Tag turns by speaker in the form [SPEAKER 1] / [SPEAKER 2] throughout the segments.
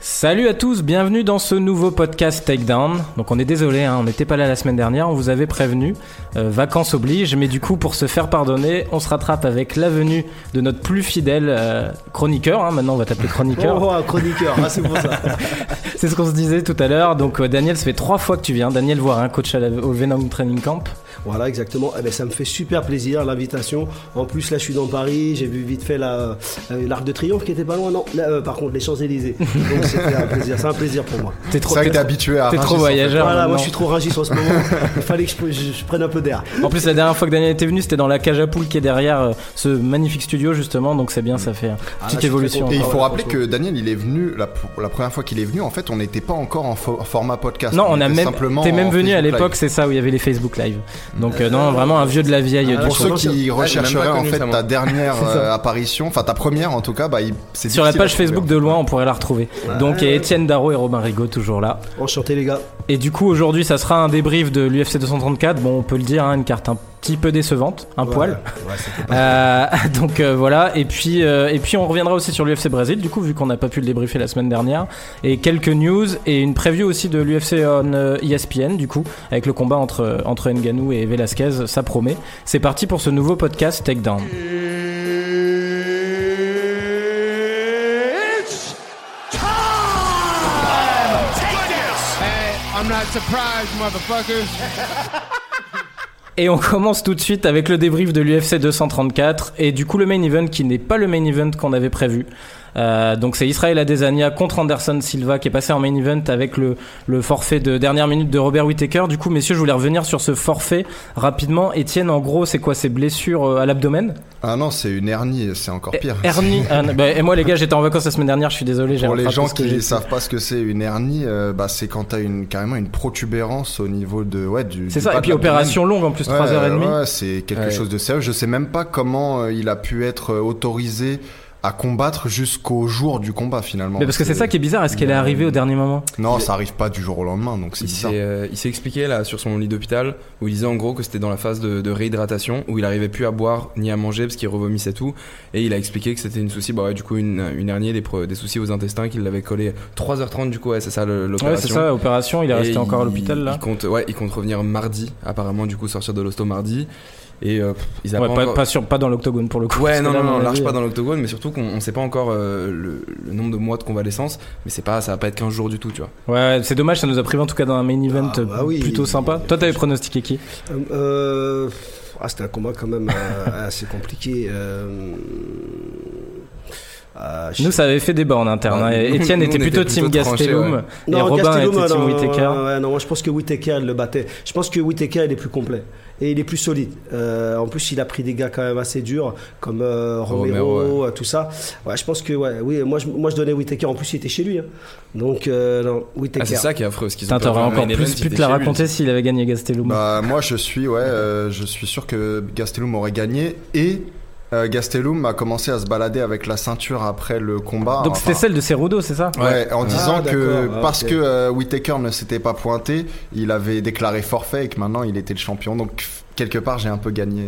[SPEAKER 1] Salut à tous, bienvenue dans ce nouveau podcast Takedown. Donc on est désolé, hein, on n'était pas là la semaine dernière, on vous avait prévenu, euh, vacances oblige, mais du coup pour se faire pardonner, on se rattrape avec la venue de notre plus fidèle euh, chroniqueur, hein, maintenant on va t'appeler chroniqueur.
[SPEAKER 2] Oh, un chroniqueur, ah, c'est pour ça. Oh.
[SPEAKER 1] C'est ce qu'on se disait tout à l'heure, donc euh, Daniel, ça fait trois fois que tu viens, Daniel voir un coach à la- au Venom Training Camp.
[SPEAKER 2] Voilà, exactement. Eh ben, ça me fait super plaisir l'invitation. En plus, là, je suis dans Paris. J'ai vu vite fait la- euh, l'Arc de Triomphe qui était pas loin. Non, Là, euh, par contre, les Champs-Élysées. Donc, c'était un plaisir. C'est un plaisir pour moi.
[SPEAKER 1] T'es trop,
[SPEAKER 3] C'est vrai
[SPEAKER 1] t'es
[SPEAKER 3] que t'es
[SPEAKER 1] trop-
[SPEAKER 3] habitué à.
[SPEAKER 1] t'es trop
[SPEAKER 3] Rungis, en fait.
[SPEAKER 1] voyageur.
[SPEAKER 2] Voilà, moi,
[SPEAKER 1] maintenant.
[SPEAKER 2] je suis trop ringis en ce moment. Il fallait que je, je- je prenne un peu d'air.
[SPEAKER 1] En plus, la dernière fois que Daniel était venu, c'était dans la cage à poules qui est derrière euh, ce magnifique studio, justement. Donc, c'est bien, ça fait une
[SPEAKER 2] là,
[SPEAKER 1] petite
[SPEAKER 2] je suis
[SPEAKER 1] évolution.
[SPEAKER 2] très
[SPEAKER 3] Et il
[SPEAKER 2] Ah
[SPEAKER 3] faut
[SPEAKER 2] ouais,
[SPEAKER 3] rappeler
[SPEAKER 2] franchement.
[SPEAKER 3] que Daniel, il est venu, la, pour la première fois qu'il est venu, en fait, on n'était pas encore en fo- format podcast.
[SPEAKER 1] Non, on a
[SPEAKER 3] était
[SPEAKER 1] même.
[SPEAKER 3] simplement
[SPEAKER 1] T'es même
[SPEAKER 3] en
[SPEAKER 1] venu à
[SPEAKER 3] Facebook
[SPEAKER 1] l'époque,
[SPEAKER 3] Live.
[SPEAKER 1] c'est
[SPEAKER 3] Mm.
[SPEAKER 1] ça, où il y avait les Facebook Live. Donc, euh, non, vraiment un vieux de la vieille.
[SPEAKER 2] Ah,
[SPEAKER 1] du
[SPEAKER 2] là,
[SPEAKER 3] Pour
[SPEAKER 1] tout.
[SPEAKER 3] ceux
[SPEAKER 2] Ah, j'ai
[SPEAKER 3] qui
[SPEAKER 2] même
[SPEAKER 4] pas
[SPEAKER 3] rechercheraient, en
[SPEAKER 4] connu
[SPEAKER 3] fait,
[SPEAKER 4] ça, moi.
[SPEAKER 3] ta dernière euh, apparition, enfin, ta première en tout cas, bah, il- c'est
[SPEAKER 1] Sur la
[SPEAKER 3] difficile à
[SPEAKER 1] page
[SPEAKER 3] trouver,
[SPEAKER 1] Facebook
[SPEAKER 3] en
[SPEAKER 1] de
[SPEAKER 3] fait.
[SPEAKER 1] loin, on pourrait la retrouver. Donc, et Étienne Darro et Robin Rigaud, toujours là.
[SPEAKER 2] Enchanté, les gars.
[SPEAKER 1] Et du coup, aujourd'hui, ça sera un débrief de l'UFC 234. Bon, on peut le dire, hein, une carte un petit peu décevante, un poil.
[SPEAKER 2] Ouais, c'était pas-
[SPEAKER 1] Euh, donc euh, voilà, et puis, euh, et puis on reviendra aussi sur l'UFC Brésil, du coup, vu qu'on n'a pas pu le débriefer la semaine dernière, et quelques news, et une preview aussi de l'UFC on euh, ESPN, du coup, avec le combat entre, euh, entre Nganou et Velasquez, ça promet. C'est parti pour ce nouveau podcast Takedown. Et on commence tout de suite avec le débrief de l'UFC 234 et du coup le main event qui n'est pas le main event qu'on avait prévu. Euh, donc c'est Israël Adesanya contre Anderson Silva qui est passé en main event avec le, le forfait de dernière minute de Robert Whittaker. Du coup messieurs je voulais revenir sur ce forfait rapidement. Étienne en gros c'est quoi ces blessures euh, à l'abdomen
[SPEAKER 3] Ah non, c'est une hernie, c'est encore pire.
[SPEAKER 1] Hernie. Ah, non, bah, et moi les gars j'étais en vacances la semaine dernière je suis désolé. j'ai
[SPEAKER 3] Pour les
[SPEAKER 1] rattrapé
[SPEAKER 3] gens
[SPEAKER 1] ce que
[SPEAKER 3] qui
[SPEAKER 1] j'ai
[SPEAKER 3] ne
[SPEAKER 1] dit.
[SPEAKER 3] savent pas ce que c'est une hernie, euh, bah, c'est quand t'as une, carrément une protubérance au niveau de, ouais, du.
[SPEAKER 1] C'est
[SPEAKER 3] du
[SPEAKER 1] ça et
[SPEAKER 3] bas de
[SPEAKER 1] puis
[SPEAKER 3] l'abdomen.
[SPEAKER 1] opération longue en plus 3h30.
[SPEAKER 3] Ouais, c'est quelque
[SPEAKER 4] Ouais.
[SPEAKER 3] chose de sérieux. Je sais même pas comment euh, il a pu être euh, autorisé à combattre jusqu'au jour du combat finalement.
[SPEAKER 1] Mais parce que c'est ça qui est bizarre est-ce qu'elle est arrivée au dernier moment
[SPEAKER 3] Non, ça arrive pas du jour au lendemain, donc c'est
[SPEAKER 4] Il
[SPEAKER 3] bizarre.
[SPEAKER 4] s'est, euh, il s'est expliqué là sur son lit d'hôpital où il disait en gros que c'était dans la phase de, de réhydratation où il arrivait plus à boire ni à manger parce qu'il revomissait tout et il a expliqué que c'était une souci bah ouais, du coup une, une hernie des, pro- des soucis aux intestins qu'il l'avait collé 3h30 du coup ouais, c'est ça le- l'opération
[SPEAKER 1] Ouais c'est ça opération il est
[SPEAKER 4] Et
[SPEAKER 1] resté encore à l'hôpital là.
[SPEAKER 4] il compte ouais il compte revenir mardi apparemment du coup sortir de l'hosto mardi et euh, pff, ils
[SPEAKER 1] Ouais,
[SPEAKER 4] avaient
[SPEAKER 1] pas, pas sur, pas dans l'octogone pour le coup.
[SPEAKER 4] Ouais,
[SPEAKER 1] parce
[SPEAKER 4] non,
[SPEAKER 1] que là,
[SPEAKER 4] non,
[SPEAKER 1] à
[SPEAKER 4] non,
[SPEAKER 1] mon
[SPEAKER 4] large
[SPEAKER 1] avis, hein.
[SPEAKER 4] pas dans l'octogone, mais surtout qu'on on sait pas encore euh, le, le nombre de mois de convalescence, mais c'est pas, ça va pas être 15 jours du tout, tu vois.
[SPEAKER 1] Ouais, c'est dommage, ça nous a privé en tout cas dans un main event
[SPEAKER 2] Ah, bah
[SPEAKER 1] euh,
[SPEAKER 2] oui.
[SPEAKER 1] plutôt sympa. Toi, t'avais pronostiqué qui
[SPEAKER 2] Euh, euh, ah, c'était un combat quand même euh, assez compliqué. Euh, ah, je-
[SPEAKER 1] Nous, ça avait fait débat en interne.
[SPEAKER 4] Ouais,
[SPEAKER 1] hein, et
[SPEAKER 4] nous,
[SPEAKER 1] Étienne
[SPEAKER 4] nous,
[SPEAKER 1] était
[SPEAKER 4] on
[SPEAKER 1] plutôt
[SPEAKER 4] était
[SPEAKER 1] Team
[SPEAKER 4] plutôt tranchés,
[SPEAKER 1] Gastelum
[SPEAKER 4] ouais.
[SPEAKER 1] et
[SPEAKER 2] Non,
[SPEAKER 1] Robin
[SPEAKER 2] Gastelum,
[SPEAKER 1] était Team
[SPEAKER 2] non,
[SPEAKER 1] Whittaker.
[SPEAKER 2] ouais, ouais, non, moi je pense que Whitaker le battait. Je pense que Whitaker il est plus complet et il est plus solide. Euh, en plus, il a pris des gars quand même assez durs comme euh, Romero,
[SPEAKER 4] Romero,
[SPEAKER 2] euh, tout ça. Ouais, je pense que ouais, oui, moi je, moi je donnais Whitaker. En plus, il était chez lui. hein. Donc euh, non, Whitaker.
[SPEAKER 4] Ah, c'est ça qui est affreux, ce qu'ils ont
[SPEAKER 1] Putain, t'aurais
[SPEAKER 4] fait un
[SPEAKER 1] encore
[SPEAKER 4] main
[SPEAKER 1] plus pu
[SPEAKER 4] event, ils
[SPEAKER 1] te la
[SPEAKER 4] étaient chez lui.
[SPEAKER 1] raconter s'il avait gagné Gastelum.
[SPEAKER 3] Bah, moi, je suis, ouais, euh, je suis sûr que Gastelum aurait gagné et euh, Gastelum a commencé à se balader avec la ceinture après le combat.
[SPEAKER 1] Donc, c'était
[SPEAKER 3] Enfin,
[SPEAKER 1] celle de Cerudo, c'est ça
[SPEAKER 3] Ouais, en
[SPEAKER 2] Ah,
[SPEAKER 3] disant que
[SPEAKER 2] d'accord, ah,
[SPEAKER 3] parce
[SPEAKER 2] ok.
[SPEAKER 3] que euh, Whittaker ne s'était pas pointé, il avait déclaré forfait et que maintenant il était le champion. Donc f- quelque part, j'ai un peu gagné.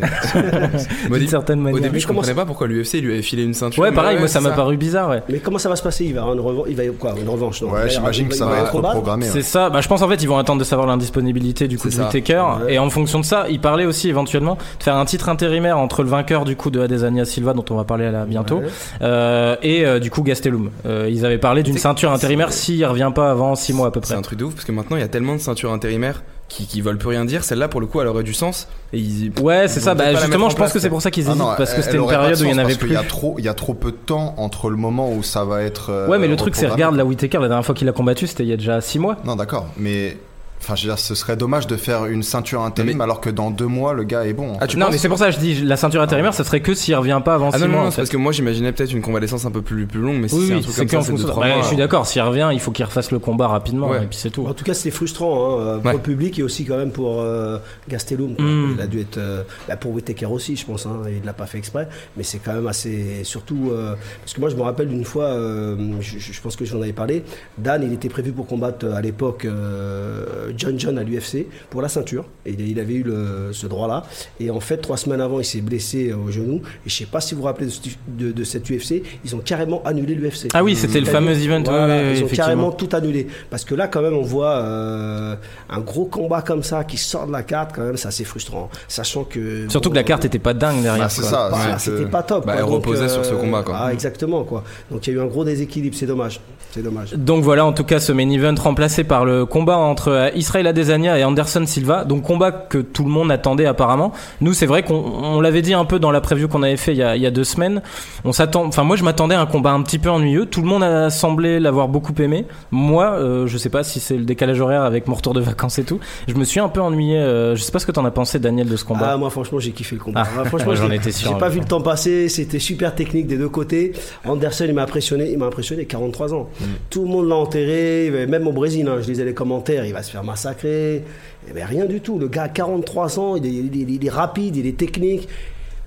[SPEAKER 4] Au
[SPEAKER 1] D'une
[SPEAKER 4] dé-
[SPEAKER 1] certaine
[SPEAKER 4] Au
[SPEAKER 1] manière.
[SPEAKER 4] début, je
[SPEAKER 2] Comment
[SPEAKER 4] comprenais pas pourquoi l'UFC lui avait filé une ceinture.
[SPEAKER 1] Ouais,
[SPEAKER 4] mais
[SPEAKER 1] pareil, moi, ça
[SPEAKER 4] c'est
[SPEAKER 1] m'a paru bizarre, ouais.
[SPEAKER 2] Mais comment ça va se passer Il va avoir une revanche. Il va y avoir quoi Une revanche non Il va y
[SPEAKER 3] ouais,
[SPEAKER 2] avoir-
[SPEAKER 3] j'imagine
[SPEAKER 2] il
[SPEAKER 3] que ça
[SPEAKER 2] il
[SPEAKER 3] va être
[SPEAKER 2] combattre.
[SPEAKER 3] programmé. hein. ouais.
[SPEAKER 1] C'est ça. Bah, je pense en fait ils vont attendre de savoir l'indisponibilité du coup de
[SPEAKER 4] C'est ça.
[SPEAKER 1] Whittaker
[SPEAKER 2] Ouais.
[SPEAKER 1] et en fonction de ça, ils parlaient aussi éventuellement de faire un titre intérimaire entre le vainqueur du coup de Adesanya Silva dont on va parler là bientôt
[SPEAKER 2] Ouais.
[SPEAKER 1] euh, et euh, du coup Gastelum. Euh, ils avaient parlé d'une
[SPEAKER 4] C'est-
[SPEAKER 1] ceinture intérimaire s'il revient pas avant 6 mois à peu
[SPEAKER 4] C'est
[SPEAKER 1] près.
[SPEAKER 4] un truc de ouf parce que maintenant il y a tellement de ceintures intérimaires qui, qui veulent plus rien dire. Celle-là, pour le coup, elle aurait du sens. Et ils...
[SPEAKER 1] Ouais,
[SPEAKER 4] Ils
[SPEAKER 1] c'est
[SPEAKER 4] vont
[SPEAKER 1] ça.
[SPEAKER 4] peut-être pas
[SPEAKER 1] Bah,
[SPEAKER 4] la
[SPEAKER 1] justement,
[SPEAKER 4] mettre
[SPEAKER 1] je
[SPEAKER 4] en
[SPEAKER 1] pense
[SPEAKER 4] place,
[SPEAKER 1] que c'est pour ça qu'ils
[SPEAKER 3] Ah
[SPEAKER 1] hésitent
[SPEAKER 3] non,
[SPEAKER 1] parce que
[SPEAKER 3] elle-
[SPEAKER 1] c'était une
[SPEAKER 3] elle aurait pas de
[SPEAKER 1] période où il y en
[SPEAKER 3] sens
[SPEAKER 1] avait
[SPEAKER 3] parce
[SPEAKER 1] plus.
[SPEAKER 3] qu'il y a trop, il y a trop peu de temps entre le moment où ça va être. euh,
[SPEAKER 1] Ouais, mais le truc c'est
[SPEAKER 3] reprogrammé.
[SPEAKER 1] regarde là Whittaker la dernière fois qu'il a combattu, c'était il y a déjà 6 mois.
[SPEAKER 3] Non, d'accord, mais enfin, je veux dire, ce serait dommage de faire une ceinture intérim
[SPEAKER 4] Non, mais-
[SPEAKER 3] alors que dans deux mois le gars est bon.
[SPEAKER 4] Ah, tu
[SPEAKER 1] non,
[SPEAKER 4] penses
[SPEAKER 1] mais c'est pour ça que je dis la ceinture intérimaire, ça serait que s'il revient pas avant
[SPEAKER 4] Ah
[SPEAKER 1] 6
[SPEAKER 4] non, non,
[SPEAKER 1] mois.
[SPEAKER 4] non,
[SPEAKER 1] en
[SPEAKER 4] c'est
[SPEAKER 1] fait.
[SPEAKER 4] parce que moi j'imaginais peut-être une convalescence un peu plus, plus longue, mais si
[SPEAKER 1] Oui,
[SPEAKER 4] c'est un
[SPEAKER 1] oui,
[SPEAKER 4] truc
[SPEAKER 1] c'est
[SPEAKER 4] comme ça,
[SPEAKER 1] qu'en
[SPEAKER 4] c'est de
[SPEAKER 1] fonction. de-
[SPEAKER 4] 3
[SPEAKER 1] Bah,
[SPEAKER 4] mois.
[SPEAKER 1] Je suis d'accord. S'il revient, il faut qu'il refasse le combat rapidement
[SPEAKER 4] Ouais.
[SPEAKER 1] et puis c'est tout.
[SPEAKER 2] En tout cas, c'était frustrant hein, pour
[SPEAKER 4] Ouais.
[SPEAKER 2] le public et aussi quand même pour euh, Gastelum. quoi.
[SPEAKER 1] Mm.
[SPEAKER 2] Il a dû être euh, bah, pour Whittaker aussi, je pense. hein, il l'a pas fait exprès, mais c'est quand même assez. Surtout euh, parce que moi, je me rappelle d'une fois, euh, je, je- je pense que j'en avais parlé. Dan, il était prévu pour combattre euh, à l'époque euh, John John à l'UFC pour la ceinture. Et il avait eu le- ce droit-là. Et en fait, trois semaines avant, il s'est blessé euh, au genou. Et je sais pas si vous vous rappelez de, ce- de- de cette UFC, ils ont carrément annulé l'UFC.
[SPEAKER 1] Ah oui, c'était le fameux event,
[SPEAKER 2] Voilà,
[SPEAKER 1] ouais, ouais, ouais,
[SPEAKER 2] ils ont
[SPEAKER 1] effectivement.
[SPEAKER 2] carrément tout annulé. Parce que là, quand même, on voit euh, un gros combat comme ça qui sort de la carte. Quand même, c'est assez frustrant. Sachant que.
[SPEAKER 1] Surtout
[SPEAKER 2] bon,
[SPEAKER 4] Oh.
[SPEAKER 1] que la carte était pas dingue derrière.
[SPEAKER 3] Bah, c'est
[SPEAKER 1] quoi.
[SPEAKER 3] ça.
[SPEAKER 2] pas-
[SPEAKER 3] c'est que-
[SPEAKER 2] c'était pas top.
[SPEAKER 4] bah,
[SPEAKER 2] quoi.
[SPEAKER 4] elle
[SPEAKER 2] Donc,
[SPEAKER 4] reposait sur ce combat, quoi.
[SPEAKER 2] Ah, exactement. Quoi. Donc il y a eu un gros déséquilibre. C'est dommage. C'est dommage.
[SPEAKER 1] Donc voilà, en tout cas, ce main event remplacé par le combat entre euh, Israel Adesanya et Anderson Silva. Donc combat que tout le monde attendait apparemment. Nous, c'est vrai qu'on on l'avait dit un peu dans la preview qu'on avait fait il y a, il y a deux semaines. On s'attend, enfin moi, je m'attendais à un combat un petit peu ennuyeux. Tout le monde a semblé l'avoir beaucoup aimé. Moi, euh, je sais pas si c'est le décalage horaire avec mon retour de vacances et tout. Je me suis un peu ennuyé. euh, je sais pas ce que t'en as pensé, Daniel, de ce
[SPEAKER 2] Ah,
[SPEAKER 1] combat.
[SPEAKER 2] moi, franchement, j'ai kiffé le combat.
[SPEAKER 1] Ah,
[SPEAKER 2] Ah, franchement,
[SPEAKER 1] j'en
[SPEAKER 2] j'ai-
[SPEAKER 1] étais sûr,
[SPEAKER 2] J'ai pas
[SPEAKER 1] ouais.
[SPEAKER 2] vu le temps passer. C'était super technique des deux côtés. Anderson, il m'a impressionné. Il m'a impressionné. 43 ans.
[SPEAKER 1] Mm.
[SPEAKER 2] Tout le monde l'a enterré. Même au Brésil, hein, je lisais les commentaires. Il va se faire massacrer. Eh ben, rien du tout. Le gars, a 43 ans. Il est, il est- il est rapide. Il est technique.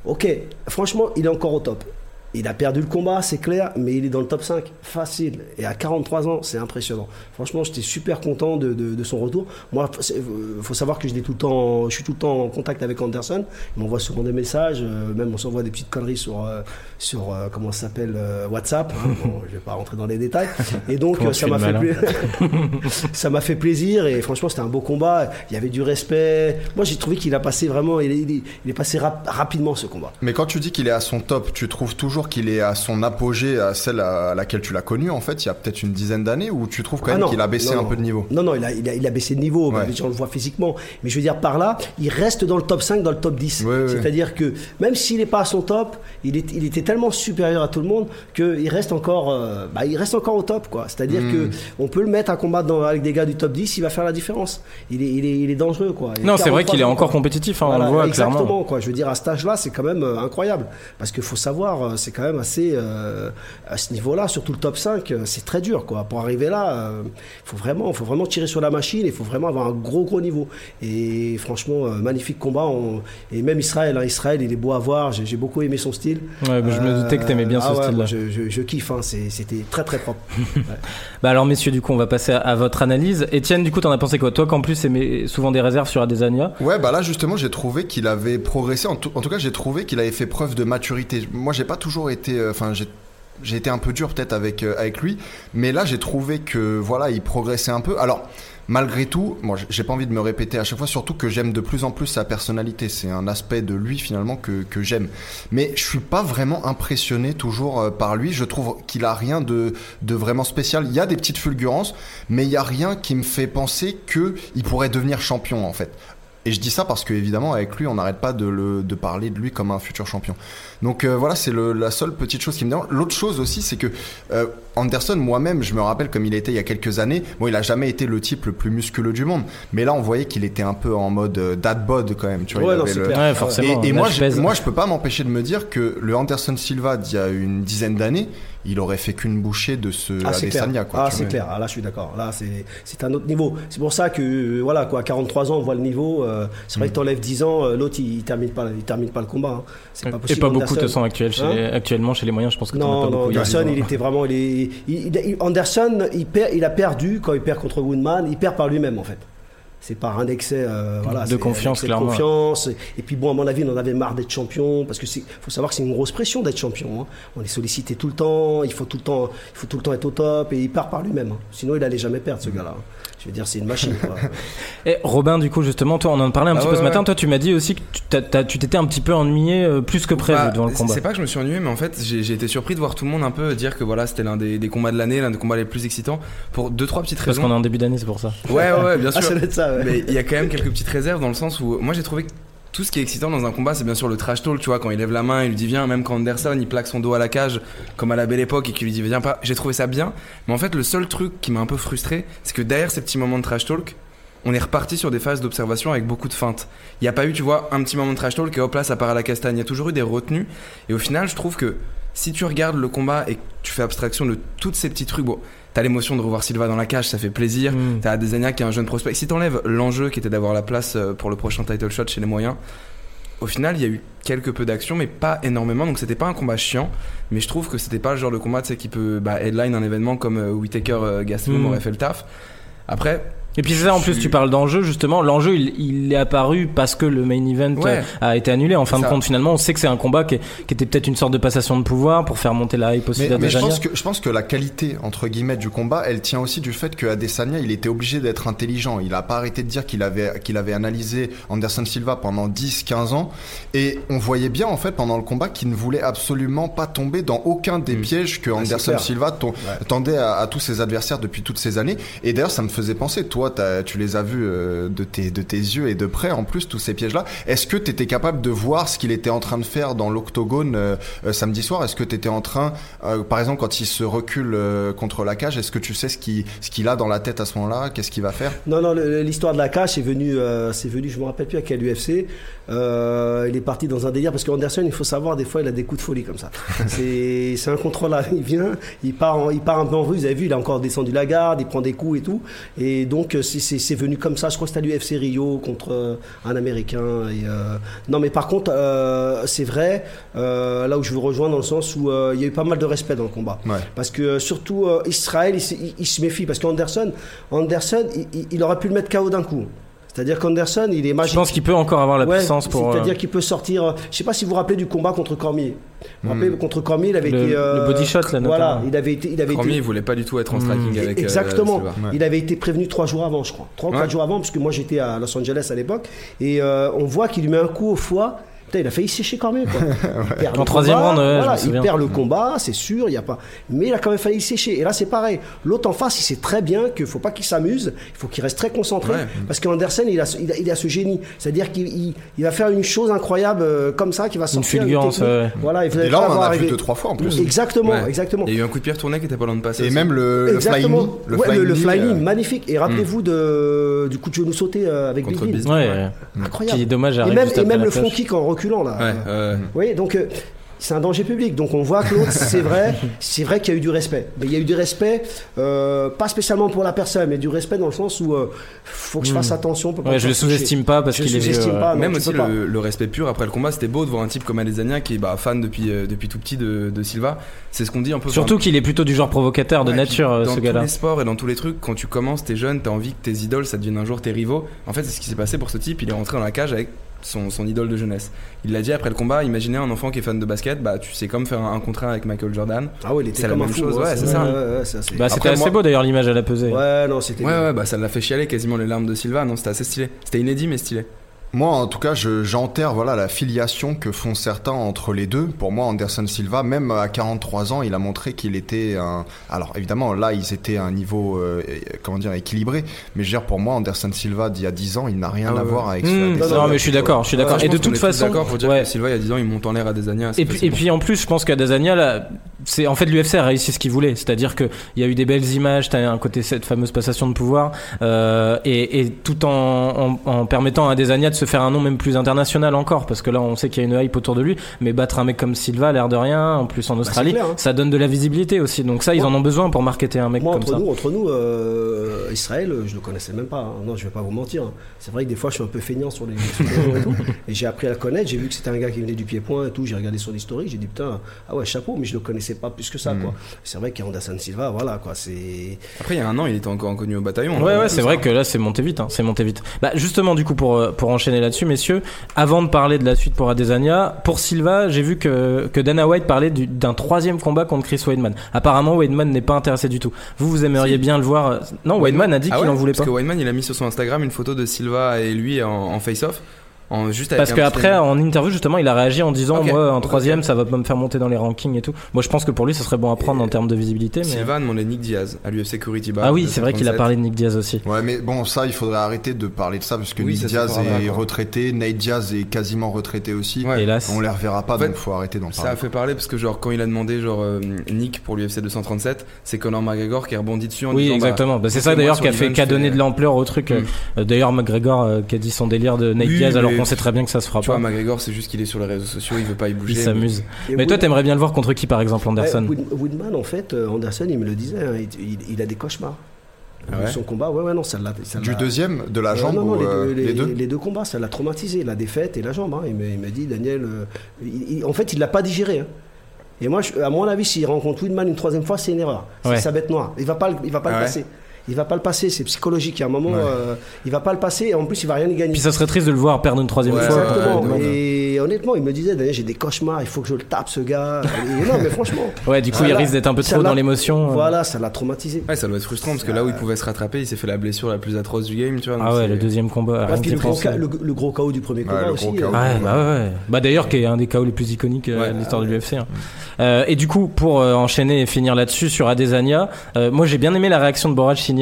[SPEAKER 2] Ok. Franchement, il est encore au top. Il a perdu le combat, c'est clair, mais il est dans le top 5, facile. Et à 43 ans, c'est impressionnant. Franchement, j'étais super content de, de- de son retour. Moi, c'est- euh, faut savoir que je, l'ai tout le temps, je suis tout le temps en contact avec Anderson. Il m'envoie souvent des messages, euh, même on s'envoie des petites conneries sur, euh, sur euh, comment ça s'appelle, euh, WhatsApp. hein. Bon, je vais pas rentrer dans les détails. Et donc,
[SPEAKER 1] Comment
[SPEAKER 2] euh,
[SPEAKER 1] tu
[SPEAKER 2] ça
[SPEAKER 1] fais
[SPEAKER 2] m'a
[SPEAKER 1] le
[SPEAKER 2] fait,
[SPEAKER 1] malin.
[SPEAKER 2] pla- ça m'a fait plaisir. Et franchement, c'était un beau combat. Il y avait du respect. Moi, j'ai trouvé qu'il a passé vraiment, il est, il est- il est passé rap- rapidement ce combat.
[SPEAKER 3] Mais quand tu dis qu'il est à son top, tu trouves toujours qu'il est à son apogée, à celle à laquelle tu l'as connu, en fait, il y a peut-être une dizaine d'années, ou tu trouves quand
[SPEAKER 2] Ah
[SPEAKER 3] même
[SPEAKER 2] non,
[SPEAKER 3] qu'il a baissé
[SPEAKER 2] non,
[SPEAKER 3] un
[SPEAKER 2] non.
[SPEAKER 3] peu de niveau
[SPEAKER 2] Non, non, il a, il a, il a baissé de niveau,
[SPEAKER 3] Ouais.
[SPEAKER 2] mais on le voit physiquement. Mais je veux dire, par là, il reste dans le top 5, dans le top 10.
[SPEAKER 3] Ouais, ouais.
[SPEAKER 2] C'est-à-dire que même s'il n'est pas à son top, il, est, il était tellement supérieur à tout le monde qu'il reste, encore, euh, bah, il reste encore au top. quoi. C'est-à-dire que
[SPEAKER 3] Hmm.
[SPEAKER 2] on peut le mettre à combattre dans- avec des gars du top 10, il va faire la différence. Il est, il est, il est dangereux. Quoi. Il
[SPEAKER 1] Non, c'est vrai
[SPEAKER 2] 43
[SPEAKER 1] qu'il est
[SPEAKER 2] ans,
[SPEAKER 1] encore
[SPEAKER 2] quoi.
[SPEAKER 1] compétitif. hein, on
[SPEAKER 2] Ah, Voilà,
[SPEAKER 1] le voit
[SPEAKER 2] exactement,
[SPEAKER 1] clairement.
[SPEAKER 2] quoi. Je veux dire, à cet âge-là, c'est quand même euh, incroyable. Parce qu'il faut savoir, euh, c'est quand même assez. euh, à ce niveau-là, surtout le top 5, euh, c'est très dur, quoi. Pour arriver là, il faut, vraiment, faut vraiment tirer sur la machine et il faut vraiment avoir un gros, gros niveau. Et franchement, euh, magnifique combat. on- Et même Israël, hein, Israël, il est beau à voir. J'ai j'ai beaucoup aimé son style.
[SPEAKER 1] Ouais, bah, je me doutais que t'aimais bien ce
[SPEAKER 2] ah ouais,
[SPEAKER 1] style-là.
[SPEAKER 2] moi, Je, je- je kiffe, hein, c'est- c'était très, très propre.
[SPEAKER 1] Bah alors messieurs du coup on va passer à, à votre analyse. Étienne du coup t'en as pensé quoi Toi qu'en plus c'est souvent des réserves sur Adesanya.
[SPEAKER 3] Ouais, bah là justement, j'ai trouvé qu'il avait progressé. En tout, en tout cas, j'ai trouvé qu'il avait fait preuve de maturité. Moi, j'ai pas toujours été. euh, Enfin, j'ai. J'ai été un peu dur peut-être avec, euh, avec lui, mais là j'ai trouvé que voilà, il progressait un peu. Alors, malgré tout, moi j'ai- j'ai pas envie de me répéter à chaque fois, surtout que j'aime de plus en plus sa personnalité. C'est un aspect de lui finalement que, que j'aime. Mais je suis pas vraiment impressionné toujours euh, par lui. Je trouve qu'il a rien de, de vraiment spécial. Il y a des petites fulgurances, mais il y a rien qui me fait penser que il pourrait devenir champion en fait. Et je dis ça parce que évidemment avec lui on n'arrête pas de, le, de parler de lui comme un futur champion. Donc euh, voilà c'est le- la seule petite chose qui me dérange. L'autre chose aussi c'est que euh, Anderson moi-même je me rappelle comme il était il y a quelques années. Bon il a jamais été le type le plus musculeux du monde. Mais là on voyait qu'il était un peu en mode euh, dad bod quand même. Tu vois, il
[SPEAKER 2] Ouais, non,
[SPEAKER 3] avait
[SPEAKER 2] c'est
[SPEAKER 3] le-
[SPEAKER 2] clair.
[SPEAKER 1] Ouais forcément.
[SPEAKER 3] et, et
[SPEAKER 1] là,
[SPEAKER 3] moi,
[SPEAKER 1] je
[SPEAKER 3] je,
[SPEAKER 1] pèse.
[SPEAKER 3] moi, je peux pas m'empêcher de me dire que le Anderson Silva d'il y a une dizaine d'années, il aurait fait qu'une bouchée de ce
[SPEAKER 2] Ah, c'est clair.
[SPEAKER 3] Adesanya. Quoi,
[SPEAKER 2] ah,
[SPEAKER 3] tu
[SPEAKER 2] c'est
[SPEAKER 3] vois.
[SPEAKER 2] clair. Ah, là, je suis d'accord. Là, c'est c'est un autre niveau. C'est pour ça que, euh, voilà, quoi, à 43 ans, on voit le niveau. euh, c'est vrai que t'enlèves 10 ans, euh, l'autre, il, il termine pas, il termine pas le combat. hein. C'est pas
[SPEAKER 1] et
[SPEAKER 2] possible.
[SPEAKER 1] pas beaucoup de
[SPEAKER 2] Anderson.
[SPEAKER 1] toute façon actuel chez
[SPEAKER 2] Hein
[SPEAKER 1] les- actuellement chez les moyens je pense que t'en as
[SPEAKER 2] Non,
[SPEAKER 1] pas
[SPEAKER 2] non,
[SPEAKER 1] beaucoup.
[SPEAKER 2] Anderson, il était vraiment. Il est- il- il- il- Anderson, il, perd, il a perdu quand il perd contre Woodman, il perd par lui-même en fait. C'est par un excès euh, voilà,
[SPEAKER 1] De
[SPEAKER 2] c'est un
[SPEAKER 1] confiance,
[SPEAKER 2] excès
[SPEAKER 1] clairement.
[SPEAKER 2] De confiance. Et puis bon, à mon avis, on en avait marre d'être champion parce que c'est, faut savoir que c'est une grosse pression d'être champion. hein. On est sollicité tout le temps, il faut tout le temps, il faut tout le temps être au top et il part par lui-même. hein. Sinon, il allait jamais perdre ce gars-là. hein. Je veux dire, c'est une machine. quoi.
[SPEAKER 1] Et Eh, Robin du coup justement toi on en parlait un
[SPEAKER 4] Ah,
[SPEAKER 1] petit peu
[SPEAKER 4] ouais,
[SPEAKER 1] ce
[SPEAKER 4] ouais.
[SPEAKER 1] matin. Toi tu m'as dit aussi que tu t'as- t'as- tu t'étais un petit peu ennuyé euh, plus que prévu
[SPEAKER 4] Bah,
[SPEAKER 1] devant le
[SPEAKER 4] c'est-
[SPEAKER 1] combat.
[SPEAKER 4] C'est pas que je me suis ennuyé, mais en fait, j'ai j'ai été surpris de voir tout le monde un peu dire que voilà, c'était l'un des, des combats de l'année, l'un des combats les plus excitants, pour deux trois petites
[SPEAKER 1] Parce qu'on
[SPEAKER 4] raisons.
[SPEAKER 1] est en début d'année c'est pour ça.
[SPEAKER 4] Ouais, ouais, ouais, bien
[SPEAKER 2] ah,
[SPEAKER 4] sûr.
[SPEAKER 2] ça doit être ça. ouais.
[SPEAKER 4] Mais il y a quand même quelques petites réserves dans le sens où moi j'ai trouvé que tout ce qui est excitant dans un combat, c'est bien sûr le trash talk, tu vois, quand il lève la main, il lui dit viens, même quand Anderson il plaque son dos à la cage, comme à la belle époque, et qu'il lui dit viens pas, j'ai trouvé ça bien. Mais en fait, le seul truc qui m'a un peu frustré, c'est que derrière ces petits moments de trash talk, on est reparti sur des phases d'observation avec beaucoup de feintes. Il n'y a pas eu, tu vois, un petit moment de trash talk et hop là, ça part à la castagne. Il y a toujours eu des retenues. Et au final, je trouve que si tu regardes le combat et que tu fais abstraction de toutes ces petits trucs, bon, t'as l'émotion de revoir Silva dans la cage, ça fait plaisir.
[SPEAKER 1] Mm.
[SPEAKER 4] T'as Adesanya qui est un jeune prospect. Si t'enlèves l'enjeu qui était d'avoir la place euh, pour le prochain title shot chez les moyens, au final, il y a eu quelques peu d'actions, mais pas énormément. Donc c'était pas un combat chiant, mais je trouve que c'était pas le genre de combat tu sais, qui peut bah, headline un événement comme euh, Whittaker euh, Gastelum
[SPEAKER 1] Mm.
[SPEAKER 4] aurait fait le taf. Après,
[SPEAKER 1] Et puis c'est ça, en plus, tu parles d'enjeu, justement. L'enjeu, il, il est apparu parce que le main event
[SPEAKER 4] Ouais.
[SPEAKER 1] euh, a été annulé. En fin de
[SPEAKER 4] ça.
[SPEAKER 1] compte, finalement, on sait que c'est un combat qui, est- qui était peut-être une sorte de passation de pouvoir pour faire monter la hype aussi
[SPEAKER 3] Mais, mais je,
[SPEAKER 1] d'Adesanya.
[SPEAKER 3] pense que, je pense que la qualité entre guillemets du combat, elle tient aussi du fait que Adesanya, il était obligé d'être intelligent. Il a pas arrêté de dire qu'il avait qu'il avait analysé Anderson Silva pendant 10 15 ans et on voyait bien en fait pendant le combat qu'il ne voulait absolument pas tomber dans aucun des pièges que Anderson
[SPEAKER 2] Mm. Ah, clair.
[SPEAKER 3] Silva ton- tendait à, à tous ses adversaires depuis toutes ces années. Et d'ailleurs, ça me faisait penser toi t'as- tu les as vus euh, de tes de tes yeux et de près en plus tous ces pièges-là. Est-ce que tu étais capable de voir ce qu'il était en train de faire dans l'octogone euh, euh, samedi soir Est-ce que tu étais en train, euh, par exemple, quand il se recule euh, contre la cage, est-ce que tu sais ce qu'il ce qu'il a dans la tête à ce moment-là Qu'est-ce qu'il va faire
[SPEAKER 2] Non, non, le- le- l'histoire de la cage est venue, euh, c'est venu, je me rappelle plus à quel UFC. Euh, il est parti dans un délire parce qu'Anderson, il faut savoir, des fois, il a des coups de folie comme ça. C'est c'est incontrôlable. Il vient, il part, en- il part un peu en rue. Vous avez vu, il a encore descendu la garde, il prend des coups et tout. Et donc, euh, c'est- c'est c'est venu comme ça. Je crois que c'était à l'UFC Rio contre euh, un Américain. Et, euh, Non, mais par contre, euh, c'est vrai, euh, là où je vous rejoins dans le sens où euh, il y a eu pas mal de respect dans le combat.
[SPEAKER 3] Ouais.
[SPEAKER 2] Parce que euh, surtout euh, Israël, il, se- il- il se méfie. Parce qu'Anderson, Anderson, il, il- il aurait pu le mettre KO d'un coup. C'est-à-dire qu'Anderson, il est
[SPEAKER 1] Je
[SPEAKER 2] magique.
[SPEAKER 1] pense qu'il peut encore avoir la
[SPEAKER 2] Ouais,
[SPEAKER 1] puissance pour.
[SPEAKER 2] C'est-à-dire
[SPEAKER 1] euh,
[SPEAKER 2] qu'il peut sortir. euh, je sais pas si vous vous rappelez du combat contre Cormier. Vous vous rappelez contre Cormier, il avait
[SPEAKER 1] Hmm. Le-
[SPEAKER 2] été. euh,
[SPEAKER 1] le body shot, là,
[SPEAKER 2] Voilà,
[SPEAKER 1] notamment.
[SPEAKER 2] il avait été. Il avait
[SPEAKER 4] Cormier,
[SPEAKER 2] été
[SPEAKER 4] il voulait pas du tout être en striking avec. euh,
[SPEAKER 2] Hmm. Exactement.
[SPEAKER 4] Silva.
[SPEAKER 3] Ouais.
[SPEAKER 2] Il avait été prévenu trois jours avant, je crois. Trois ou
[SPEAKER 4] Ouais.
[SPEAKER 2] quatre jours avant, puisque moi j'étais à Los Angeles à l'époque. Et euh, on voit qu'il lui met un coup au foie. Putain, il a failli sécher Cormier. Quoi. Il perd
[SPEAKER 1] En
[SPEAKER 2] le
[SPEAKER 1] troisième
[SPEAKER 2] combat,
[SPEAKER 1] round, ouais, je
[SPEAKER 2] voilà,
[SPEAKER 1] me souviens. Mm.
[SPEAKER 2] il perd le combat, c'est sûr, il y a pas. Mais il a quand même failli sécher. Et là, c'est pareil. L'autre en face, il sait très bien qu'il faut pas qu'il s'amuse, il faut qu'il reste très concentré,
[SPEAKER 4] Ouais.
[SPEAKER 2] parce qu'Andersen, il a, ce- il a, il a ce génie. C'est-à-dire qu'il il- il va faire une chose incroyable euh, comme ça, qui va sortir
[SPEAKER 1] fulgurance,
[SPEAKER 2] technique.
[SPEAKER 1] ouais.
[SPEAKER 2] Voilà, vous
[SPEAKER 3] Et
[SPEAKER 2] allez
[SPEAKER 3] là,
[SPEAKER 2] pas
[SPEAKER 3] on en
[SPEAKER 2] voir
[SPEAKER 3] a vu
[SPEAKER 2] arriver.
[SPEAKER 3] deux, trois fois en plus.
[SPEAKER 2] Exactement,
[SPEAKER 4] Ouais.
[SPEAKER 2] exactement.
[SPEAKER 4] Il y a eu un coup de pierre tourné qui était pas loin de passer.
[SPEAKER 3] Et
[SPEAKER 4] aussi.
[SPEAKER 3] même le, le fly
[SPEAKER 2] Exactement.
[SPEAKER 3] knee, le
[SPEAKER 2] Ouais,
[SPEAKER 3] fly
[SPEAKER 2] le
[SPEAKER 3] knee,
[SPEAKER 2] fly knee,
[SPEAKER 3] euh,
[SPEAKER 2] magnifique. Et rappelez-vous
[SPEAKER 1] hmm.
[SPEAKER 2] de, du coup de genou sauté euh, avec
[SPEAKER 4] Contre
[SPEAKER 2] Big Bill.
[SPEAKER 4] Bill.
[SPEAKER 1] Ouais, euh,
[SPEAKER 4] Ouais.
[SPEAKER 2] Incroyable.
[SPEAKER 1] qui dommage
[SPEAKER 2] et
[SPEAKER 1] arrive
[SPEAKER 2] même,
[SPEAKER 1] juste
[SPEAKER 2] et
[SPEAKER 1] après
[SPEAKER 2] même
[SPEAKER 1] la
[SPEAKER 2] le
[SPEAKER 1] cloche.
[SPEAKER 2] front kick en reculant là.
[SPEAKER 4] Ouais,
[SPEAKER 2] Euh,
[SPEAKER 4] euh,
[SPEAKER 2] Vous voyez, donc euh, c'est un danger public. Donc on voit que l'autre, c'est vrai, c'est vrai qu'il y a eu du respect. Mais il y a eu du respect, euh, pas spécialement pour la personne, mais du respect dans le sens où euh, faut que je fasse attention. on peut pas
[SPEAKER 1] Hmm. Ouais, je
[SPEAKER 2] me
[SPEAKER 1] le
[SPEAKER 2] faire toucher.
[SPEAKER 1] sous-estime pas parce
[SPEAKER 2] Je
[SPEAKER 1] qu'il est vieux. euh,
[SPEAKER 2] sous-estime
[SPEAKER 1] ouais.
[SPEAKER 2] pas, Ah non,
[SPEAKER 4] Même
[SPEAKER 2] tu
[SPEAKER 4] aussi
[SPEAKER 2] peux pas.
[SPEAKER 4] le, le respect pur après le combat, c'était beau de voir un type comme Adesanya qui est bah, fan depuis, euh, depuis tout petit de, de Silva. C'est ce qu'on dit un peu.
[SPEAKER 1] Surtout qu'il est plutôt du genre provocateur de
[SPEAKER 4] Ouais,
[SPEAKER 1] nature,
[SPEAKER 4] puis
[SPEAKER 1] euh,
[SPEAKER 4] dans
[SPEAKER 1] ce gars-là.
[SPEAKER 4] tous les sports et dans tous les trucs, quand tu commences, t'es jeune, t'as envie que tes idoles, ça devienne un jour tes rivaux. En fait, c'est ce qui s'est passé pour ce type. Il est rentré dans la cage avec son, son idole de jeunesse. Il l'a dit après le combat. Imaginez un enfant qui est fan de basket, bah tu sais comme faire un, un contrat avec Michael Jordan.
[SPEAKER 2] Ah ouais, il était
[SPEAKER 4] c'est la
[SPEAKER 2] comme un
[SPEAKER 4] même
[SPEAKER 2] fou,
[SPEAKER 4] chose, ouais, c'est
[SPEAKER 2] vrai,
[SPEAKER 4] ça.
[SPEAKER 2] ouais, ouais, ça, c'est-
[SPEAKER 1] Bah, c'était
[SPEAKER 4] Après,
[SPEAKER 1] assez
[SPEAKER 4] moi-
[SPEAKER 1] beau d'ailleurs l'image à la pesée.
[SPEAKER 2] Ouais, non, c'était.
[SPEAKER 4] Ouais, ouais, bah ça l'a fait chialer quasiment les larmes de Silva. Non, c'était assez stylé. C'était inédit mais stylé.
[SPEAKER 3] Moi, en tout cas, je- j'enterre voilà la filiation que font certains entre les deux. Pour moi, Anderson Silva, même à 43 ans, il a montré qu'il était un. Alors évidemment, là, ils étaient à un niveau euh, euh, comment dire équilibré. Mais je veux dire, pour moi, Anderson Silva d'il y a 10 ans, il n'a rien
[SPEAKER 4] Ah
[SPEAKER 3] à
[SPEAKER 4] ouais.
[SPEAKER 3] voir avec.
[SPEAKER 1] Hmm,
[SPEAKER 3] ce
[SPEAKER 1] non,
[SPEAKER 3] Adesanya.
[SPEAKER 2] non,
[SPEAKER 1] mais je suis d'accord, je suis d'accord.
[SPEAKER 4] Ouais, je
[SPEAKER 1] et de
[SPEAKER 4] pense qu'on
[SPEAKER 1] toute
[SPEAKER 4] est tous
[SPEAKER 1] façon,
[SPEAKER 4] d'accord pour dire
[SPEAKER 1] ouais.
[SPEAKER 4] que Silva il y a 10 ans, il monte en l'air Adesanya. c'est
[SPEAKER 1] Et
[SPEAKER 4] pas-
[SPEAKER 1] puis,
[SPEAKER 4] c'est
[SPEAKER 1] et
[SPEAKER 4] bon.
[SPEAKER 1] puis en plus, je pense qu'Adesanya, là, c'est en fait l'UFC a réussi ce qu'il voulait, c'est-à-dire que il y a eu des belles images, t'as un côté cette fameuse passation de pouvoir, euh, et, et tout en, en, en permettant à Adesanya de se faire un nom même plus international encore, parce que là, on sait qu'il y a une hype autour de lui, mais battre un mec comme Silva, l'air de rien, en plus en Australie,
[SPEAKER 2] clair, hein.
[SPEAKER 1] ça donne de la visibilité aussi. Donc ça, ils
[SPEAKER 2] Moi-
[SPEAKER 1] en ont besoin pour marketer un mec
[SPEAKER 2] Moi,
[SPEAKER 1] comme
[SPEAKER 2] entre
[SPEAKER 1] ça.
[SPEAKER 2] nous, entre nous euh, Israël, euh, je le connaissais même pas. hein. Non, je vais pas vous mentir. hein. C'est vrai que des fois, je suis un peu feignant sur les, sur les gens et tout. Et j'ai appris à le connaître. J'ai vu que c'était un gars qui venait du pied-point et tout. J'ai regardé son historique. J'ai dit, putain, ah ouais, chapeau, mais je le connaissais pas plus que ça,
[SPEAKER 1] Hmm.
[SPEAKER 2] quoi. C'est vrai qu'Anderson Silva, voilà, quoi. C'est.
[SPEAKER 4] Après, il y a un an, il était encore inconnu au bataillon.
[SPEAKER 1] Ouais,
[SPEAKER 4] hein.
[SPEAKER 1] ouais, c'est vrai que là, c'est monté vite. hein, c'est monté vite. Bah, justement, du coup, pour, euh, pour enchaîner là-dessus, messieurs, avant de parler de la suite pour Adesanya, pour Silva, j'ai vu que, que Dana White parlait du- d'un troisième combat contre Chris Weidman. Apparemment, Weidman n'est pas intéressé du tout. Vous, vous aimeriez bien le voir. euh, Non, Weidman a dit
[SPEAKER 4] Ah
[SPEAKER 1] qu'il
[SPEAKER 4] ouais,
[SPEAKER 1] en voulait
[SPEAKER 4] parce
[SPEAKER 1] pas.
[SPEAKER 4] que Weinman, il a mis sur son Instagram une photo de Silva et lui en, en face-off. En, juste avec
[SPEAKER 1] Parce
[SPEAKER 4] un
[SPEAKER 1] qu'après,
[SPEAKER 4] petit-
[SPEAKER 1] en interview, justement, il a réagi en disant
[SPEAKER 4] Ok,
[SPEAKER 1] Moi, en
[SPEAKER 4] ok,
[SPEAKER 1] troisième, ça va pas me faire monter dans les rankings et tout. Moi, je pense que pour lui, ça serait bon à prendre en termes de visibilité. Mais... euh,
[SPEAKER 4] Silva bah, demandait Nick Diaz à l'UFC Curitiba.
[SPEAKER 1] ah oui, c'est vrai qu'il a
[SPEAKER 4] 237.
[SPEAKER 1] parlé de Nick Diaz aussi.
[SPEAKER 3] Ouais, mais bon, ça, il faudrait arrêter de parler de ça parce que
[SPEAKER 4] Oui,
[SPEAKER 3] Nick
[SPEAKER 4] ça, c'est
[SPEAKER 3] Diaz
[SPEAKER 4] pas grave,
[SPEAKER 3] est
[SPEAKER 4] quoi.
[SPEAKER 3] retraité, Nate Diaz est quasiment retraité aussi.
[SPEAKER 4] Ouais.
[SPEAKER 1] Hélas.
[SPEAKER 3] On les reverra pas,
[SPEAKER 4] En fait,
[SPEAKER 3] donc faut arrêter d'en
[SPEAKER 4] Ça a
[SPEAKER 3] parler.
[SPEAKER 4] fait parler parce que, genre, quand il a demandé, genre, euh, Nick pour l'UFC 237, c'est Conor McGregor qui est rebondi dessus en
[SPEAKER 1] Oui,
[SPEAKER 4] disant, bah,
[SPEAKER 1] exactement. Bah, c'est ça
[SPEAKER 4] moi,
[SPEAKER 1] d'ailleurs
[SPEAKER 4] sur
[SPEAKER 1] qui a fait,
[SPEAKER 4] Ivan,
[SPEAKER 1] qui a
[SPEAKER 4] je
[SPEAKER 1] donné
[SPEAKER 4] fais-
[SPEAKER 1] de l'ampleur au truc.
[SPEAKER 4] Mm.
[SPEAKER 1] Euh, D'ailleurs, McGregor euh, qui a dit son délire de Nate
[SPEAKER 4] Oui,
[SPEAKER 1] Diaz alors
[SPEAKER 4] mais-
[SPEAKER 1] qu'on sait très bien que ça se fera
[SPEAKER 4] Tu vois,
[SPEAKER 1] pas.
[SPEAKER 4] McGregor, c'est juste qu'il est sur les réseaux sociaux, il veut pas y
[SPEAKER 1] Il
[SPEAKER 4] bouger.
[SPEAKER 1] s'amuse.
[SPEAKER 2] Et
[SPEAKER 1] Mais toi,
[SPEAKER 2] Wood-
[SPEAKER 1] t'aimerais bien le voir contre qui, par exemple, Anderson
[SPEAKER 2] Ouais, Wood- Woodman, en fait, euh, Anderson, il me le disait. hein, il, il- il a des cauchemars.
[SPEAKER 4] Ah ouais
[SPEAKER 2] Son combat, ouais, ouais, non, ça l'a. ça
[SPEAKER 3] Du
[SPEAKER 2] l'a-
[SPEAKER 3] deuxième, de
[SPEAKER 2] Euh,
[SPEAKER 3] la jambe
[SPEAKER 2] non, non,
[SPEAKER 3] ou,
[SPEAKER 2] les,
[SPEAKER 3] euh,
[SPEAKER 2] deux, les- les deux combats, ça l'a traumatisé, la défaite et la jambe. hein. Il me, il me dit, Daniel, euh, il- il- en fait, il l'a pas digéré. hein. Et moi, je- à mon avis, s'il rencontre Whitman une troisième fois, c'est une erreur. C'est
[SPEAKER 1] Ouais.
[SPEAKER 2] sa bête noire. Il va pas, le- il va pas
[SPEAKER 4] Ah
[SPEAKER 2] le
[SPEAKER 4] ouais.
[SPEAKER 2] passer. il va pas le passer. C'est psychologique. Il y a un moment,
[SPEAKER 3] Ouais.
[SPEAKER 2] euh, il va pas le passer. Et en plus, il va rien y gagner.
[SPEAKER 1] Puis ça serait triste de le voir perdre une troisième
[SPEAKER 4] Ouais,
[SPEAKER 1] fois.
[SPEAKER 2] Exactement.
[SPEAKER 4] ouais, ouais, ouais.
[SPEAKER 2] et honnêtement, il me disait, Daniel, j'ai des cauchemars, il faut que je le tape, ce gars. Et non, mais franchement.
[SPEAKER 1] Euh, Ouais, du coup, il
[SPEAKER 2] Voilà.
[SPEAKER 1] risque d'être un peu
[SPEAKER 2] Ça
[SPEAKER 1] trop
[SPEAKER 2] l'a-
[SPEAKER 1] dans l'émotion.
[SPEAKER 2] Voilà, ça l'a traumatisé.
[SPEAKER 4] Ouais, ça doit être frustrant parce que là où il pouvait se rattraper, il s'est fait la blessure la plus atroce du game, tu vois.
[SPEAKER 1] Ah
[SPEAKER 4] donc
[SPEAKER 1] ouais,
[SPEAKER 4] c'est-
[SPEAKER 1] le deuxième combat.
[SPEAKER 2] Ah,
[SPEAKER 1] rien
[SPEAKER 2] puis
[SPEAKER 1] que
[SPEAKER 2] le, gros
[SPEAKER 1] penser.
[SPEAKER 2] ca- le, le gros KO du premier combat
[SPEAKER 3] le
[SPEAKER 2] aussi.
[SPEAKER 3] gros KO.
[SPEAKER 2] euh,
[SPEAKER 1] Ouais, bah ouais, ouais. Bah d'ailleurs, qui est un des KO les plus iconiques euh,
[SPEAKER 4] Ouais.
[SPEAKER 1] de l'histoire de l'UFC. hein. Euh, et du coup, pour euh, enchaîner et finir là-dessus sur Adesanya, euh, moi j'ai bien aimé la réaction de Borac Signa,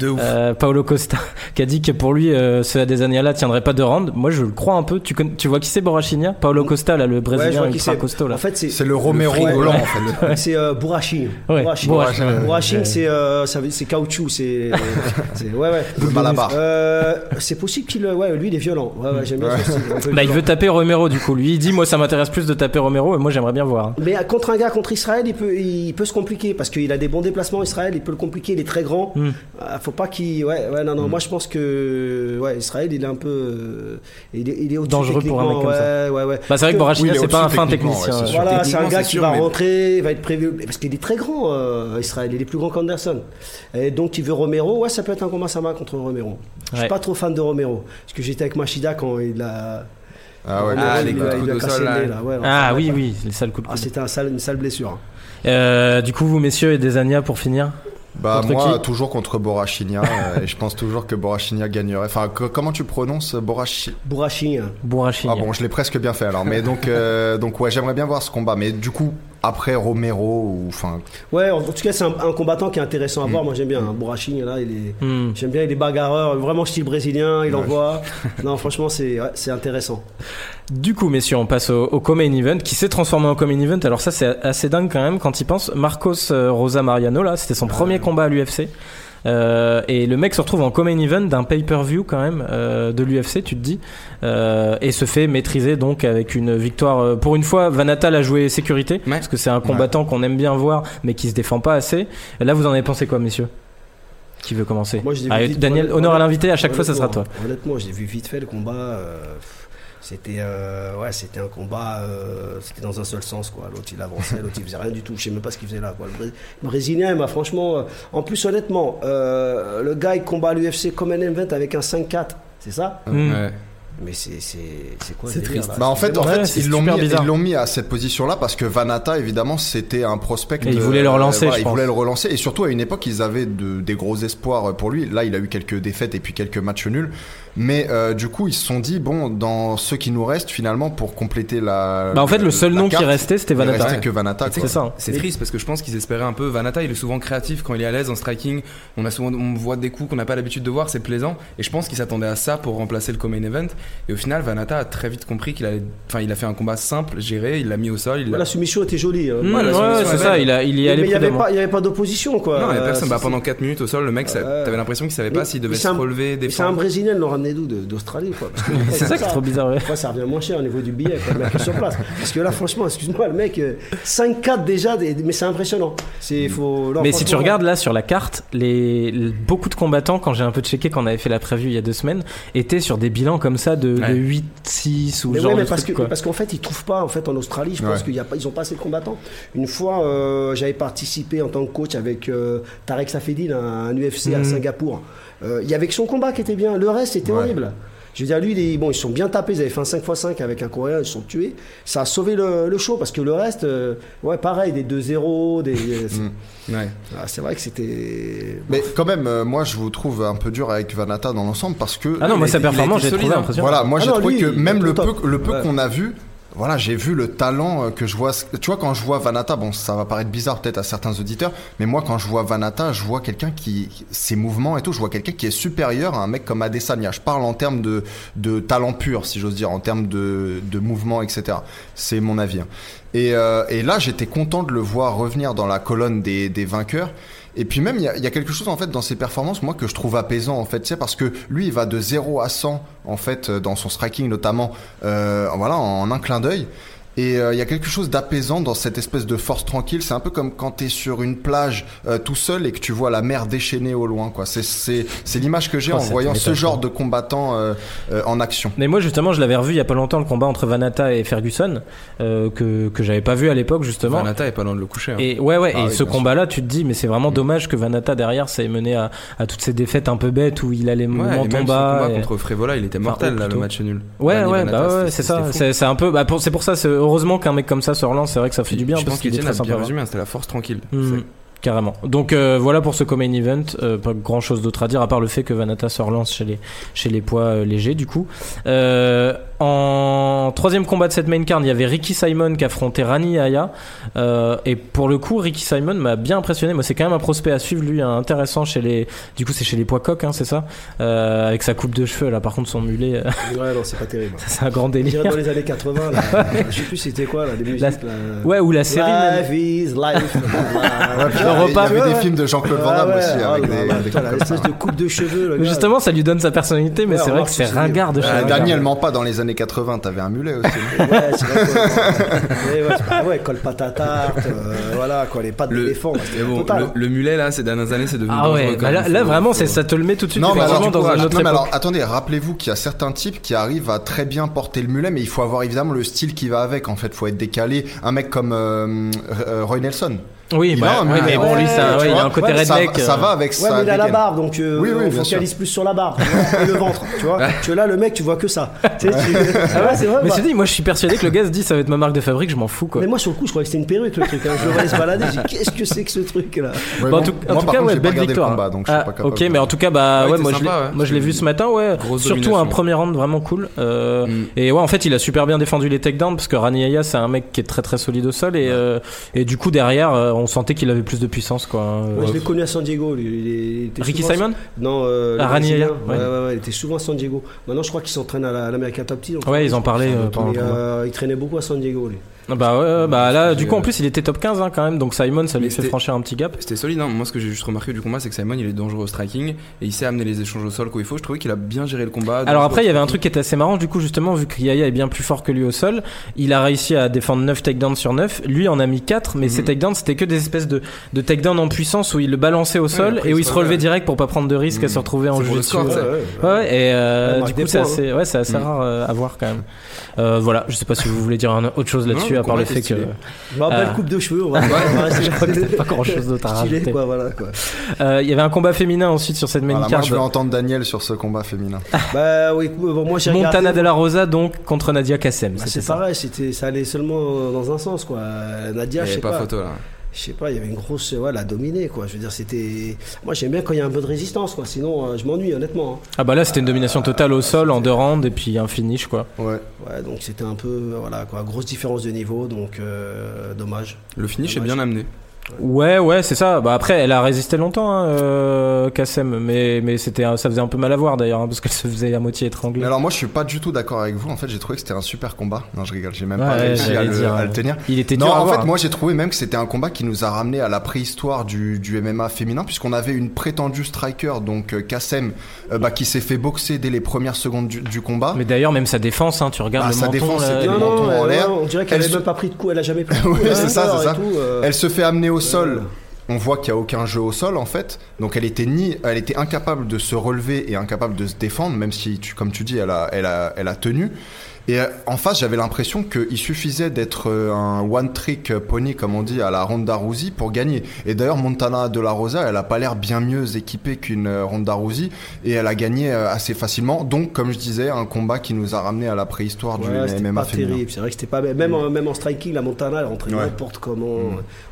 [SPEAKER 4] De ouf.
[SPEAKER 1] euh, Paolo Costa, qui a dit que pour lui, euh, ce Adesanya-là tiendrait pas de round. Moi je le crois un peu. Tu, connais- tu vois qui c'est Borac Signa Paolo Costa, là, le
[SPEAKER 2] Ouais, je
[SPEAKER 1] Brésilien
[SPEAKER 2] vois qui
[SPEAKER 1] ultra
[SPEAKER 2] c'est.
[SPEAKER 1] costaud, là.
[SPEAKER 2] En fait, c'est
[SPEAKER 3] C'est le Romero
[SPEAKER 2] frigo,
[SPEAKER 3] blanc,
[SPEAKER 2] ouais.
[SPEAKER 3] en fait.
[SPEAKER 2] c'est euh, bourraching.
[SPEAKER 1] Ouais,
[SPEAKER 2] Bourraching.
[SPEAKER 1] bourraching,
[SPEAKER 2] Bourraching,
[SPEAKER 1] ouais. Ouais.
[SPEAKER 2] c'est euh, ça veut- c'est caoutchouc, c'est c'est- ouais ouais.
[SPEAKER 3] Le malabar.
[SPEAKER 2] Euh, c'est possible qu'il ouais, lui il est violent. Ouais ouais, j'aime bien ce style, un peu
[SPEAKER 1] Bah, il
[SPEAKER 2] violent.
[SPEAKER 1] veut taper Romero, du coup. Lui, il dit, moi ça m'intéresse plus de taper Romero, et moi j'aimerais bien voir. hein.
[SPEAKER 2] Mais euh, contre un gars contre Israël, il peut il peut se compliquer parce qu'il a des bons déplacements Israël, il peut le compliquer, il est très grand.
[SPEAKER 1] Mm.
[SPEAKER 2] Euh, faut pas qu'il ouais ouais non non,
[SPEAKER 1] Hmm.
[SPEAKER 2] moi je pense que ouais, Israël, il est un peu euh, il est il est au-dessus
[SPEAKER 1] Dangereux pour un mec
[SPEAKER 2] techniquement,
[SPEAKER 1] comme ça.
[SPEAKER 2] Ouais ouais ouais.
[SPEAKER 1] Bah, c'est vrai que
[SPEAKER 2] Que-
[SPEAKER 1] Borac Signa,
[SPEAKER 3] Oui, il est
[SPEAKER 1] c'est pas un
[SPEAKER 3] au-dessus
[SPEAKER 1] fin
[SPEAKER 3] techniquement,
[SPEAKER 1] technicien. euh.
[SPEAKER 3] ouais, c'est
[SPEAKER 1] ouais.
[SPEAKER 3] sûr.
[SPEAKER 2] Voilà, c'est un
[SPEAKER 4] Techniquement,
[SPEAKER 2] gars
[SPEAKER 4] c'est
[SPEAKER 2] qui
[SPEAKER 4] sûr,
[SPEAKER 2] va
[SPEAKER 4] mais-
[SPEAKER 2] rentrer, il va être prévu. Parce qu'il est très grand, euh, Israël. Il est plus grand qu'Anderson. Et donc, tu veux Romero Ouais, ça peut être un combat Sama contre Romero. Je suis
[SPEAKER 1] Ouais.
[SPEAKER 2] pas trop fan de Romero. Parce que j'étais avec Machida quand il a.
[SPEAKER 3] Ah ouais,
[SPEAKER 2] Romero,
[SPEAKER 4] Ah,
[SPEAKER 2] il
[SPEAKER 4] les
[SPEAKER 2] lui
[SPEAKER 4] coups de
[SPEAKER 2] a- il lui a
[SPEAKER 4] coude au
[SPEAKER 2] cassé
[SPEAKER 4] sol,
[SPEAKER 2] le nez,
[SPEAKER 4] là.
[SPEAKER 2] là. Ouais, non,
[SPEAKER 1] Ah
[SPEAKER 2] ça
[SPEAKER 1] oui,
[SPEAKER 2] va pas.
[SPEAKER 1] oui, c'est ça le coup de
[SPEAKER 2] Ah,
[SPEAKER 1] coude.
[SPEAKER 2] c'était un sale- une sale blessure. hein.
[SPEAKER 1] Euh, du coup, vous, messieurs, et Desania pour finir
[SPEAKER 3] Bah
[SPEAKER 1] Contre
[SPEAKER 3] moi
[SPEAKER 1] qui
[SPEAKER 3] toujours contre Borachinia euh, et je pense toujours que Borachinia gagnerait. Enfin que- comment tu prononces Borachinia
[SPEAKER 2] Bourrachi, hein.
[SPEAKER 1] Borac Signa.
[SPEAKER 3] Ah bon, je l'ai presque bien fait alors. Mais donc euh, donc ouais, j'aimerais bien voir ce combat. Mais du coup après Romero ou enfin
[SPEAKER 2] Ouais, en en tout cas, c'est un, un combattant qui est intéressant à
[SPEAKER 4] Mm.
[SPEAKER 2] voir. Moi, j'aime bien. Hein. Bourrachi, là, il est.
[SPEAKER 1] Hmm.
[SPEAKER 2] J'aime bien, il est bagarreur, vraiment style brésilien, il envoie. Non, franchement, c'est ouais, c'est intéressant.
[SPEAKER 1] Du coup, messieurs, on passe au, au main event qui s'est transformé en main event. Alors ça, c'est assez dingue quand même quand il pense. Marcos euh, Rosa Mariano, là, c'était son
[SPEAKER 3] Ah
[SPEAKER 1] premier combat à l'UFC. Euh, et le mec se retrouve en main event d'un pay-per-view quand même euh, de l'UFC, tu te dis, Euh, et se fait maîtriser donc avec une victoire. euh, pour une fois, Vanatal a joué sécurité
[SPEAKER 4] Ouais.
[SPEAKER 1] parce que c'est un combattant qu'on aime bien voir, mais qui se défend pas assez. Là, vous en avez pensé quoi, messieurs Qui veut commencer
[SPEAKER 2] Moi, je l'ai vu
[SPEAKER 1] Ah,
[SPEAKER 2] vite.
[SPEAKER 1] Daniel,
[SPEAKER 2] Honnêtement,
[SPEAKER 1] honneur à l'invité. À chaque fois, ça sera
[SPEAKER 2] Honnêtement,
[SPEAKER 1] toi.
[SPEAKER 2] Honnêtement, j'ai vu vite fait le combat. euh, pff, c'était euh, ouais, c'était un combat. euh, c'était dans un seul sens quoi. L'autre il avançait, l'autre il faisait rien du tout. Je sais même pas ce qu'il faisait là. Quoi. Le Bré- le Brésilien, il m'a franchement. euh, en plus honnêtement, euh, le gars il combat à l'UFC comme un event avec un 5-4. C'est ça
[SPEAKER 1] Hmm.
[SPEAKER 4] Ouais.
[SPEAKER 2] Mais c'est c'est c'est quoi le
[SPEAKER 4] C'est
[SPEAKER 2] délire,
[SPEAKER 4] triste.
[SPEAKER 2] là
[SPEAKER 3] bah en fait en
[SPEAKER 1] Ouais,
[SPEAKER 3] fait
[SPEAKER 1] c'est
[SPEAKER 3] ils l'ont
[SPEAKER 1] super
[SPEAKER 3] mis
[SPEAKER 1] bizarre.
[SPEAKER 3] ils l'ont mis à cette position là parce que Vanata évidemment c'était un prospect.
[SPEAKER 1] Et ils
[SPEAKER 3] de-
[SPEAKER 1] voulaient le relancer,
[SPEAKER 3] voilà,
[SPEAKER 1] je
[SPEAKER 3] ils
[SPEAKER 1] pense.
[SPEAKER 3] voulaient le relancer et surtout à une époque ils avaient de- des gros espoirs euh, pour lui. Là il a eu quelques défaites et puis quelques matchs nuls. Mais euh, du coup ils se sont dit bon dans ce qui nous reste finalement pour compléter la.
[SPEAKER 1] Bah en fait, le seul
[SPEAKER 3] la
[SPEAKER 1] nom qui
[SPEAKER 3] carte,
[SPEAKER 1] restait, c'était
[SPEAKER 3] Il
[SPEAKER 1] Vanata.
[SPEAKER 3] restait que Vanata.
[SPEAKER 1] C'est
[SPEAKER 3] quoi.
[SPEAKER 1] ça. hein.
[SPEAKER 4] C'est triste parce que je pense qu'ils espéraient un peu. Vanata, il est souvent créatif quand il est à l'aise en striking. On a souvent, on voit des coups qu'on n'a pas l'habitude de voir, c'est plaisant. Et je pense qu'ils s'attendaient à ça pour remplacer le common event. Et au final, Vanata a très vite compris qu'il allait, enfin, il a fait un combat simple, géré. Il l'a mis au sol. Il l'a-
[SPEAKER 2] La soumission était jolie. hein.
[SPEAKER 1] Hmm,
[SPEAKER 4] Mmh, Ouais, la solution
[SPEAKER 1] ouais,
[SPEAKER 4] est
[SPEAKER 1] c'est ça,
[SPEAKER 4] belle.
[SPEAKER 1] il, a, il y
[SPEAKER 2] Mais
[SPEAKER 1] allait
[SPEAKER 2] il y avait
[SPEAKER 1] prudemment.
[SPEAKER 2] pas il y avait pas d'opposition quoi.
[SPEAKER 4] Non, mais
[SPEAKER 2] Euh,
[SPEAKER 4] personne.
[SPEAKER 2] c'est-
[SPEAKER 4] Bah, pendant 4 minutes au sol, le mec, ça-
[SPEAKER 2] Ouais.
[SPEAKER 4] t'avais l'impression qu'il savait
[SPEAKER 2] Mais-
[SPEAKER 4] pas s'il devait
[SPEAKER 2] mais
[SPEAKER 4] se
[SPEAKER 2] c'est un-
[SPEAKER 4] relever,
[SPEAKER 2] mais C'est un
[SPEAKER 4] défendre.
[SPEAKER 2] Brésilien, ils l'ont ramené d'où De- D'Australie quoi. Parce que-
[SPEAKER 1] C'est ça qui est trop bizarre, ouais.
[SPEAKER 2] Après, ça revient moins cher au niveau du billet, quoi, le mec est sur place. Parce que là, franchement, excuse-moi, le mec, euh, 5-4 déjà, des- mais c'est impressionnant. C'est, faut, non,
[SPEAKER 1] Mais si tu
[SPEAKER 2] franchement,
[SPEAKER 1] regardes là sur la carte, les, le- beaucoup de combattants, quand j'ai un peu checké, quand on avait fait la preview il y a deux semaines, étaient sur des bilans comme ça de, de
[SPEAKER 4] Ouais.
[SPEAKER 1] 8, 6 ou
[SPEAKER 2] Mais
[SPEAKER 1] genre
[SPEAKER 2] ouais, mais
[SPEAKER 1] de
[SPEAKER 2] parce,
[SPEAKER 1] truc,
[SPEAKER 2] que,
[SPEAKER 1] quoi.
[SPEAKER 2] parce qu'en fait, ils trouvent pas en fait en Australie. Je pense
[SPEAKER 3] Ouais.
[SPEAKER 2] qu'il y a pas, ils ont pas assez de combattants. Une fois, euh, j'avais participé en tant que coach avec euh, Tarek Safedine, un, un UFC à
[SPEAKER 1] Mhm.
[SPEAKER 2] Singapour. Euh, Il y avait que son combat qui était bien. Le reste, c'était
[SPEAKER 3] Ouais.
[SPEAKER 2] horrible. Je veux dire, lui, les- bon, ils se sont bien tapés. Ils avaient fait un 5x5 avec un Coréen. Ils se sont tués. Ça a sauvé le, le show parce que le reste, euh, ouais, pareil, des 2-0, des. euh, c'est-
[SPEAKER 4] Ouais.
[SPEAKER 2] Ah, c'est vrai que c'était.
[SPEAKER 3] Mais quand même, euh, moi je vous trouve un peu dur avec Vanata dans l'ensemble parce que.
[SPEAKER 1] Ah non, moi
[SPEAKER 4] il
[SPEAKER 1] sa
[SPEAKER 4] était- il
[SPEAKER 1] performance,
[SPEAKER 4] était
[SPEAKER 1] j'ai trouvé
[SPEAKER 4] solide, hein.
[SPEAKER 1] impressionnant.
[SPEAKER 3] Voilà, moi
[SPEAKER 2] Ah
[SPEAKER 3] j'ai
[SPEAKER 2] non,
[SPEAKER 3] trouvé
[SPEAKER 2] lui,
[SPEAKER 3] que
[SPEAKER 2] il
[SPEAKER 3] même
[SPEAKER 2] était
[SPEAKER 3] le
[SPEAKER 2] au
[SPEAKER 3] peu,
[SPEAKER 2] top.
[SPEAKER 3] le peu
[SPEAKER 2] Ouais.
[SPEAKER 3] qu'on a vu, voilà, j'ai vu le talent euh, que je vois. Tu vois, quand je vois Vanata, bon, ça va paraître bizarre peut-être à certains auditeurs, mais moi quand je vois Vanata, je vois quelqu'un qui. ses mouvements et tout, je vois quelqu'un qui est supérieur à un mec comme Adesanya. Je parle en termes de, de talent pur, si j'ose dire, en termes de, de mouvement, etc. C'est mon avis. hein. Et, euh, et là, j'étais content de le voir revenir dans la colonne des, des vainqueurs. Et puis même, il y, a- il y a quelque chose en fait dans ses performances, moi, que je trouve apaisant en fait, c'est parce que lui, il va de 0 à 100 en fait euh, dans son striking notamment, euh, voilà, en un clin d'œil. Et euh, il y a quelque chose d'apaisant dans cette espèce de force tranquille. C'est un peu comme quand t'es sur une plage euh, tout seul et que tu vois la mer déchaînée au loin. Quoi. C'est, c'est, c'est l'image que j'ai
[SPEAKER 1] Oh,
[SPEAKER 3] en
[SPEAKER 1] cette
[SPEAKER 3] voyant ce
[SPEAKER 1] métaphore.
[SPEAKER 3] genre de combattant euh, euh, en action.
[SPEAKER 1] Mais moi justement, je l'avais revu il y a pas longtemps le combat entre Vanata et Ferguson euh, que que j'avais pas vu à l'époque justement.
[SPEAKER 4] Vanata est pas loin de le coucher. hein.
[SPEAKER 1] Et ouais, ouais,
[SPEAKER 3] Ah
[SPEAKER 1] et
[SPEAKER 3] oui,
[SPEAKER 1] ce
[SPEAKER 3] bien sûr.
[SPEAKER 1] combat-là, tu te dis, mais c'est
[SPEAKER 4] Mm.
[SPEAKER 1] vraiment dommage que Vanata derrière, ça ait mené à, à toutes ces défaites un peu bêtes où il allait
[SPEAKER 4] Ouais, et
[SPEAKER 1] mouvements
[SPEAKER 4] même son
[SPEAKER 1] en
[SPEAKER 4] combat
[SPEAKER 1] bas. et-
[SPEAKER 4] contre Frévola, il était
[SPEAKER 1] Enfin,
[SPEAKER 4] mortel
[SPEAKER 1] eux,
[SPEAKER 4] là, le
[SPEAKER 1] plutôt.
[SPEAKER 4] match nul.
[SPEAKER 1] Ouais,
[SPEAKER 4] Vanni
[SPEAKER 1] ouais,
[SPEAKER 4] Vanata,
[SPEAKER 1] bah ouais,
[SPEAKER 4] c'était-
[SPEAKER 1] c'est
[SPEAKER 4] c'était
[SPEAKER 1] ça.
[SPEAKER 4] fou.
[SPEAKER 1] C'est c'est un peu, bah pour- c'est pour ça, c'est- heureusement qu'un mec comme ça se relance. C'est vrai que ça fait du bien
[SPEAKER 4] Je
[SPEAKER 1] parce
[SPEAKER 4] pense
[SPEAKER 1] qu'il est
[SPEAKER 4] qu'Étienne
[SPEAKER 1] très
[SPEAKER 4] a bien
[SPEAKER 1] sympa.
[SPEAKER 4] résumé, hein, c'était la force tranquille.
[SPEAKER 1] Hmm,
[SPEAKER 4] C'est-
[SPEAKER 1] Carrément. Donc euh, voilà pour ce common event. Euh, pas grand chose d'autre à dire à part le fait que Vanata se relance chez les, chez les poids euh, légers du coup. Euh, en troisième combat de cette main card, il y avait Ricky Simon qui affrontait Rani Aya. Euh, et pour le coup, Ricky Simon m'a bien impressionné. Moi, c'est quand même un prospect à suivre lui, hein, intéressant chez les. Du coup, c'est chez les poids coques, hein, c'est ça Euh, Avec sa coupe de cheveux là. Par contre, son mulet, euh,
[SPEAKER 2] Ouais, non, c'est pas terrible.
[SPEAKER 1] ça, c'est un grand
[SPEAKER 2] On dirait
[SPEAKER 1] délire.
[SPEAKER 2] dans les années 80, là. je sais plus c'était quoi, là, des musiques.
[SPEAKER 1] La-
[SPEAKER 2] Là.
[SPEAKER 1] Ouais, ou la série. même.
[SPEAKER 2] Life is life.
[SPEAKER 3] Ouais, puis il y avait-
[SPEAKER 1] repas.
[SPEAKER 3] il y avait
[SPEAKER 2] Ouais,
[SPEAKER 3] des
[SPEAKER 2] ouais.
[SPEAKER 3] films de Jean-Claude Van
[SPEAKER 2] Ah
[SPEAKER 3] Damme
[SPEAKER 2] ouais,
[SPEAKER 3] aussi
[SPEAKER 2] oh
[SPEAKER 3] avec
[SPEAKER 2] là
[SPEAKER 3] des,
[SPEAKER 2] là,
[SPEAKER 3] des
[SPEAKER 2] putain,
[SPEAKER 3] trucs
[SPEAKER 2] la
[SPEAKER 3] comme ça.
[SPEAKER 2] espèce de coupe de cheveux, le
[SPEAKER 1] Mais
[SPEAKER 2] gars.
[SPEAKER 1] Justement, ça lui donne sa personnalité, mais
[SPEAKER 2] Ouais,
[SPEAKER 1] c'est vrai
[SPEAKER 2] remarque,
[SPEAKER 1] que c'est
[SPEAKER 2] c'est génial.
[SPEAKER 1] ringard de chez
[SPEAKER 3] Euh,
[SPEAKER 1] ringard.
[SPEAKER 3] Daniel ment pas dans les années 80, t'avais un mulet aussi.
[SPEAKER 2] Ouais, c'est vrai. que- Eh Ouais, ouais, c'est pas- ouais, colle pâte à tarte, euh, voilà, quoi, les pattes
[SPEAKER 4] Le-
[SPEAKER 2] d'éléphant. bah,
[SPEAKER 4] Mais
[SPEAKER 2] c'était
[SPEAKER 4] bon,
[SPEAKER 2] total.
[SPEAKER 4] le, le mulet là, ces dernières années, c'est devenu.
[SPEAKER 1] Ah
[SPEAKER 4] dangereux,
[SPEAKER 1] ouais,
[SPEAKER 4] quand
[SPEAKER 1] bah
[SPEAKER 4] même.
[SPEAKER 1] là, là,
[SPEAKER 4] Faut-
[SPEAKER 1] vraiment,
[SPEAKER 4] faut-
[SPEAKER 1] c'est, ça te le met tout de suite
[SPEAKER 3] non, mais alors,
[SPEAKER 1] effectivement, dans
[SPEAKER 3] non,
[SPEAKER 1] un autre
[SPEAKER 3] mais alors,
[SPEAKER 1] époque.
[SPEAKER 3] attendez, rappelez-vous qu'il y a certains types qui arrivent à très bien porter le mulet, mais il faut avoir évidemment le style qui va avec. En fait, faut être décalé. Un mec comme euh, euh, Roy Nelson.
[SPEAKER 1] Oui,
[SPEAKER 3] Il
[SPEAKER 1] bah,
[SPEAKER 3] a un
[SPEAKER 1] oui,
[SPEAKER 3] mulet,
[SPEAKER 1] mais bon, lui,
[SPEAKER 2] ouais,
[SPEAKER 1] ça,
[SPEAKER 2] tu
[SPEAKER 1] ouais, il
[SPEAKER 3] vois.
[SPEAKER 1] a un côté
[SPEAKER 3] Ouais, ça-
[SPEAKER 1] redneck.
[SPEAKER 3] Ça,
[SPEAKER 1] euh,
[SPEAKER 3] va avec
[SPEAKER 2] Ouais,
[SPEAKER 3] ça.
[SPEAKER 2] mais il a la barbe, donc euh,
[SPEAKER 3] Oui, oui,
[SPEAKER 2] on
[SPEAKER 3] bien
[SPEAKER 2] focalise plus sur la barbe et le ventre, tu vois. Tu vois là, le mec, tu vois que ça. Tu sais, tu- Ah ouais, c'est vrai.
[SPEAKER 1] Mais
[SPEAKER 2] bah.
[SPEAKER 1] c'est dit, moi, je suis persuadé que le gars se dit, ça va être ma marque de fabrique, je m'en fous, quoi. Bah,
[SPEAKER 2] Mais moi, sur le coup, je croyais que c'était une perruque, le truc. hein. Je le voyais se balader, j'ai dit, qu'est-ce que c'est que ce truc là
[SPEAKER 1] Bah, en tout, en tout cas, ouais, belle victoire.
[SPEAKER 3] Combat, donc je
[SPEAKER 1] Ah,
[SPEAKER 3] suis pas capable
[SPEAKER 1] ok,
[SPEAKER 3] de-
[SPEAKER 1] mais en tout cas, bah
[SPEAKER 4] Ah oui,
[SPEAKER 1] ouais,
[SPEAKER 4] c'est
[SPEAKER 1] moi, je
[SPEAKER 4] sympa,
[SPEAKER 1] l'ai-
[SPEAKER 4] ouais.
[SPEAKER 1] moi je l'ai vu ce matin, ouais.
[SPEAKER 4] Grosse
[SPEAKER 1] Surtout
[SPEAKER 4] domination.
[SPEAKER 1] un premier round vraiment cool. euh,
[SPEAKER 4] Mm.
[SPEAKER 1] Et ouais, en fait, il a super bien défendu les takedowns parce que Raniaya, c'est un mec qui est très très solide au sol et euh, et du coup derrière, euh, on sentait qu'il avait plus de puissance, quoi. hein.
[SPEAKER 2] Moi, je
[SPEAKER 1] Euh,
[SPEAKER 2] l'ai connu à San Diego. lui, il est- il était
[SPEAKER 1] Ricky
[SPEAKER 2] souvent-
[SPEAKER 1] Simon
[SPEAKER 2] Non, euh, le
[SPEAKER 1] Ah, Rani
[SPEAKER 2] Brésilien.
[SPEAKER 1] Ayala,
[SPEAKER 2] Ouais,
[SPEAKER 1] ouais.
[SPEAKER 2] ouais, ouais, il était souvent à San Diego. Maintenant, je crois qu'il s'entraîne à la- à l'America Top Team.
[SPEAKER 1] Ouais, ils en parlaient euh, pendant
[SPEAKER 2] Mais,
[SPEAKER 1] le combat.
[SPEAKER 2] euh, il traînait beaucoup à San Diego, lui.
[SPEAKER 1] Ah Bah ouais, bah là, du
[SPEAKER 4] c'est-
[SPEAKER 1] coup, en plus, il était top 15 hein, quand même, donc Simon, ça lui
[SPEAKER 4] euh, Mais
[SPEAKER 1] fait
[SPEAKER 4] c'était-
[SPEAKER 1] franchir un petit gap.
[SPEAKER 4] C'était solide, hein. moi ce que j'ai juste remarqué du combat c'est que Simon il est dangereux au striking et il sait amener les échanges au sol quand il faut. Je trouvais qu'il a bien géré le combat.
[SPEAKER 1] Alors
[SPEAKER 4] dangereux
[SPEAKER 1] après,
[SPEAKER 4] au
[SPEAKER 1] il y avait un
[SPEAKER 4] striking.
[SPEAKER 1] truc qui était assez marrant, du coup, justement, vu que Yaya est bien plus fort que lui au sol, il a réussi à défendre 9 takedowns sur 9, lui en a mis 4, mais ces
[SPEAKER 4] Mhm.
[SPEAKER 1] takedowns, c'était que des espèces de, de takedowns en puissance où il le balançait au sol
[SPEAKER 4] après,
[SPEAKER 1] et où
[SPEAKER 4] il
[SPEAKER 1] il
[SPEAKER 4] se
[SPEAKER 1] se relevait
[SPEAKER 4] relève.
[SPEAKER 1] direct pour pas prendre de risque à se
[SPEAKER 4] Mhm.
[SPEAKER 1] retrouver en
[SPEAKER 4] C'est pour
[SPEAKER 1] jeu
[SPEAKER 4] le score,
[SPEAKER 1] Ouais,
[SPEAKER 4] ça.
[SPEAKER 1] ouais, et euh,
[SPEAKER 2] Elle marque
[SPEAKER 1] du
[SPEAKER 2] des
[SPEAKER 1] coup, c'est
[SPEAKER 2] points,
[SPEAKER 1] assez, ouais, c'est assez
[SPEAKER 4] Mhm.
[SPEAKER 1] rare euh, à voir quand même. Euh, voilà, je sais pas si vous voulez dire un- autre chose là-dessus,
[SPEAKER 4] Non,
[SPEAKER 1] à part le
[SPEAKER 4] combat
[SPEAKER 1] fait
[SPEAKER 4] était
[SPEAKER 1] que.
[SPEAKER 4] stylé.
[SPEAKER 2] Bah,
[SPEAKER 1] Ah.
[SPEAKER 2] belle coupe de cheveux, on va on va rester-
[SPEAKER 1] Je crois que t'as pas grand-chose d'autre à
[SPEAKER 2] Stylé,
[SPEAKER 1] rajouter.
[SPEAKER 2] quoi, voilà, quoi.
[SPEAKER 1] Euh, Il y avait un combat féminin ensuite sur cette main
[SPEAKER 3] Voilà, Ah, bah, moi,
[SPEAKER 1] card.
[SPEAKER 3] je veux entendre Daniel sur ce combat féminin.
[SPEAKER 1] Ah.
[SPEAKER 2] Bah oui, bon, moi j'ai regardé.
[SPEAKER 1] Montana de la Rosa donc contre Nadia Kassem.
[SPEAKER 2] Bah,
[SPEAKER 1] c'était
[SPEAKER 2] c'est
[SPEAKER 1] ça.
[SPEAKER 2] pareil, c'était, ça allait seulement dans un sens quoi. Euh, Nadia,
[SPEAKER 4] Il y
[SPEAKER 2] je
[SPEAKER 4] avait
[SPEAKER 2] sais
[SPEAKER 4] pas
[SPEAKER 2] pas,
[SPEAKER 4] photo là.
[SPEAKER 2] je sais pas, il y avait une grosse, ouais, elle a dominé quoi. Je veux dire, c'était, moi j'aime bien quand il y a un peu de résistance quoi. Sinon, euh, je m'ennuie honnêtement. hein.
[SPEAKER 1] Ah bah là c'était une domination totale au sol en deux rounds et puis un finish quoi.
[SPEAKER 3] Ouais.
[SPEAKER 2] Ouais, donc c'était un peu, euh, voilà quoi, grosse différence de niveau, donc euh, dommage.
[SPEAKER 4] Le finish est
[SPEAKER 2] Dommage.
[SPEAKER 4] bien amené.
[SPEAKER 1] Ouais ouais c'est ça. Bah après elle a résisté longtemps hein, euh, Kassem mais mais c'était un- ça faisait un peu mal à voir d'ailleurs hein, parce qu'elle se faisait à moitié
[SPEAKER 3] Mais
[SPEAKER 1] étrangler.
[SPEAKER 3] alors, moi, je suis pas du tout d'accord avec vous. En fait, j'ai trouvé que c'était un super combat. Non, je rigole, j'ai même pas
[SPEAKER 1] Ouais,
[SPEAKER 3] réussi à
[SPEAKER 1] j'allais
[SPEAKER 3] le-
[SPEAKER 1] dire,
[SPEAKER 3] à
[SPEAKER 1] euh,
[SPEAKER 3] le tenir.
[SPEAKER 1] Il était
[SPEAKER 3] Non,
[SPEAKER 1] dur à
[SPEAKER 3] en
[SPEAKER 1] voir.
[SPEAKER 3] fait, moi j'ai trouvé même que c'était un combat qui nous a ramené à la préhistoire du, du MMA féminin, puisqu'on avait une prétendue striker, donc euh, Kassem, euh, bah, qui s'est fait boxer dès les premières secondes du, du combat.
[SPEAKER 1] Mais d'ailleurs même sa défense hein, tu regardes
[SPEAKER 3] Bah,
[SPEAKER 1] le
[SPEAKER 3] sa
[SPEAKER 1] menton
[SPEAKER 3] défense,
[SPEAKER 1] là,
[SPEAKER 3] c'était
[SPEAKER 1] elle
[SPEAKER 3] non,
[SPEAKER 1] est-
[SPEAKER 3] non. menton en
[SPEAKER 2] ouais,
[SPEAKER 3] l'air.
[SPEAKER 2] euh, on dirait qu'elle
[SPEAKER 3] Elle
[SPEAKER 2] avait
[SPEAKER 3] se-
[SPEAKER 2] même pas pris de coup, elle a jamais pris de coup.
[SPEAKER 3] Ouais,
[SPEAKER 2] Ouais,
[SPEAKER 3] c'est ça,
[SPEAKER 2] alors,
[SPEAKER 3] c'est ça.
[SPEAKER 2] et tout, euh,
[SPEAKER 3] Elle se fait amener au sol. On voit qu'il n'y a aucun jeu au sol en fait, donc elle était ni, elle était incapable de se relever et incapable de se défendre, même si, tu, comme tu dis, elle a, elle a, elle a tenu. Et euh, en face, j'avais l'impression qu'il suffisait d'être euh, un one trick pony, comme on dit, à la Ronda Rousey pour gagner. Et d'ailleurs, Montana de la Rosa, elle a pas l'air bien mieux équipée qu'une euh, Ronda Rousey et elle a gagné euh, assez facilement. Donc, comme je disais, un combat qui nous a ramené à la préhistoire du
[SPEAKER 2] Ouais, c'était
[SPEAKER 3] MMA
[SPEAKER 2] pas
[SPEAKER 3] féminin.
[SPEAKER 2] terrible. C'est vrai que c'était pas même en, même en striking, la Montana elle rentrait
[SPEAKER 3] Ouais. Mm.
[SPEAKER 2] n'importe comment,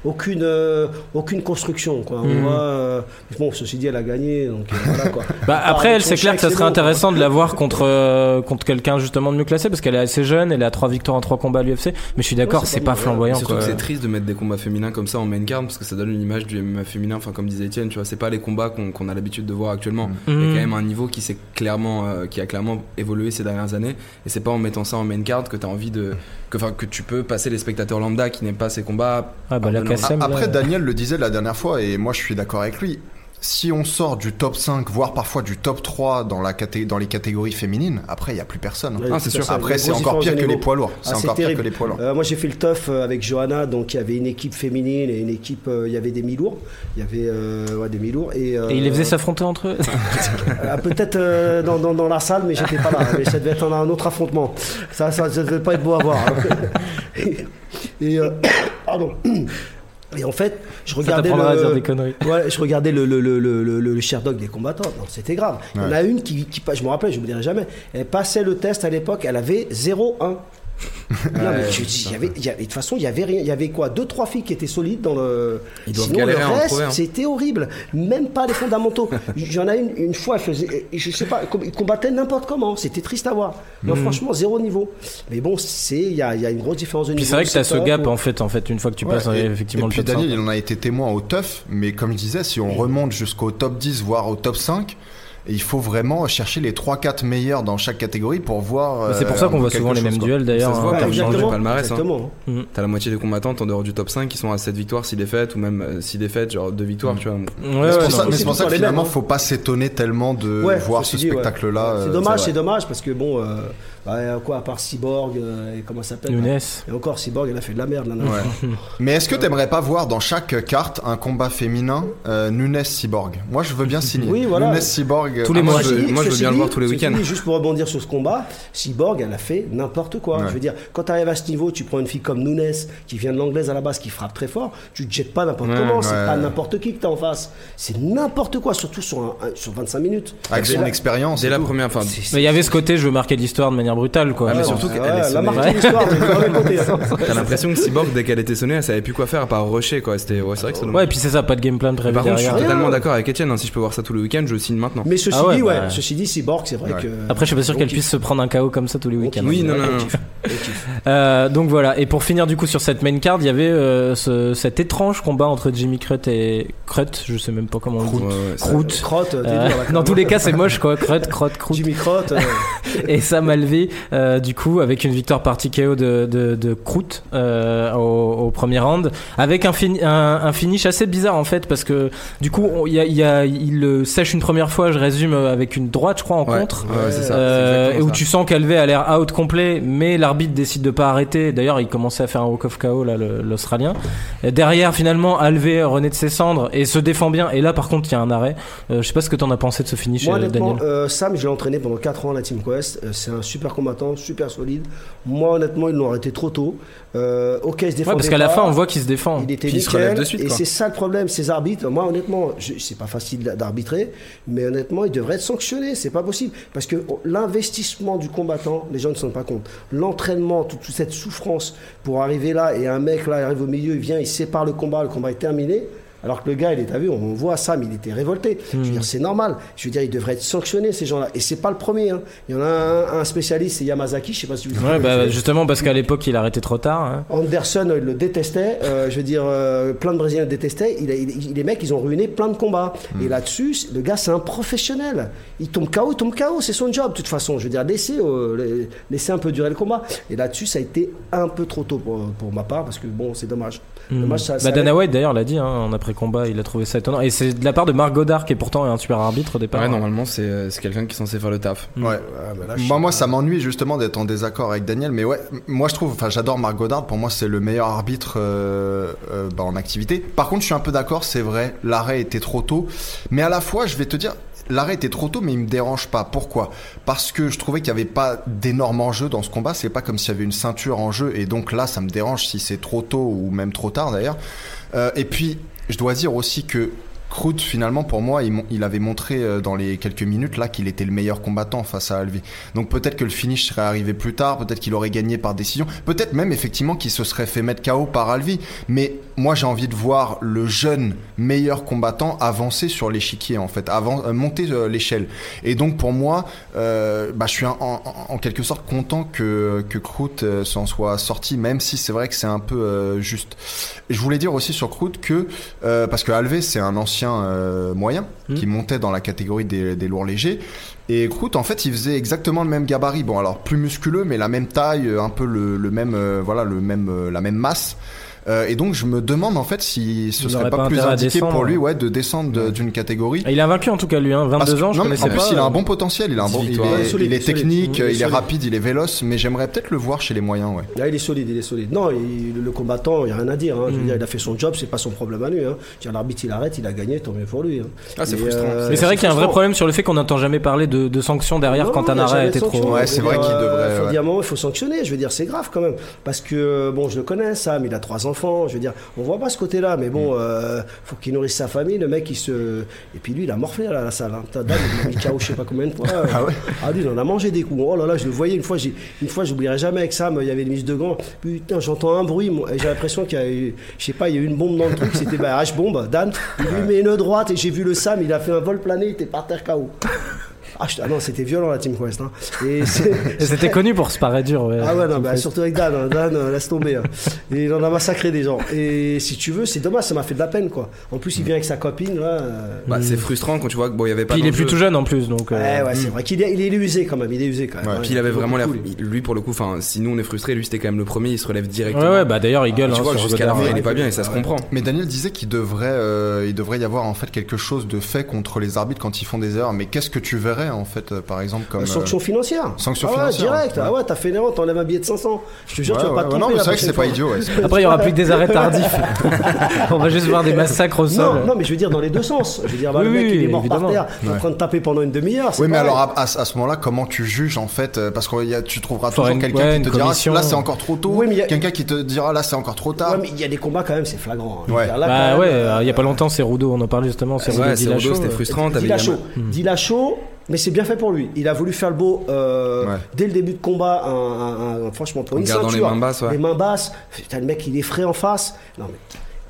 [SPEAKER 2] aucune euh, aucune construction quoi. On
[SPEAKER 1] Mm.
[SPEAKER 2] voit, euh, bon, ceci dit, elle a gagné donc euh, voilà quoi.
[SPEAKER 1] Bah,
[SPEAKER 2] Ah,
[SPEAKER 1] après,
[SPEAKER 2] avec
[SPEAKER 1] elle,
[SPEAKER 2] son
[SPEAKER 1] c'est clair
[SPEAKER 2] chèque,
[SPEAKER 1] que ça
[SPEAKER 2] c'est
[SPEAKER 1] serait
[SPEAKER 2] bon.
[SPEAKER 1] intéressant de la voir contre, euh, contre quelqu'un justement de mieux classé parce qu'elle est assez jeune, elle a trois victoires en trois combats à l'UFC. Mais je suis d'accord,
[SPEAKER 2] Ouais, c'est
[SPEAKER 1] c'est
[SPEAKER 2] pas
[SPEAKER 1] pas,
[SPEAKER 2] mal, ouais.
[SPEAKER 4] Mais
[SPEAKER 1] flamboyant
[SPEAKER 4] Surtout
[SPEAKER 1] quoi.
[SPEAKER 4] que c'est
[SPEAKER 2] euh,
[SPEAKER 4] triste de mettre des combats féminins comme ça en main card parce que ça donne une image du MMA féminin. Enfin, comme disait Étienne, tu vois, c'est pas les combats qu'on qu'on a l'habitude de voir
[SPEAKER 2] Mm.
[SPEAKER 4] actuellement. Il y a
[SPEAKER 1] Mhm.
[SPEAKER 4] quand même un niveau qui s'est clairement, euh, qui a clairement évolué ces dernières années. Et c'est pas en mettant ça en main card que t'as envie de, que, enfin, que tu peux passer les spectateurs lambda qui n'aiment pas ces combats.
[SPEAKER 1] Ah bah la
[SPEAKER 4] Ah,
[SPEAKER 1] Kassem.
[SPEAKER 3] A-
[SPEAKER 1] là,
[SPEAKER 3] Après,
[SPEAKER 1] euh,
[SPEAKER 3] Daniel le disait la dernière fois, et moi je suis d'accord avec lui. si on sort du top 5, voire parfois du top 3 dans, la caté- dans les catégories féminines, après, il n'y a plus personne. hein.
[SPEAKER 2] Ouais,
[SPEAKER 4] Ah, c'est sûr.
[SPEAKER 2] ça,
[SPEAKER 3] Après,
[SPEAKER 2] une
[SPEAKER 3] c'est
[SPEAKER 2] grosse
[SPEAKER 3] encore
[SPEAKER 2] différence
[SPEAKER 3] pire
[SPEAKER 2] de
[SPEAKER 3] que les
[SPEAKER 2] niveau.
[SPEAKER 3] poids lourds. C'est
[SPEAKER 2] Ah,
[SPEAKER 3] encore pire
[SPEAKER 2] terrible.
[SPEAKER 3] que les poids lourds.
[SPEAKER 2] Euh, moi, j'ai fait le teuf euh, avec Johanna, donc il y avait une équipe féminine et une équipe, euh, il y avait des mi-lourds, il y avait euh, ouais, des mi-lourds et, euh,
[SPEAKER 1] Et il les faisait s'affronter entre eux
[SPEAKER 2] euh, peut-être euh, dans, dans- dans la salle, mais j'étais pas là. Mais ça devait être un, un autre affrontement. Ça, ça, ça devait pas être beau à voir. et, et, euh, pardon. Et en fait, je
[SPEAKER 1] Ça
[SPEAKER 2] regardais
[SPEAKER 1] t'apprendra à
[SPEAKER 2] le-
[SPEAKER 1] dire des conneries.
[SPEAKER 2] Ouais, je regardais le, le, le, le, le, le Sherdog des combattants. Non, C'était grave. Il y en
[SPEAKER 3] Ouais.
[SPEAKER 2] a une qui, qui passe- je me rappelle, je ne dirai jamais. Elle passait le test à l'époque, elle avait 0-1. Non, mais je dis, il y avait, il y avait- de toute façon, il y avait rien. Il y avait quoi Deux, trois filles qui étaient solides dans le.
[SPEAKER 4] Ils doivent
[SPEAKER 2] Sinon, le
[SPEAKER 4] galérer à en
[SPEAKER 2] reste,
[SPEAKER 4] trouver, hein.
[SPEAKER 2] c'était horrible. Même pas les fondamentaux. J'en ai une, une fois, elle faisait, je sais pas, com- ils combattaient n'importe comment. C'était triste à voir. Non, franchement, zéro niveau. Mais bon, c'est, il y a, il y a une grosse différence de niveau.
[SPEAKER 1] Puis c'est vrai que t'as ce
[SPEAKER 2] top,
[SPEAKER 1] gap
[SPEAKER 2] ou-
[SPEAKER 1] en fait, en fait, une fois que tu
[SPEAKER 3] Ouais,
[SPEAKER 1] passes dans
[SPEAKER 3] et,
[SPEAKER 1] les- effectivement
[SPEAKER 3] et
[SPEAKER 1] le hein.
[SPEAKER 3] puis
[SPEAKER 1] top 5.
[SPEAKER 3] Daniel, il en a été témoin au teuf, mais comme je disais, si on remonte jusqu'au top 10, voire au top 5, il faut vraiment chercher les 3-4 meilleurs dans chaque catégorie pour voir.
[SPEAKER 1] Mais c'est
[SPEAKER 3] euh,
[SPEAKER 1] pour ça qu'on voit
[SPEAKER 3] quelque
[SPEAKER 1] souvent les
[SPEAKER 3] chose,
[SPEAKER 1] mêmes
[SPEAKER 3] quoi.
[SPEAKER 1] duels d'ailleurs.
[SPEAKER 4] Ça se voit,
[SPEAKER 1] en
[SPEAKER 4] par
[SPEAKER 1] termes
[SPEAKER 4] exemple,
[SPEAKER 1] d'enjeu.
[SPEAKER 4] le palmarès, hein.
[SPEAKER 2] Exactement.
[SPEAKER 4] T'as la moitié des combattantes en dehors du top 5 qui sont à 7 victoires, 6 défaites, ou même 6 défaites, genre 2 victoires,
[SPEAKER 2] Mm.
[SPEAKER 4] tu vois.
[SPEAKER 1] Ouais,
[SPEAKER 3] Mais c'est
[SPEAKER 1] ouais,
[SPEAKER 3] pour ça-
[SPEAKER 1] non,
[SPEAKER 3] mais c'est
[SPEAKER 2] c'est
[SPEAKER 3] pour ça
[SPEAKER 2] pour
[SPEAKER 3] que
[SPEAKER 2] les mêmes,
[SPEAKER 3] finalement,
[SPEAKER 2] hein.
[SPEAKER 3] faut pas s'étonner tellement de
[SPEAKER 2] Ouais,
[SPEAKER 3] Euh, voir ce
[SPEAKER 2] ceci dit, ouais.
[SPEAKER 3] spectacle-là. euh,
[SPEAKER 2] C'est dommage,
[SPEAKER 3] vrai.
[SPEAKER 2] c'est dommage parce que bon, euh, bah, quoi, à part Cyborg, euh, et comment ça s'appelle
[SPEAKER 1] Nunes.
[SPEAKER 2] Et encore Cyborg, elle a fait de la merde là. Ah, là.
[SPEAKER 3] Mais est-ce que t'aimerais pas voir dans chaque carte un combat féminin euh, Nunes Cyborg Moi, je veux bien signer.
[SPEAKER 2] Oui, voilà.
[SPEAKER 3] Nunes Cyborg.
[SPEAKER 1] Tous les
[SPEAKER 3] ah,
[SPEAKER 1] mois,
[SPEAKER 3] moi,
[SPEAKER 4] je- moi, je veux
[SPEAKER 2] ceci
[SPEAKER 4] bien le
[SPEAKER 2] dit-
[SPEAKER 4] voir tous les
[SPEAKER 2] ceci
[SPEAKER 4] week-ends.
[SPEAKER 2] dit, Juste pour rebondir sur ce combat, Cyborg, elle a fait n'importe quoi.
[SPEAKER 3] Ouais.
[SPEAKER 2] Je veux dire, quand tu arrives à ce niveau, tu prends une fille comme Nunes, qui vient de l'anglaise à la base, qui frappe très fort, tu te jettes pas n'importe
[SPEAKER 4] Ouais,
[SPEAKER 2] comment, c'est
[SPEAKER 3] ouais.
[SPEAKER 2] pas n'importe qui que t'as en face. C'est n'importe quoi, surtout sur, un- un- sur 25 minutes.
[SPEAKER 3] Avec
[SPEAKER 2] Et
[SPEAKER 3] son
[SPEAKER 2] là-
[SPEAKER 3] expérience.
[SPEAKER 4] Dès
[SPEAKER 3] et
[SPEAKER 4] la
[SPEAKER 3] tout.
[SPEAKER 4] première, enfin,
[SPEAKER 2] c'est- c'est-
[SPEAKER 1] Mais il y avait ce côté, je veux marquer l'histoire de manière brutale quoi.
[SPEAKER 4] Ah, mais
[SPEAKER 1] Ouais.
[SPEAKER 4] surtout
[SPEAKER 2] Ouais,
[SPEAKER 4] qu'elle est
[SPEAKER 2] elle a
[SPEAKER 4] sommée.
[SPEAKER 2] marqué l'histoire, mais de l'autre côté, hein.
[SPEAKER 4] t'as l'impression que Cyborg, dès qu'elle était sonnée, elle savait plus quoi faire à part rusher, quoi. C'était, ouais, c'est vrai que c'est dommage.
[SPEAKER 1] Ouais, et puis c'est ça, pas de game plan prévu
[SPEAKER 4] Par contre, je suis
[SPEAKER 1] derrière.
[SPEAKER 4] totalement d'accord avec Etienne, hein, si je peux voir ça tout le week-end, je signe maintenant.
[SPEAKER 2] Mais ceci
[SPEAKER 1] Ah ouais,
[SPEAKER 2] dit, ouais,
[SPEAKER 1] bah.
[SPEAKER 2] ceci dit, Cyborg, c'est vrai
[SPEAKER 3] Ouais.
[SPEAKER 2] que.
[SPEAKER 1] Après, je suis pas sûr
[SPEAKER 2] on
[SPEAKER 1] qu'elle
[SPEAKER 2] kiffe.
[SPEAKER 1] puisse se prendre un KO comme ça tous les week-ends.
[SPEAKER 4] Oui, non, non, non.
[SPEAKER 1] Euh, donc voilà. Et pour finir du coup sur cette main card, il y avait euh, ce- cet étrange combat entre Jimmy Crut et Crut, je sais même pas comment on dit.
[SPEAKER 4] Ouais, ouais, c'est-
[SPEAKER 1] Crut.
[SPEAKER 2] Crotte, t'es
[SPEAKER 1] Euh,
[SPEAKER 2] dur, là, quand
[SPEAKER 1] dans
[SPEAKER 2] même.
[SPEAKER 1] tous les cas, c'est moche quoi. Crut, Crut, Crut.
[SPEAKER 2] Jimmy Crotte, euh,
[SPEAKER 1] et Sam Alvey euh, du coup avec une victoire par TKO de, de, de Kroot, euh, au, au premier round avec un, fin- un, un finish assez bizarre en fait parce que du coup on- il y a, il y a- il le sèche une première fois je résume euh, avec une droite je crois en
[SPEAKER 4] Ouais,
[SPEAKER 1] contre
[SPEAKER 4] ouais, c'est ça.
[SPEAKER 1] euh,
[SPEAKER 4] c'est
[SPEAKER 1] et où
[SPEAKER 4] exactement ça.
[SPEAKER 1] tu sens qu'Alvey a l'air out complet, mais l'arbitre décide de pas arrêter. D'ailleurs, il commençait à faire un walk of KO là, le- l'Australien. Et Derrière, finalement, Alvey renaît de ses cendres et se défend bien. Et là, par contre, il y a un arrêt. Euh, je sais pas ce que t'en as pensé de ce finish,
[SPEAKER 2] moi
[SPEAKER 1] euh,
[SPEAKER 2] honnêtement,
[SPEAKER 1] Daniel.
[SPEAKER 2] euh, Sam, je l'ai entraîné pendant 4 ans à la Team Quest. Euh, c'est un super combattant, super solide. Moi honnêtement, ils l'ont arrêté trop tôt. Euh, ok, il se
[SPEAKER 1] Ouais,
[SPEAKER 2] défendait
[SPEAKER 1] parce qu'à la
[SPEAKER 2] pas.
[SPEAKER 1] fin, on voit qu'il se défend.
[SPEAKER 2] Il était
[SPEAKER 4] Puis il se relève
[SPEAKER 2] nickel.
[SPEAKER 4] de suite,
[SPEAKER 2] et
[SPEAKER 4] quoi.
[SPEAKER 2] c'est ça le problème, ces arbitres. Moi, honnêtement, je- c'est pas facile d'a- d'arbitrer, mais honnêtement, ils devraient être sanctionnés. C'est pas possible. Parce que oh, l'investissement du combattant, les gens ne se rendent pas compte. L'entraînement, toute, toute cette souffrance pour arriver là, et un mec là, il arrive au milieu, il vient, il sépare le combat, le combat est terminé. Alors que le gars, il est, à vu, on voit Sam, il était révolté. Je
[SPEAKER 4] Hmm.
[SPEAKER 2] veux dire, c'est normal. Je veux dire, ils devraient être sanctionnés, ces gens-là. Et c'est pas le premier. hein. Il y en a un, un spécialiste, c'est Yamazaki, je sais pas si vous
[SPEAKER 1] Ouais, bah, justement, parce qu'à l'époque, il arrêtait trop tard. hein.
[SPEAKER 2] Anderson, euh, il le détestait. euh, je veux dire, euh, plein de Brésiliens le détestaient. Il a- il- il- les mecs, ils ont ruiné plein de combats.
[SPEAKER 1] Hmm.
[SPEAKER 2] Et là-dessus, c- le gars, c'est un professionnel. Il tombe KO, il tombe KO. C'est son job, de toute façon. Je veux dire, laissez, euh, les- laissez un peu durer le combat. Et là-dessus, ça a été un peu trop tôt pour, pour ma part, parce que bon, c'est dommage. Dommage, ça. ça
[SPEAKER 1] Bah, Dana White, d'ailleurs, l'a dit hein, en après-combat, il a trouvé ça étonnant. Et c'est de la part de Marc Godard, qui est pourtant un super arbitre au départ.
[SPEAKER 4] Ouais, normalement, c'est euh, c'est quelqu'un qui est censé faire le taf.
[SPEAKER 3] Ouais. Moi, moi, ça m'ennuie justement d'être en désaccord avec Daniel, mais ouais, m- moi je trouve, enfin, j'adore Marc Godard. Pour moi, c'est le meilleur arbitre euh, euh, bah, en activité. Par contre, je suis un peu d'accord, c'est vrai, l'arrêt était trop tôt, mais à la fois, je vais te dire, l'arrêt était trop tôt, mais il me dérange pas. Pourquoi Parce que je trouvais qu'il y avait pas d'énorme enjeu dans ce combat. C'est pas comme s'il y avait une ceinture en jeu, et donc là, ça me dérange si c'est trop tôt ou même trop tard d'ailleurs. Euh, et puis, je dois dire aussi que Kroot, finalement, pour moi, il, mon- il avait montré euh, dans les quelques minutes là qu'il était le meilleur combattant face à Alvi. Donc peut-être que le finish serait arrivé plus tard, peut-être qu'il aurait gagné par décision, peut-être même effectivement qu'il se serait fait mettre KO par Alvi. Mais moi, j'ai envie de voir le jeune meilleur combattant avancer sur l'échiquier en fait, avan- euh, monter euh, l'échelle. Et donc pour moi, euh, bah, je suis un- en, en- en quelque sorte content que que Kroot euh, s'en soit sorti, même si c'est vrai que c'est un peu euh, juste. Je voulais dire aussi sur Kroot que euh, parce que Alvé c'est un ancien euh, moyen
[SPEAKER 1] Mm.
[SPEAKER 3] qui montait dans la catégorie des, des lourds légers et Kroot en fait il faisait exactement le même gabarit bon alors plus musculeux mais la même taille euh, un peu le, le même euh, voilà le même euh, la même masse Euh, et donc je me demande en fait si ce
[SPEAKER 1] Il
[SPEAKER 3] serait
[SPEAKER 1] aurait
[SPEAKER 3] pas,
[SPEAKER 1] pas
[SPEAKER 3] plus
[SPEAKER 1] intérêt à
[SPEAKER 3] indiqué pour
[SPEAKER 1] descendre. hein.
[SPEAKER 3] lui ouais, de descendre de- d'une catégorie.
[SPEAKER 1] Il a vaincu en tout cas lui, hein, 22
[SPEAKER 3] Parce que-
[SPEAKER 1] ans, je
[SPEAKER 3] non, mais
[SPEAKER 1] connaissais
[SPEAKER 3] en plus,
[SPEAKER 1] pas. euh,
[SPEAKER 3] il a un bon potentiel, il, a un bon, il,
[SPEAKER 4] victoires.
[SPEAKER 3] est,
[SPEAKER 4] Il est
[SPEAKER 2] solide,
[SPEAKER 3] il est
[SPEAKER 2] il est solide.
[SPEAKER 3] technique,
[SPEAKER 2] Il est
[SPEAKER 3] il, est
[SPEAKER 2] solide.
[SPEAKER 3] rapide, il est véloce, mais j'aimerais peut-être le voir chez les moyens, ouais.
[SPEAKER 2] Là, Ah, il est solide, il est solide. Non, il- le combattant, il n'y a rien à dire. hein.
[SPEAKER 1] Hmm.
[SPEAKER 2] Je veux dire, il a fait son job, c'est pas son problème à lui. Hein. Je veux dire, L'arbitre, il arrête, il a gagné, tant mieux pour lui. hein. euh,
[SPEAKER 4] Ah, c'est
[SPEAKER 2] Mais,
[SPEAKER 4] frustrant.
[SPEAKER 1] Mais c'est vrai qu'il y a un vrai
[SPEAKER 2] frustrant.
[SPEAKER 1] problème sur le fait qu'on n'entend jamais parler de, de sanctions derrière
[SPEAKER 2] Non,
[SPEAKER 1] quand un
[SPEAKER 2] non, il y a
[SPEAKER 1] arrêt
[SPEAKER 2] jamais
[SPEAKER 1] était
[SPEAKER 2] de sanction.
[SPEAKER 1] trop.
[SPEAKER 3] Ouais,
[SPEAKER 2] Je veux
[SPEAKER 3] c'est vrai
[SPEAKER 2] dire,
[SPEAKER 3] qu'il
[SPEAKER 2] euh,
[SPEAKER 3] devrait,
[SPEAKER 2] faut
[SPEAKER 3] ouais.
[SPEAKER 2] dire, à un moment, il faut sanctionner. Je veux dire, c'est grave quand même. Parce que, euh, bon, je le connais, Sam, il a trois enfants. Je veux dire, on voit pas ce côté-là. Mais bon,
[SPEAKER 1] Mm.
[SPEAKER 2] euh, faut qu'il nourrisse sa famille. Le mec, il se. Et puis lui, il a morflé là, à la salle. Hein. Putain, Dan, il a mis KO, je sais pas combien de fois. Ah ouais Ah, lui, il en a mangé des coups. Oh là là, je le voyais une fois. j'ai- Une fois, j'oublierai jamais avec Sam, il y avait une mise de gants. Putain, j'entends un bruit. moi, et J'ai l'impression qu'il y a eu. Je sais pas, il y a eu une bombe dans le truc. C'était bah, H-bombe. Dan, il lui met une droite. Et j'ai vu le Sam, il a fait un vol plané, il était par terre KO. Ah, je- ah non, c'était violent la Team Quest. Hein. Et c'est-
[SPEAKER 1] Et C'était connu pour se paraître dur. Ouais.
[SPEAKER 2] Ah ouais, non,
[SPEAKER 1] Team
[SPEAKER 2] bah,
[SPEAKER 1] Fest.
[SPEAKER 2] surtout avec Dan. hein. Dan, euh, laisse tomber. hein. Et il en a massacré des gens. Et si tu veux, c'est dommage, ça m'a fait de la peine quoi. En plus, il vient avec sa copine là. euh,
[SPEAKER 4] Bah, c'est frustrant quand tu vois que bon, il y avait pas.
[SPEAKER 1] Puis il est
[SPEAKER 4] d'enjeu.
[SPEAKER 1] plus tout jeune en plus, donc. euh,
[SPEAKER 2] Ouais, ouais, c'est vrai qu'il est, il est usé quand même. Il est usé quand même. hein.
[SPEAKER 3] Ouais,
[SPEAKER 2] Ouais,
[SPEAKER 4] Puis il avait
[SPEAKER 2] toujours
[SPEAKER 4] vraiment l'air.
[SPEAKER 2] cool.
[SPEAKER 4] Lui, pour le coup, enfin, si nous on est frustrés, lui c'était quand même le premier, il se relève
[SPEAKER 1] ouais,
[SPEAKER 4] directement.
[SPEAKER 1] ouais, bah d'ailleurs il gueule.
[SPEAKER 4] tu
[SPEAKER 1] hein,
[SPEAKER 4] vois,
[SPEAKER 1] sur
[SPEAKER 4] jusqu'à la
[SPEAKER 1] Godard.
[SPEAKER 4] fin, il est pas bien et ça se comprend.
[SPEAKER 3] Mais Daniel disait qu'il devrait, euh, il devrait y avoir en fait quelque chose de fait contre les arbitres quand ils font des erreurs. Mais qu'est-ce que tu verrais en fait, euh, par exemple, comme
[SPEAKER 2] Euh, sanction
[SPEAKER 3] euh,
[SPEAKER 2] financière.
[SPEAKER 3] sanction
[SPEAKER 2] ah ouais,
[SPEAKER 3] financière.
[SPEAKER 2] direct. Ah ouais, t'as fait une erreur, t'enlèves un billet de 500. Je te jure,
[SPEAKER 3] Ouais,
[SPEAKER 2] tu vas pas
[SPEAKER 3] ouais,
[SPEAKER 2] te
[SPEAKER 3] non,
[SPEAKER 2] tromper
[SPEAKER 3] mais
[SPEAKER 2] la
[SPEAKER 3] c'est vrai que
[SPEAKER 2] prochaine
[SPEAKER 3] c'est pas
[SPEAKER 2] fois.
[SPEAKER 3] idiot. ouais.
[SPEAKER 1] Après il y aura plus que des arrêts tardifs. On va juste voir des massacres au sol.
[SPEAKER 2] Non, non, mais je veux dire dans les deux sens. Je veux dire, bah, le
[SPEAKER 1] Oui,
[SPEAKER 2] mec,
[SPEAKER 1] oui,
[SPEAKER 2] il est mort
[SPEAKER 1] évidemment.
[SPEAKER 2] par terre, il est en train de taper pendant une demi-heure. c'est
[SPEAKER 3] Oui, mais
[SPEAKER 2] pareil.
[SPEAKER 3] alors à, à- à ce moment-là, comment tu juges en fait euh, Parce que tu trouveras
[SPEAKER 1] Faudrait
[SPEAKER 3] toujours
[SPEAKER 1] une-
[SPEAKER 3] quelqu'un
[SPEAKER 1] ouais,
[SPEAKER 3] qui te
[SPEAKER 1] une
[SPEAKER 3] dira
[SPEAKER 1] commission.
[SPEAKER 3] là c'est encore trop tôt,
[SPEAKER 2] Oui, mais il y a-
[SPEAKER 3] quelqu'un qui te dira là c'est encore trop tard.
[SPEAKER 2] Ouais, mais il y a des combats quand même, c'est flagrant. hein. Je veux
[SPEAKER 3] Ouais.
[SPEAKER 2] dire, là,
[SPEAKER 1] Bah
[SPEAKER 2] quand
[SPEAKER 1] ouais,
[SPEAKER 2] même,
[SPEAKER 1] euh, il y a
[SPEAKER 2] euh,
[SPEAKER 1] pas longtemps, c'est Rudo, on en parlait justement, c'est
[SPEAKER 4] Ouais,
[SPEAKER 1] Rudo
[SPEAKER 4] c'est
[SPEAKER 1] Dilacho.
[SPEAKER 4] Rodo, c'était
[SPEAKER 1] euh.
[SPEAKER 4] frustrant. t'avais
[SPEAKER 2] Dilacho,
[SPEAKER 4] Yama-
[SPEAKER 2] Dilacho, mais c'est bien fait pour lui. Il a voulu faire le beau euh,
[SPEAKER 3] Ouais.
[SPEAKER 2] dès le début de combat. un- un- un- franchement, pour
[SPEAKER 4] En
[SPEAKER 2] une
[SPEAKER 4] gardant
[SPEAKER 2] ceinture,
[SPEAKER 4] les mains basses, ouais.
[SPEAKER 2] les mains basses. Putain, le mec, il est frais en face. Non mais.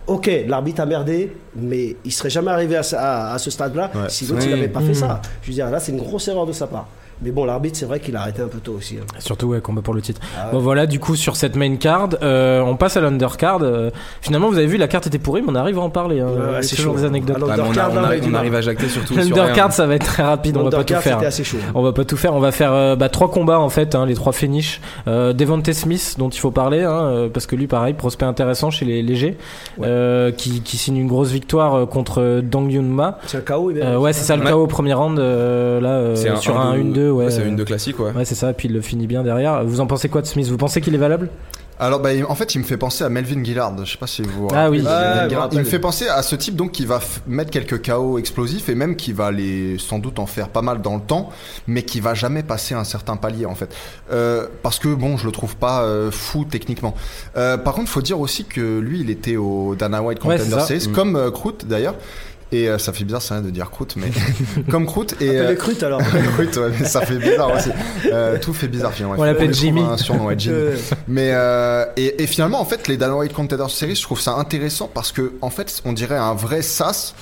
[SPEAKER 2] Ok, l'arbitre a merdé, mais il serait jamais arrivé à, ce- à- à ce stade-là
[SPEAKER 3] Ouais.
[SPEAKER 2] si l'autre il
[SPEAKER 4] Oui.
[SPEAKER 2] n'avait pas fait
[SPEAKER 1] Mmh.
[SPEAKER 2] ça. Je veux dire, là, c'est une grosse erreur de sa part. Mais bon, l'arbitre, c'est vrai qu'il a arrêté un peu tôt aussi. hein. Ah,
[SPEAKER 1] Surtout, ouais, combat pour le titre. Bon, voilà, du coup, sur cette main card, euh, on passe à l'undercard. euh, finalement, vous avez vu, la carte était pourrie, mais on arrive à en parler. hein,
[SPEAKER 2] Ouais,
[SPEAKER 1] avec
[SPEAKER 2] c'est
[SPEAKER 1] toujours
[SPEAKER 2] chaud. Ah
[SPEAKER 1] des anecdotes.
[SPEAKER 2] Alors,
[SPEAKER 4] Ouais, mais Bah, on, a-
[SPEAKER 2] Undercard, là,
[SPEAKER 4] on a-
[SPEAKER 2] avec
[SPEAKER 4] on
[SPEAKER 2] du mal.
[SPEAKER 4] arrive à jacter surtout. sur rien.
[SPEAKER 1] L'undercard, ça va être très rapide, on va pas tout
[SPEAKER 2] Undercard,
[SPEAKER 1] faire.
[SPEAKER 2] c'était assez chaud. hein.
[SPEAKER 1] On va pas tout faire, on va faire euh, bah, trois combats en fait, hein, les trois finishes. Euh, Devante Smith, dont il faut parler, hein, euh, parce que lui, pareil, prospect intéressant chez les légers, euh, qui, qui signe une grosse victoire euh, contre euh, Dong Yunma.
[SPEAKER 2] C'est un KO, il est-
[SPEAKER 1] Euh, ouais, c'est ça le
[SPEAKER 4] Ouais.
[SPEAKER 1] KO au premier round, euh, là, euh,
[SPEAKER 4] C'est
[SPEAKER 1] sur un 1-2.
[SPEAKER 4] deux-
[SPEAKER 1] ouais, euh,
[SPEAKER 4] c'est une 2 classique, ouais.
[SPEAKER 1] Ouais, c'est ça, puis il le finit bien derrière. Vous en pensez quoi de Smith Vous pensez qu'il est valable
[SPEAKER 3] Alors, bah, il- en fait, il me fait penser à Melvin Gillard. Je sais pas si vous. vous
[SPEAKER 1] Ah oui.
[SPEAKER 3] rappelez de
[SPEAKER 1] Ouais,
[SPEAKER 3] Melvin
[SPEAKER 2] je me
[SPEAKER 3] Gillard.
[SPEAKER 2] rappelle.
[SPEAKER 3] il me fait penser à ce type donc qui va f- mettre quelques KO explosifs et même qui va les sans doute en faire pas mal dans le temps, mais qui va jamais passer un certain palier en fait. Euh, parce que bon, je le trouve pas euh, fou techniquement. Euh, par contre, faut dire aussi que lui, il était au Dana White
[SPEAKER 1] Ouais,
[SPEAKER 3] Contender
[SPEAKER 1] c'est ça.
[SPEAKER 3] Series,
[SPEAKER 4] Mm.
[SPEAKER 3] comme euh, Kroot d'ailleurs. Et euh, ça fait bizarre, c'est rien de dire Kroot, mais comme Kroot et
[SPEAKER 2] T'as
[SPEAKER 3] euh,
[SPEAKER 2] des crutes, alors.
[SPEAKER 3] Kroot, ouais, mais ça fait bizarre aussi. Euh, tout fait bizarre finalement.
[SPEAKER 1] On l'appelle
[SPEAKER 3] Il faut
[SPEAKER 1] Jimmy.
[SPEAKER 3] un surnom, ouais, Jimmy.
[SPEAKER 2] Euh,
[SPEAKER 3] Mais euh, et, et finalement, en fait, les Dan White Contender Series, je trouve ça intéressant parce que, en fait, on dirait un vrai sas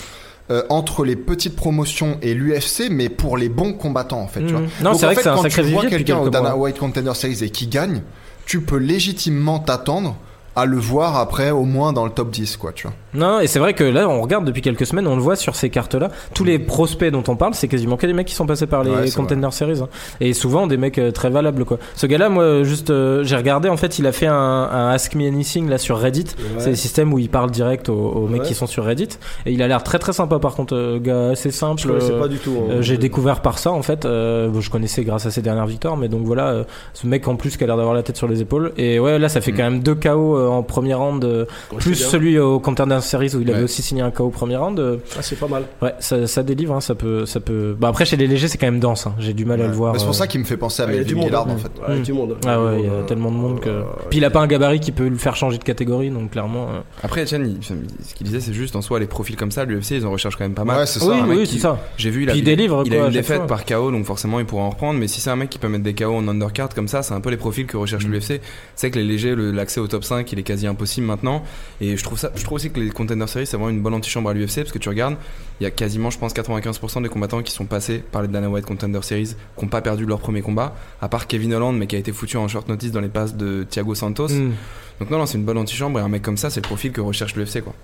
[SPEAKER 3] euh, entre les petites promotions et l'UFC, mais pour les bons combattants, en fait.
[SPEAKER 1] Mhm.
[SPEAKER 3] tu vois.
[SPEAKER 1] Non,
[SPEAKER 3] Donc,
[SPEAKER 1] c'est
[SPEAKER 3] en
[SPEAKER 1] vrai que
[SPEAKER 3] fait,
[SPEAKER 1] c'est un
[SPEAKER 3] quand
[SPEAKER 1] sacré
[SPEAKER 3] tu vois
[SPEAKER 1] vivier depuis
[SPEAKER 3] quelqu'un au
[SPEAKER 1] quelques
[SPEAKER 3] Dana
[SPEAKER 1] mois.
[SPEAKER 3] White Contender Series et qui gagne, tu peux légitimement t'attendre à le voir après au moins dans le top 10 quoi tu vois
[SPEAKER 1] Non, et c'est vrai que là, on regarde depuis quelques semaines, on le voit sur ces cartes-là. Tous les prospects dont on parle, c'est quasiment que des mecs qui sont passés par les
[SPEAKER 3] Ouais, c'est
[SPEAKER 1] Contender Series. hein. Et souvent, des mecs euh, très valables, quoi. Ce gars-là, moi, juste, euh, j'ai regardé, en fait, il a fait un, un Ask Me Anything, là, sur Reddit. C'est des systèmes où il parle direct aux, aux mecs
[SPEAKER 2] Ouais.
[SPEAKER 1] qui sont sur Reddit. Et il a l'air très très sympa, par contre, euh, gars assez simple.
[SPEAKER 2] Je connaissais
[SPEAKER 1] euh,
[SPEAKER 2] pas du tout. hein.
[SPEAKER 1] Euh, j'ai découvert par ça en fait. Euh, bon, je connaissais grâce à ses dernières victoires, mais donc voilà, euh, ce mec en plus qui a l'air d'avoir la tête sur les épaules. Et ouais, là, ça fait
[SPEAKER 4] Mm.
[SPEAKER 1] quand même deux KO euh, en premier round, euh,
[SPEAKER 2] Quand
[SPEAKER 1] plus
[SPEAKER 2] c'est bien.
[SPEAKER 1] celui au Contender Series où il avait
[SPEAKER 4] Ouais.
[SPEAKER 1] aussi signé un KO premier round. euh,
[SPEAKER 2] Ah, c'est pas mal.
[SPEAKER 1] ouais, ça, ça délivre, hein, ça peut, ça peut. Bah après, chez les légers, c'est quand même dense. hein. J'ai du mal à le voir.
[SPEAKER 3] Mais Bah, c'est
[SPEAKER 1] euh.
[SPEAKER 3] pour ça qu'il me fait penser à
[SPEAKER 2] Ah, il y a du
[SPEAKER 3] Melvin
[SPEAKER 2] monde,
[SPEAKER 3] Gillard
[SPEAKER 2] hein.
[SPEAKER 3] en fait
[SPEAKER 2] Ouais, il y a
[SPEAKER 1] Mm.
[SPEAKER 2] du monde.
[SPEAKER 1] Ah ouais, il y
[SPEAKER 2] Euh,
[SPEAKER 1] a tellement de monde que.
[SPEAKER 2] euh,
[SPEAKER 1] Puis il a pas un gabarit qui peut le faire changer de catégorie, donc clairement. euh.
[SPEAKER 4] Après, Etienne, il- ce qu'il disait, c'est juste en soi, les profils comme ça, l'UFC, ils en recherchent quand même pas mal.
[SPEAKER 3] ouais c'est ça
[SPEAKER 1] Oui,
[SPEAKER 3] un mec
[SPEAKER 1] oui,
[SPEAKER 4] qui-
[SPEAKER 1] c'est ça.
[SPEAKER 4] J'ai vu, il a,
[SPEAKER 1] Puis il délivre.
[SPEAKER 4] il
[SPEAKER 1] quoi,
[SPEAKER 4] a
[SPEAKER 1] à
[SPEAKER 4] une
[SPEAKER 1] chaque
[SPEAKER 4] défaite
[SPEAKER 1] fois.
[SPEAKER 4] par KO, donc forcément, il pourra en reprendre. Mais si c'est un mec qui peut mettre des KO en undercard comme ça, c'est un peu les profils que
[SPEAKER 1] Mm.
[SPEAKER 4] recherche l'UFC. C'est que les légers, le- l'accès au top 5, il est quasi impossible maintenant. Et je trouve, ça, je trouve aussi que les Contender Series, c'est vraiment une bonne antichambre à l'UFC parce que tu regardes, il y a quasiment, je pense, 95% des combattants qui sont passés par les Dana White Contender Series, qui n'ont pas perdu leur premier combat, à part Kevin Holland, mais qui a été foutu en short notice dans les passes de Thiago Santos.
[SPEAKER 1] Mm.
[SPEAKER 4] Donc non, non, c'est une bonne antichambre et un mec comme ça, c'est le profil que recherche l'UFC, quoi.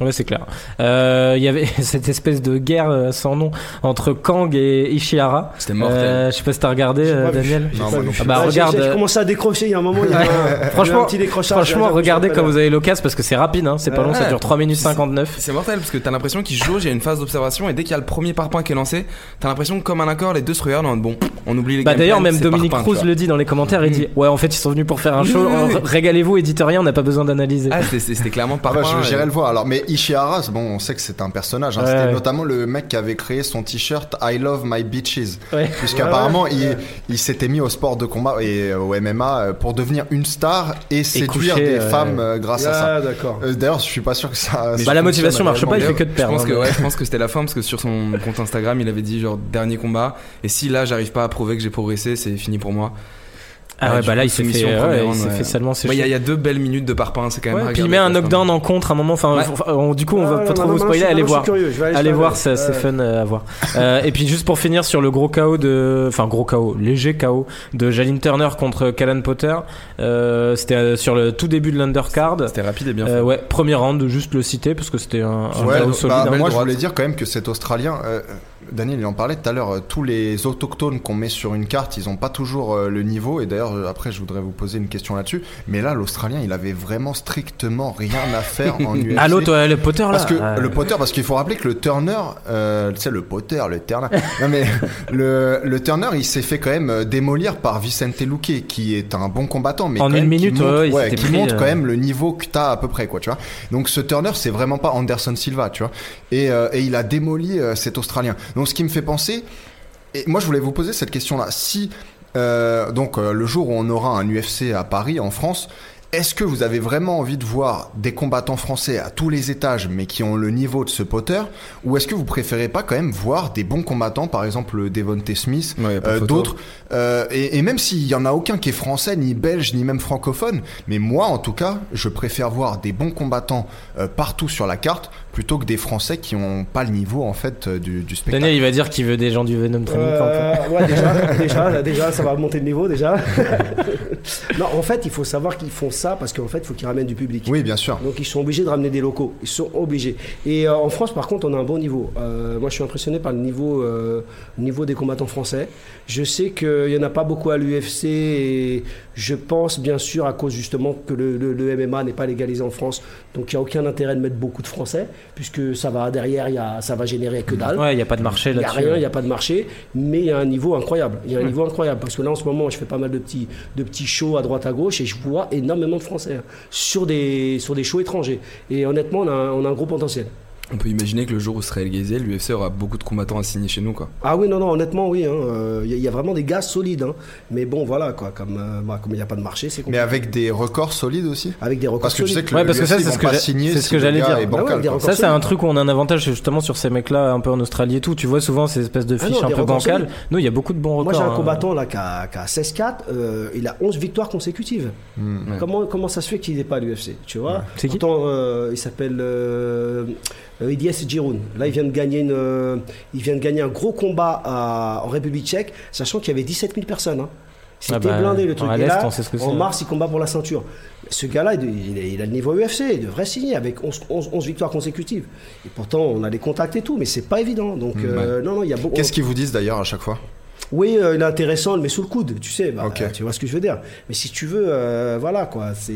[SPEAKER 1] Ouais, c'est clair. Euh, Il y avait cette espèce de guerre euh, sans nom entre Kang et Ishihara.
[SPEAKER 4] C'était mortel.
[SPEAKER 1] Euh, je sais pas si t'as regardé,
[SPEAKER 2] j'ai
[SPEAKER 1] euh,
[SPEAKER 2] pas vu.
[SPEAKER 1] Daniel.
[SPEAKER 2] J'ai
[SPEAKER 3] Non,
[SPEAKER 2] pas
[SPEAKER 3] moi
[SPEAKER 2] vu.
[SPEAKER 3] non plus.
[SPEAKER 1] Ah bah,
[SPEAKER 2] j'ai-
[SPEAKER 1] regarde,
[SPEAKER 2] j'ai- J'ai
[SPEAKER 1] euh,
[SPEAKER 2] commencé à décrocher il y a un moment. Il y a eu un,
[SPEAKER 1] Franchement-
[SPEAKER 2] un petit décrochage.
[SPEAKER 1] Franchement,
[SPEAKER 2] J'ai- j'ai
[SPEAKER 1] regardez quand vous avez l'occasion parce que c'est rapide, hein, c'est pas
[SPEAKER 2] Ouais.
[SPEAKER 1] long, ça dure 3 minutes 59.
[SPEAKER 4] C'est mortel parce que t'as l'impression qu'il jauge, il y a une phase d'observation et dès qu'il y a le premier parpaing qui est lancé, t'as l'impression que comme un accord, les deux se regardent en mode, bon, on oublie les
[SPEAKER 1] Bah
[SPEAKER 4] game
[SPEAKER 1] d'ailleurs
[SPEAKER 4] plans,
[SPEAKER 1] même
[SPEAKER 4] c'est
[SPEAKER 1] Dominique
[SPEAKER 4] parpaing, tu
[SPEAKER 1] Cruz
[SPEAKER 4] vois.
[SPEAKER 1] le dit dans les commentaires, il dit ouais en fait ils sont venus pour faire un
[SPEAKER 4] Mm. Oui,
[SPEAKER 1] show,
[SPEAKER 4] oui, oui, oui.
[SPEAKER 1] r- régalez-vous, éditez rien, on n'a pas besoin d'analyser.
[SPEAKER 4] Ah, c'était- c'était clairement
[SPEAKER 3] Ah bah,
[SPEAKER 4] parpaing.
[SPEAKER 3] je- J'irai
[SPEAKER 4] et-
[SPEAKER 3] le voir alors. Mais Ishihara, c'est bon, on sait que c'est un personnage. hein.
[SPEAKER 1] Ouais,
[SPEAKER 3] C'était
[SPEAKER 1] ouais.
[SPEAKER 3] notamment le mec qui avait créé son t-shirt I love my bitches.
[SPEAKER 1] Ouais.
[SPEAKER 3] Puisqu'apparemment, il, il s'était mis au sport de combat et euh, au MMA euh, pour devenir une star et séduire
[SPEAKER 1] coucher,
[SPEAKER 3] des
[SPEAKER 1] euh,
[SPEAKER 3] femmes euh, grâce à ça.
[SPEAKER 2] Ah, d'accord.
[SPEAKER 3] Euh, D'ailleurs, je suis pas sûr que ça.
[SPEAKER 1] Bah, la motivation
[SPEAKER 3] fonctionne
[SPEAKER 1] marche pas, il fait que de
[SPEAKER 4] Je
[SPEAKER 1] perdre.
[SPEAKER 4] pense
[SPEAKER 1] hein,
[SPEAKER 4] que
[SPEAKER 1] mais-
[SPEAKER 4] ouais, je pense que c'était la fin parce que sur son compte Instagram, il avait dit genre dernier combat et si là j'arrive pas à prouver que j'ai progressé, c'est fini pour moi.
[SPEAKER 1] Ah
[SPEAKER 4] Ouais,
[SPEAKER 1] ouais,
[SPEAKER 4] du
[SPEAKER 1] bah là
[SPEAKER 4] coup,
[SPEAKER 1] il s'est fait,
[SPEAKER 4] soumission
[SPEAKER 1] ouais,
[SPEAKER 4] première
[SPEAKER 1] il s'est
[SPEAKER 4] round, ouais.
[SPEAKER 1] fait seulement ses
[SPEAKER 4] Ouais, Il y, a- il y a deux belles minutes de parpaing, c'est quand même.
[SPEAKER 1] Ouais,
[SPEAKER 4] à
[SPEAKER 1] puis il
[SPEAKER 4] regarder,
[SPEAKER 1] met un
[SPEAKER 4] quoi,
[SPEAKER 1] knockdown en contre à un moment. Enfin,
[SPEAKER 4] Ouais.
[SPEAKER 1] faut- on- du coup, on va
[SPEAKER 2] Ah,
[SPEAKER 1] pas trop
[SPEAKER 2] non,
[SPEAKER 1] vous
[SPEAKER 2] non,
[SPEAKER 1] spoiler.
[SPEAKER 2] non,
[SPEAKER 1] Allez
[SPEAKER 2] je suis
[SPEAKER 1] voir,
[SPEAKER 2] curieux, je vais aller-
[SPEAKER 1] allez
[SPEAKER 2] je vais
[SPEAKER 1] voir,
[SPEAKER 2] aller.
[SPEAKER 1] ça- c'est
[SPEAKER 2] Ouais.
[SPEAKER 1] fun euh, à voir. Euh, et puis juste pour finir sur le gros KO de, enfin gros KO, léger KO de Jalin Turner contre Callan Potter. Euh, c'était euh, sur le tout début de l'undercard.
[SPEAKER 4] C'était rapide et bien. fait.
[SPEAKER 1] Euh, ouais, premier round, juste le citer parce que c'était un, un
[SPEAKER 3] Ouais,
[SPEAKER 1] KO
[SPEAKER 3] bah,
[SPEAKER 1] solide. hein.
[SPEAKER 3] moi je voulais dire quand même que cet Australien, euh, Daniel il en parlait tout à l'heure, euh, tous les autochtones qu'on met sur une carte, ils ont pas toujours euh, le niveau. Et d'ailleurs, euh, après, je voudrais vous poser une question là-dessus. Mais là, l'Australien, il avait vraiment strictement rien à faire en UFC.
[SPEAKER 1] Ah l'autre, ouais, le Potter là.
[SPEAKER 3] Parce que
[SPEAKER 1] Ah,
[SPEAKER 3] le Potter, parce qu'il faut rappeler que le Turner, euh, tu sais le Potter, le Turner, non mais le, le Turner, il s'est fait quand même euh, démolir par Vicente Luque, qui est un bon combattant, mais
[SPEAKER 1] En
[SPEAKER 3] quand même
[SPEAKER 1] une
[SPEAKER 3] qui
[SPEAKER 1] minute,
[SPEAKER 3] montre,
[SPEAKER 1] ouais, il s'était
[SPEAKER 3] qui
[SPEAKER 1] pris,
[SPEAKER 3] montre
[SPEAKER 1] euh,
[SPEAKER 3] quand même le niveau que t'as à peu près, quoi, tu vois. Donc ce Turner, c'est vraiment pas Anderson Silva, tu vois, et, euh, et il a démoli euh, cet Australien. Donc ce qui me fait penser, et moi je voulais vous poser cette question-là, si euh, donc euh, le jour où on aura un UFC à Paris, en France, est-ce que vous avez vraiment envie de voir des combattants français à tous les étages, mais qui ont le niveau de ce Potter, ou est-ce que vous préférez pas quand même voir des bons combattants, par exemple Devonte Smith,
[SPEAKER 4] Ouais, y a pas
[SPEAKER 3] euh,
[SPEAKER 4] photo.
[SPEAKER 3] d'autres, euh, et, et même s'il y en a aucun qui est français, ni belge, ni même francophone, mais moi en tout cas, je préfère voir des bons combattants euh, partout sur la carte plutôt que des Français qui ont pas le niveau en fait euh, du, du spectacle.
[SPEAKER 1] Daniel, il va dire qu'il veut des gens du Venom Training Camp.
[SPEAKER 2] Euh, ouais, déjà, déjà, là, déjà, ça va monter le niveau déjà. non, en fait, il faut savoir qu'ils font ça parce qu'en fait, il faut qu'ils ramènent du public.
[SPEAKER 3] Oui, bien sûr.
[SPEAKER 2] Donc ils sont obligés de ramener des locaux. Ils sont obligés. Et euh, en France, par contre, on a un bon niveau. Euh, moi, je suis impressionné par le niveau, euh, niveau des combattants français. Je sais qu'il n'y en a pas beaucoup à l'UFC. Et je pense, bien sûr, à cause justement que le, le- le MMA n'est pas légalisé en France. Donc il n'y a aucun intérêt de mettre beaucoup de Français, puisque ça va derrière, il y a, ça va générer que dalle.
[SPEAKER 1] Ouais, il y a pas de marché
[SPEAKER 2] Il n'y Bah, a
[SPEAKER 1] là-dessus.
[SPEAKER 2] rien, il n'y a pas de marché, mais il y a un niveau incroyable. Il y a un niveau incroyable parce que là en ce moment, je fais pas mal de petits, de petits shows à droite à gauche et je vois énormément de Français hein, sur des sur des shows étrangers. Et honnêtement, on a, un- on a un gros potentiel.
[SPEAKER 4] On peut imaginer que le jour où ce serait légalisé, l'UFC aura beaucoup de combattants à signer chez nous quoi.
[SPEAKER 2] Ah oui, non, non, honnêtement, oui. hein, euh, Il y, a- il y a vraiment des gars solides. hein. Mais bon, voilà quoi. Comme euh, bah, comme il n'y a pas de marché, c'est
[SPEAKER 3] Mais
[SPEAKER 2] compliqué.
[SPEAKER 3] avec des records solides aussi
[SPEAKER 2] Avec des records
[SPEAKER 3] Parce que je
[SPEAKER 2] solides.
[SPEAKER 3] sais que
[SPEAKER 1] Ouais,
[SPEAKER 3] le
[SPEAKER 1] parce que
[SPEAKER 3] UFC,
[SPEAKER 1] ça,
[SPEAKER 3] ils
[SPEAKER 1] c'est
[SPEAKER 3] vont
[SPEAKER 1] ce que
[SPEAKER 3] pas
[SPEAKER 1] j'a-
[SPEAKER 3] signer
[SPEAKER 1] c'est ce
[SPEAKER 3] si
[SPEAKER 1] que
[SPEAKER 3] le
[SPEAKER 1] j'allais
[SPEAKER 3] gars
[SPEAKER 1] dire.
[SPEAKER 3] est
[SPEAKER 1] Bah
[SPEAKER 3] bancal,
[SPEAKER 2] ouais, des
[SPEAKER 3] quoi.
[SPEAKER 2] records
[SPEAKER 1] Ça, c'est
[SPEAKER 2] solides.
[SPEAKER 1] un truc où on a un avantage justement sur ces mecs-là, un peu en Australie et tout. Tu vois souvent ces espèces de
[SPEAKER 2] Ah non,
[SPEAKER 1] fiches un
[SPEAKER 2] des
[SPEAKER 1] peu
[SPEAKER 2] records
[SPEAKER 1] bancales.
[SPEAKER 2] solides.
[SPEAKER 1] Nous, il y a beaucoup de bons records.
[SPEAKER 2] Moi, j'ai un
[SPEAKER 1] hein.
[SPEAKER 2] combattant là qui a, qui a 16-4, euh, il a 11 victoires consécutives.
[SPEAKER 4] ouais.
[SPEAKER 2] Comment, comment ça se fait qu'il n'est pas à l'UFC Tu vois
[SPEAKER 1] C'est qui
[SPEAKER 2] Pourtant, euh, il s'appelle euh, euh, Ilyes Giroun. Là, il vient, de gagner une, euh, il vient de gagner un gros combat à- en République tchèque, sachant qu'il y avait 17 000 personnes. hein. C'était
[SPEAKER 1] Ah bah,
[SPEAKER 2] blindé le
[SPEAKER 1] en
[SPEAKER 2] truc.
[SPEAKER 1] à
[SPEAKER 2] Et
[SPEAKER 1] l'Est,
[SPEAKER 2] là,
[SPEAKER 1] on sait ce que c'est,
[SPEAKER 2] en
[SPEAKER 1] hein.
[SPEAKER 2] mars, il combat pour la ceinture. Ce gars-là, il, il est- il a le niveau UFC, il devrait signer avec 11, 11 11 victoires consécutives. Et pourtant, on a les contacts et tout, mais c'est pas évident. Donc,
[SPEAKER 1] Hmm.
[SPEAKER 2] euh, non, non, il y a beaucoup.
[SPEAKER 3] Qu'est-ce qu'ils vous disent d'ailleurs à chaque fois
[SPEAKER 2] Oui, euh, il est intéressant, mais sous le coude, tu sais. bah,
[SPEAKER 3] Ok.
[SPEAKER 2] euh, Tu vois ce que je veux dire. Mais si tu veux, euh, voilà quoi. C'est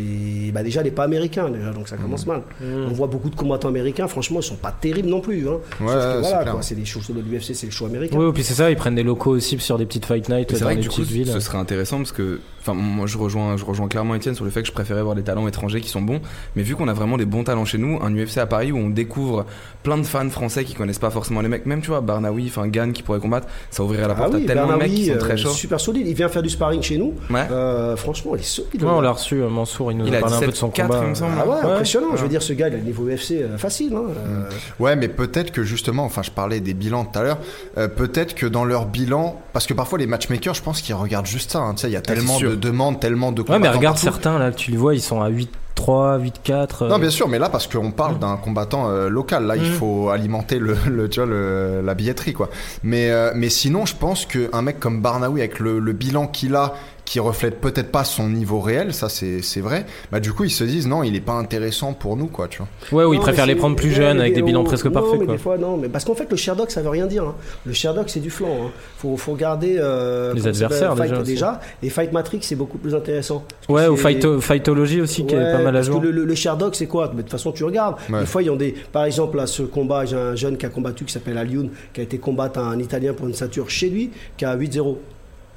[SPEAKER 2] bah, déjà il n'est pas américain déjà, donc ça
[SPEAKER 4] Hmm.
[SPEAKER 2] commence mal.
[SPEAKER 1] Hmm.
[SPEAKER 2] On voit beaucoup de combattants américains. Franchement, ils sont pas terribles non plus. Hein. Sauf
[SPEAKER 3] Ouais,
[SPEAKER 2] que,
[SPEAKER 3] ouais, c'est
[SPEAKER 2] voilà
[SPEAKER 3] clair.
[SPEAKER 2] quoi. C'est des choses de l'UFC, c'est le show américain.
[SPEAKER 1] Oui, puis c'est ça, ils prennent des locaux aussi sur des petites fight nights
[SPEAKER 4] Mais C'est
[SPEAKER 1] dans
[SPEAKER 4] vrai
[SPEAKER 1] les
[SPEAKER 4] que du
[SPEAKER 1] petites
[SPEAKER 4] coup,
[SPEAKER 1] villes.
[SPEAKER 4] ce serait intéressant parce que, enfin, moi je rejoins, je rejoins clairement Étienne sur le fait que je préférais voir des talents étrangers qui sont bons, mais vu qu'on a vraiment des bons talents chez nous, un UFC à Paris où on découvre plein de fans français qui connaissent pas forcément les mecs, même tu vois, Barnawi, enfin Gann qui pourrait combattre, ça ouvrirait la
[SPEAKER 2] Ah
[SPEAKER 4] porte
[SPEAKER 2] oui,
[SPEAKER 4] à tellement de
[SPEAKER 2] Bernard
[SPEAKER 4] mecs qui
[SPEAKER 2] Lee,
[SPEAKER 4] sont
[SPEAKER 2] euh,
[SPEAKER 4] très chauds.
[SPEAKER 2] super solide. Il vient faire du sparring chez nous.
[SPEAKER 4] Ouais.
[SPEAKER 2] Euh, franchement, il est solide.
[SPEAKER 1] Ouais,
[SPEAKER 2] le
[SPEAKER 1] on
[SPEAKER 2] gars.
[SPEAKER 1] l'a reçu, euh, Mansour, il nous
[SPEAKER 4] Il
[SPEAKER 1] a
[SPEAKER 4] a
[SPEAKER 1] parlé un peu de son
[SPEAKER 4] 17-4,
[SPEAKER 1] combat.
[SPEAKER 4] il me semble.
[SPEAKER 2] Ah ouais,
[SPEAKER 1] Ouais.
[SPEAKER 2] impressionnant. Je veux dire, ce gars, il a le niveau UFC euh, facile. hein.
[SPEAKER 4] Hmm.
[SPEAKER 2] Euh,
[SPEAKER 3] Ouais, mais peut-être que justement, enfin, je parlais des bilans tout à l'heure, euh, peut-être que dans leur bilan, parce que parfois les matchmakers, je pense qu'ils regardent juste ça, hein, tu sais, il
[SPEAKER 2] Ah,
[SPEAKER 3] y a tellement
[SPEAKER 4] sûr.
[SPEAKER 3] de demandes, tellement de
[SPEAKER 1] Ouais, mais
[SPEAKER 3] combattants
[SPEAKER 1] regarde
[SPEAKER 3] partout.
[SPEAKER 1] certains là, tu le vois, ils sont à 8-3, 8-4. euh,
[SPEAKER 3] Non, bien sûr, mais là, parce qu'on parle d'un combattant euh, local, là, il faut alimenter le, le- tu vois, le- la billetterie, quoi. Mais, euh, mais sinon, je pense qu'un mec comme Barnaoui, avec le, le bilan qu'il a, qui reflète peut-être pas son niveau réel, ça c'est c'est vrai, bah du coup ils se disent non, il est pas intéressant pour nous quoi, tu vois.
[SPEAKER 1] Ouais, ou ils
[SPEAKER 2] Non,
[SPEAKER 1] préfèrent les
[SPEAKER 2] mais c'est-
[SPEAKER 1] prendre plus
[SPEAKER 2] ouais,
[SPEAKER 1] jeunes
[SPEAKER 2] mais
[SPEAKER 1] avec des
[SPEAKER 2] on-
[SPEAKER 1] bilans presque
[SPEAKER 2] non,
[SPEAKER 1] parfaits,
[SPEAKER 2] mais
[SPEAKER 1] quoi.
[SPEAKER 2] Des fois, non, mais parce qu'en fait, le Sherlock, ça veut rien dire. hein. Le Sherlock, c'est du flanc. hein. Faut, faut regarder euh,
[SPEAKER 1] Les
[SPEAKER 2] comment ça s'appelle,
[SPEAKER 1] adversaires,
[SPEAKER 2] Fight,
[SPEAKER 1] déjà aussi.
[SPEAKER 2] Et Fight Matrix, c'est beaucoup plus intéressant. Parce que
[SPEAKER 1] Ouais, ou
[SPEAKER 2] c'est-
[SPEAKER 1] Phyto- Phytologie aussi, qui est
[SPEAKER 2] Ouais,
[SPEAKER 1] pas mal à
[SPEAKER 2] parce
[SPEAKER 1] jour.
[SPEAKER 2] que le, le, le Sherlock, c'est quoi Mais De toute façon, tu regardes.
[SPEAKER 3] Ouais.
[SPEAKER 2] Des fois, ils ont des. Par exemple, là, ce combat, j'ai un jeune qui a combattu qui s'appelle Alioun, qui a été combattre un Italien pour une ceinture chez lui, qui a 8-0.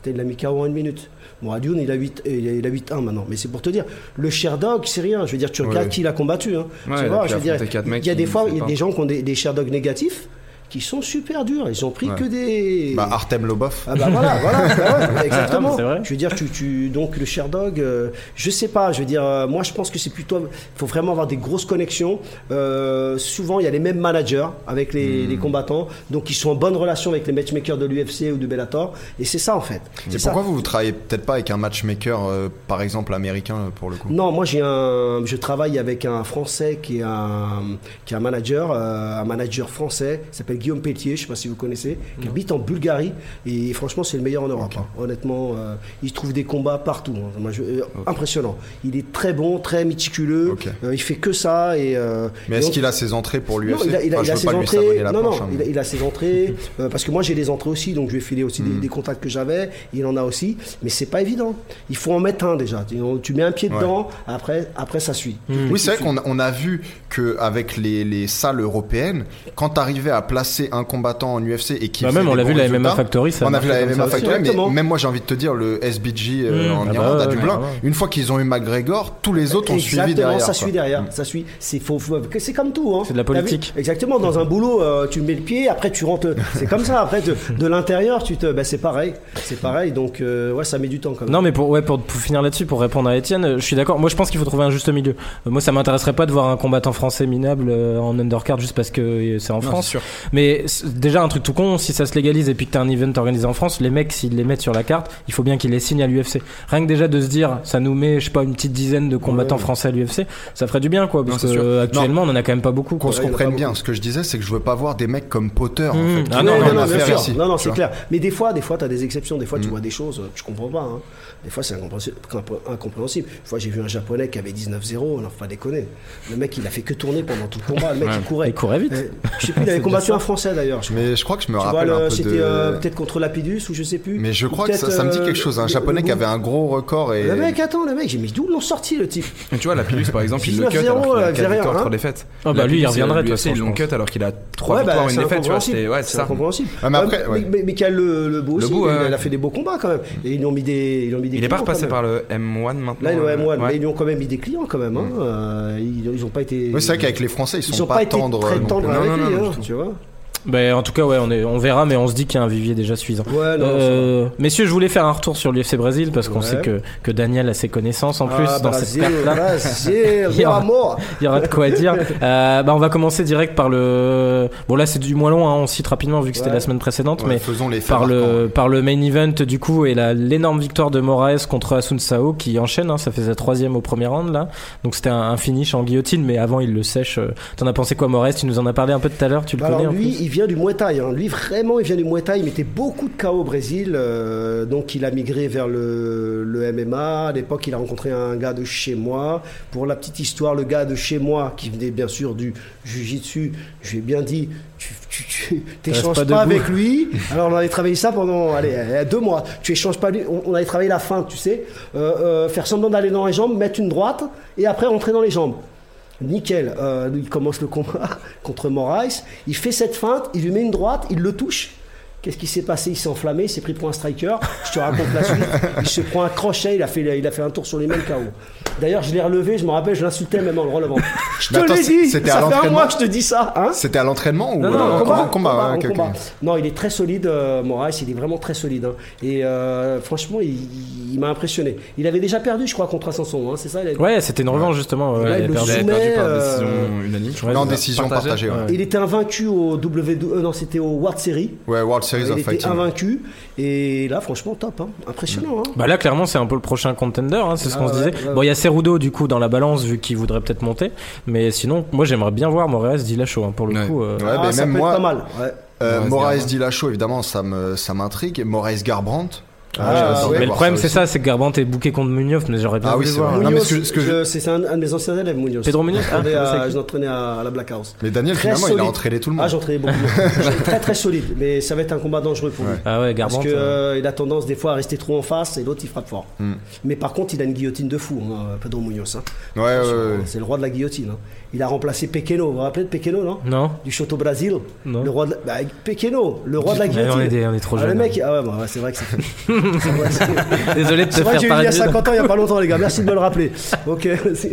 [SPEAKER 2] Putain, Il l'a mis KO en une minute. Bon, Alioun, il a 8 il a- il a 8-1 maintenant. Mais c'est pour te dire, le Sherdog, c'est rien. Je veux dire, tu regardes
[SPEAKER 4] Ouais.
[SPEAKER 2] qui l'a combattu. Hein.
[SPEAKER 4] Ouais,
[SPEAKER 2] Tu
[SPEAKER 4] il a
[SPEAKER 2] vois,
[SPEAKER 4] pu
[SPEAKER 2] je veux dire,
[SPEAKER 4] affronter quatre mecs
[SPEAKER 2] il y a des
[SPEAKER 4] qui
[SPEAKER 2] fois,
[SPEAKER 4] ne
[SPEAKER 2] il y a
[SPEAKER 4] sait
[SPEAKER 2] des
[SPEAKER 4] pas.
[SPEAKER 2] gens qui ont des, des Sherlock négatifs qui sont super durs. Ils ont pris
[SPEAKER 3] Ouais.
[SPEAKER 2] que des.
[SPEAKER 3] Bah Artem Lobov.
[SPEAKER 2] Ah bah voilà, voilà, bah ouais,
[SPEAKER 1] Ah, mais
[SPEAKER 2] exactement.
[SPEAKER 1] c'est vrai.
[SPEAKER 2] Je veux dire, tu, tu, donc le Sherdog, euh, je sais pas, je veux dire, euh, moi je pense que c'est plutôt, faut vraiment avoir des grosses connexions. Euh, souvent, il y a les mêmes managers avec les,
[SPEAKER 1] Hmm.
[SPEAKER 2] les combattants, donc ils sont en bonne relation avec les matchmakers de l'UFC ou de Bellator, et c'est ça en fait.
[SPEAKER 3] C'est
[SPEAKER 2] ça.
[SPEAKER 3] pourquoi vous vous travaillez peut-être pas avec un matchmaker euh, par exemple américain euh, pour le coup.
[SPEAKER 2] Non, moi j'ai un, je travaille avec un Français qui est un, qui est un manager, euh, un manager français, il s'appelle Guillaume Pelletier, je sais pas si vous connaissez, qui habite en Bulgarie et franchement c'est le meilleur en Europe. hein. Honnêtement, euh, il trouve des combats partout, hein. Moi, je- euh, impressionnant. Il est très bon, très méticuleux,
[SPEAKER 3] Ok.
[SPEAKER 2] euh, il fait que ça et. euh,
[SPEAKER 3] Mais
[SPEAKER 2] et
[SPEAKER 3] est-ce
[SPEAKER 2] donc-
[SPEAKER 3] qu'il a ses entrées pour l'UFC
[SPEAKER 2] non, il a, il a-
[SPEAKER 3] Enfin,
[SPEAKER 2] il
[SPEAKER 3] je
[SPEAKER 2] a
[SPEAKER 3] veux
[SPEAKER 2] ses
[SPEAKER 3] pas lui savonner
[SPEAKER 2] entrées.
[SPEAKER 3] la
[SPEAKER 2] Non,
[SPEAKER 3] planche,
[SPEAKER 2] non,
[SPEAKER 3] hein,
[SPEAKER 2] il a,
[SPEAKER 3] mais-
[SPEAKER 2] il a ses entrées. euh, parce que moi, j'ai les entrées aussi, donc je lui ai filé aussi des-
[SPEAKER 3] Hmm.
[SPEAKER 2] des, contacts que j'avais. Il en a aussi. Mais c'est pas évident. Il faut en mettre un déjà. Tu, on- tu mets un pied
[SPEAKER 3] Ouais.
[SPEAKER 2] dedans, après, après ça suit.
[SPEAKER 1] Hmm. Mm.
[SPEAKER 3] Oui, c'est vrai qu'on a- on a vu que avec les, les salles européennes, quand t'arrivais à placer un combattant en UFC et qui
[SPEAKER 1] Bah
[SPEAKER 3] faisait
[SPEAKER 1] même, on
[SPEAKER 3] des
[SPEAKER 1] l'a vu,
[SPEAKER 3] bons
[SPEAKER 1] la
[SPEAKER 3] résultats,
[SPEAKER 1] MMA Factory, ça
[SPEAKER 3] on a
[SPEAKER 1] marche
[SPEAKER 3] vu la
[SPEAKER 1] comme ça
[SPEAKER 3] MMA
[SPEAKER 1] aussi.
[SPEAKER 3] Factory, mais
[SPEAKER 2] Exactement.
[SPEAKER 3] même moi j'ai envie de te dire le SBG euh,
[SPEAKER 1] Mmh.
[SPEAKER 3] en
[SPEAKER 1] Ah bah
[SPEAKER 3] Irlande à
[SPEAKER 1] ouais,
[SPEAKER 3] Dublin.
[SPEAKER 1] ouais, ouais.
[SPEAKER 3] Une fois qu'ils ont eu McGregor, tous les autres ont suivi
[SPEAKER 2] Exactement,
[SPEAKER 3] derrière.
[SPEAKER 2] ça
[SPEAKER 3] quoi. Hmm.
[SPEAKER 2] suit derrière. Ça suit. C'est faut- faut- que- c'est comme tout. hein.
[SPEAKER 1] C'est de la
[SPEAKER 2] T'as vu
[SPEAKER 1] politique.
[SPEAKER 2] Exactement. Dans un boulot, euh, tu mets le pied, après tu rentres. C'est comme ça. Après, de, de l'intérieur, tu te. ben, c'est pareil. C'est pareil. Donc, euh, ouais, ça met du temps quand même.
[SPEAKER 1] Non, mais pour, ouais, pour, pour finir là-dessus, pour répondre à Étienne, euh, je suis d'accord. Moi, je pense qu'il faut trouver un juste milieu. Euh, Moi, ça m'intéresserait pas de voir un combattant français minable euh, en undercard juste parce que euh, c'est en
[SPEAKER 4] Non,
[SPEAKER 1] France.
[SPEAKER 4] c'est sûr.
[SPEAKER 1] Mais c'est- déjà, un truc tout con, si ça se légalise et puis que t'as un event organisé en France, les mecs, s'ils les mettent sur la carte, il faut bien qu'ils les signent à l'UFC. Rien que déjà de se dire, ça nous met, je sais pas, une petite dizaine de combattants français à l'UFC, ça ferait du bien, quoi. Parce
[SPEAKER 4] Non, c'est
[SPEAKER 1] que
[SPEAKER 4] sûr.
[SPEAKER 1] euh, actuellement, on en a quand même pas beaucoup.
[SPEAKER 3] Qu'on
[SPEAKER 1] quoi.
[SPEAKER 3] se
[SPEAKER 2] Ouais, il y en a
[SPEAKER 3] comprenne
[SPEAKER 2] pas
[SPEAKER 3] bien. Ce que je disais, c'est que je veux pas voir des mecs comme Potter.
[SPEAKER 1] Mmh.
[SPEAKER 3] En fait,
[SPEAKER 1] Ah
[SPEAKER 3] qui
[SPEAKER 1] non,
[SPEAKER 3] ont
[SPEAKER 1] non,
[SPEAKER 3] rien
[SPEAKER 1] non,
[SPEAKER 3] à
[SPEAKER 1] bien
[SPEAKER 3] faire
[SPEAKER 2] sûr.
[SPEAKER 3] ici,
[SPEAKER 2] Non, non,
[SPEAKER 3] tu
[SPEAKER 2] c'est
[SPEAKER 3] vois. Mm.
[SPEAKER 2] clair. Mais des fois, des fois, t'as des exceptions. Des fois, tu vois des choses, euh, tu comprends pas. hein. Des fois, c'est incompréhensible- incompré- incompréhensible. Une fois, j'ai vu un japonais qui avait 19-0. Alors, faut pas déconner. Le mec, il a fait que tourner pendant tout le combat. Le mec, il courait.
[SPEAKER 1] Il courait vite.
[SPEAKER 2] Euh, Je sais plus, il avait combattu un Français d'ailleurs. je crois.
[SPEAKER 3] Mais je crois que je me
[SPEAKER 2] Tu vois,
[SPEAKER 3] rappelle
[SPEAKER 2] le-
[SPEAKER 3] un peu
[SPEAKER 2] c'était
[SPEAKER 3] de.
[SPEAKER 2] euh, peut-être contre Lapidus ou je sais plus.
[SPEAKER 3] Mais je
[SPEAKER 2] Ou
[SPEAKER 3] crois que ça,
[SPEAKER 2] peut-être,
[SPEAKER 3] ça me dit
[SPEAKER 2] euh,
[SPEAKER 3] quelque chose. Un
[SPEAKER 2] le-
[SPEAKER 3] japonais
[SPEAKER 2] le-
[SPEAKER 3] qui avait un gros record et.
[SPEAKER 2] Le mec, attends, le mec, j'ai mis d'où l'ont sorti le type
[SPEAKER 4] Mais tu vois, la Pilus par exemple, il le cut
[SPEAKER 2] 19-0,
[SPEAKER 4] alors qu'il
[SPEAKER 2] là,
[SPEAKER 4] a 4
[SPEAKER 2] Vieira,
[SPEAKER 4] victoires,
[SPEAKER 2] hein.
[SPEAKER 4] 3 défaites.
[SPEAKER 1] Ah bah, lui, il reviendrait, de toute
[SPEAKER 4] l'UFC,
[SPEAKER 1] façon,
[SPEAKER 4] ils
[SPEAKER 1] je
[SPEAKER 4] l'ont
[SPEAKER 1] pense.
[SPEAKER 4] cut alors qu'il a 3
[SPEAKER 2] Ouais, bah,
[SPEAKER 4] victoires,
[SPEAKER 2] c'est
[SPEAKER 4] une défaite, tu vois.
[SPEAKER 2] incompréhensible.
[SPEAKER 4] c'était- Ouais, c'est
[SPEAKER 2] c'est
[SPEAKER 4] ça.
[SPEAKER 2] incompréhensible.
[SPEAKER 3] Ah, mais après, ouais.
[SPEAKER 2] mais- mais- Michael Le, le beau
[SPEAKER 4] Le
[SPEAKER 2] aussi,
[SPEAKER 4] Beau,
[SPEAKER 2] il,
[SPEAKER 4] ouais.
[SPEAKER 2] il a fait des beaux combats quand même. Et ils lui ont mis des, ils lui ont mis des
[SPEAKER 4] Il est pas
[SPEAKER 2] clients,
[SPEAKER 4] repassé
[SPEAKER 2] quand même.
[SPEAKER 4] par le M1 maintenant.
[SPEAKER 2] hein, Là, ils l'ont
[SPEAKER 4] euh,
[SPEAKER 2] M1, mais
[SPEAKER 4] ouais.
[SPEAKER 2] ils lui ont quand même mis des clients quand même. hein. Euh, ils, ils ont pas été.
[SPEAKER 3] Mm. Oui, c'est vrai qu'avec les Français, ils
[SPEAKER 2] ils
[SPEAKER 3] sont,
[SPEAKER 2] ont pas, été
[SPEAKER 3] tendres. euh,
[SPEAKER 2] très
[SPEAKER 3] non
[SPEAKER 2] tendres
[SPEAKER 3] plus.
[SPEAKER 4] Non,
[SPEAKER 2] avec
[SPEAKER 4] non,
[SPEAKER 2] lui,
[SPEAKER 4] non,
[SPEAKER 2] hein,
[SPEAKER 4] du tout.
[SPEAKER 2] tu vois.
[SPEAKER 1] Ben, en tout cas, ouais, on, est, on verra, mais on se dit qu'il y a un vivier déjà suffisant.
[SPEAKER 2] Ouais, non,
[SPEAKER 1] Euh, messieurs, je voulais faire un retour sur l'UFC Brésil parce qu'on
[SPEAKER 2] Ouais.
[SPEAKER 1] sait que, que Daniel a ses connaissances en plus
[SPEAKER 2] Ah,
[SPEAKER 1] dans
[SPEAKER 2] Brazil,
[SPEAKER 1] cette carte-là.
[SPEAKER 2] Brazil,
[SPEAKER 1] Il y aura-
[SPEAKER 2] viva mort.
[SPEAKER 1] Il y aura de quoi dire. Euh, bah, on va commencer direct par le. Bon, là, c'est du moins long, hein, on cite rapidement vu que c'était
[SPEAKER 2] Ouais.
[SPEAKER 1] la semaine précédente,
[SPEAKER 3] Ouais,
[SPEAKER 1] mais
[SPEAKER 3] faisons les faits
[SPEAKER 1] par
[SPEAKER 3] marquants.
[SPEAKER 1] le, par le main event du coup et la- l'énorme victoire de Moraes contre Asun Sao qui enchaîne, hein, ça faisait troisième au premier round là. Donc c'était un, un finish en guillotine, mais avant il le sèche. euh. T'en as pensé quoi Moraes Tu nous en as parlé un peu tout à l'heure, tu le
[SPEAKER 2] Bah
[SPEAKER 1] connais
[SPEAKER 2] alors
[SPEAKER 1] en
[SPEAKER 2] lui,
[SPEAKER 1] plus
[SPEAKER 2] il vient du Muay Thai. hein. Lui, vraiment, il vient du Muay Thai. Il mettait beaucoup de KO au Brésil. euh, donc, il a migré vers le, le MMA. À l'époque, il a rencontré un gars de chez moi. Pour la petite histoire, le gars de chez moi, qui venait bien sûr du Jiu-Jitsu, je lui ai bien dit, tu tu- tu- t'échanges
[SPEAKER 1] pas
[SPEAKER 2] pas,
[SPEAKER 1] debout.
[SPEAKER 2] avec lui. Alors, on avait travaillé ça pendant allez, euh, deux mois. Tu échanges pas lui. On, on avait travaillé la fin, tu sais. Euh, euh, faire semblant d'aller dans les jambes, mettre une droite et après rentrer dans les jambes. Nickel, Euh, il commence le combat contre Moraes, il fait cette feinte, il lui met une droite, il le touche. Qu'est-ce qui s'est passé Il s'est enflammé, il s'est pris pour un striker. Je te raconte la suite. Il se prend un crochet, il a fait, il a fait un tour sur les mêmes KO. D'ailleurs, je l'ai relevé, je me rappelle, je l'insultais même en le relevant. Je
[SPEAKER 3] Mais
[SPEAKER 2] te
[SPEAKER 3] attends,
[SPEAKER 2] l'ai dit,
[SPEAKER 3] c'était à
[SPEAKER 2] ça fait un
[SPEAKER 3] l'entraînement
[SPEAKER 2] mois que je te dis ça. Hein
[SPEAKER 3] C'était à l'entraînement ou
[SPEAKER 2] non, non,
[SPEAKER 3] euh,
[SPEAKER 2] en combat,
[SPEAKER 3] en en combat,
[SPEAKER 2] combat,
[SPEAKER 3] hein,
[SPEAKER 2] en
[SPEAKER 3] ok, ok.
[SPEAKER 2] combat. Non, il est très solide, euh, Moraes, il est vraiment très solide. hein. Et euh, franchement, il, il- il m'a impressionné. Il avait déjà perdu, je crois, contre Ascension, hein, c'est ça il a-
[SPEAKER 1] Ouais, c'était une revanche justement. ouais,
[SPEAKER 2] Là,
[SPEAKER 1] il a
[SPEAKER 2] il le
[SPEAKER 1] perdu.
[SPEAKER 4] Il avait
[SPEAKER 2] soumet,
[SPEAKER 4] perdu par
[SPEAKER 2] euh,
[SPEAKER 4] décision unanime, je crois.
[SPEAKER 3] Non,
[SPEAKER 4] c'est ça.
[SPEAKER 3] décision
[SPEAKER 4] Partagée.
[SPEAKER 3] partagée. ouais.
[SPEAKER 2] Il était invaincu au W, euh, non, c'était au World Series.
[SPEAKER 3] Ouais, World Series
[SPEAKER 2] Il
[SPEAKER 3] of
[SPEAKER 2] était
[SPEAKER 3] Fighting.
[SPEAKER 2] invaincu et là franchement top, hein. impressionnant. Hein.
[SPEAKER 1] Bah là, clairement, c'est un peu le prochain contender, hein, c'est ce
[SPEAKER 2] Ah
[SPEAKER 1] qu'on se
[SPEAKER 2] ouais,
[SPEAKER 1] disait.
[SPEAKER 2] ouais,
[SPEAKER 1] Bon,
[SPEAKER 2] ouais.
[SPEAKER 1] il y a Cerudo du coup dans la balance vu qu'il voudrait peut-être monter, mais sinon, moi j'aimerais bien voir Moraes Dilacho hein, pour le
[SPEAKER 4] Ouais.
[SPEAKER 1] coup. euh,
[SPEAKER 3] Ouais, mais
[SPEAKER 2] Ah, ça
[SPEAKER 3] même
[SPEAKER 2] peut
[SPEAKER 3] moi-
[SPEAKER 2] être pas mal. Ouais.
[SPEAKER 3] Euh,
[SPEAKER 4] Moraes
[SPEAKER 3] Moraes
[SPEAKER 4] Garbrandt.
[SPEAKER 3] Dilacho, évidemment, ça me ça m'intrigue. Moraes Garbrandt. Ah,
[SPEAKER 2] Ah,
[SPEAKER 3] j'adorerais
[SPEAKER 2] ouais.
[SPEAKER 1] mais le
[SPEAKER 3] voir
[SPEAKER 1] problème,
[SPEAKER 3] ça
[SPEAKER 1] c'est
[SPEAKER 3] aussi.
[SPEAKER 1] ça, c'est que Garbant est bouqué contre Munoz, mais j'aurais bien
[SPEAKER 3] Ah oui,
[SPEAKER 1] voulu
[SPEAKER 3] c'est
[SPEAKER 1] le voir.
[SPEAKER 3] vrai.
[SPEAKER 1] Non,
[SPEAKER 3] mais
[SPEAKER 2] Munoz,
[SPEAKER 3] ce que- ce que
[SPEAKER 2] je- c'est un, un de mes anciens élèves, Munoz.
[SPEAKER 1] Pedro Munoz,
[SPEAKER 2] Je l'entraînais
[SPEAKER 1] ah,
[SPEAKER 2] à-
[SPEAKER 1] comment ça
[SPEAKER 2] Je l'entraînais à, à la Black House.
[SPEAKER 3] Mais Daniel,
[SPEAKER 2] Très
[SPEAKER 3] finalement, il a
[SPEAKER 2] solide.
[SPEAKER 3] entraîné tout le
[SPEAKER 2] Ah,
[SPEAKER 3] monde.
[SPEAKER 2] j'entraînais beaucoup. J'ai- très très solide, mais ça va être un combat dangereux pour lui.
[SPEAKER 1] mais- Ah ouais,
[SPEAKER 2] Parce
[SPEAKER 1] Garbant.
[SPEAKER 2] qu'il
[SPEAKER 1] euh,
[SPEAKER 2] a tendance des fois à rester trop en face et l'autre il frappe fort.
[SPEAKER 1] Hmm.
[SPEAKER 2] Mais par contre, il a une guillotine de fou, hein, Pedro Munoz. hein.
[SPEAKER 3] Ouais,
[SPEAKER 1] Euh,
[SPEAKER 3] ouais,
[SPEAKER 2] Attention,
[SPEAKER 3] ouais.
[SPEAKER 2] hein, C'est le roi de la guillotine. hein. Il a remplacé Pequeno. Vous vous rappelez de Pequeno, non
[SPEAKER 1] Non.
[SPEAKER 2] Du Choto Brasil
[SPEAKER 1] Non.
[SPEAKER 2] Le roi de la... bah, Pequeno, le roi de la
[SPEAKER 1] Mais
[SPEAKER 2] guillotine.
[SPEAKER 1] on est des- on est trop
[SPEAKER 2] Ah, Le
[SPEAKER 1] jeunes,
[SPEAKER 2] mec, ah ouais, bah, ouais, c'est vrai que c'est. C'est vrai que c'est-
[SPEAKER 1] Désolé de te
[SPEAKER 2] c'est vrai
[SPEAKER 1] faire
[SPEAKER 2] que j'ai eu il y a
[SPEAKER 1] parler.
[SPEAKER 2] 50 ans, il n'y a pas longtemps, les gars. Merci de me le rappeler. Ok. merci.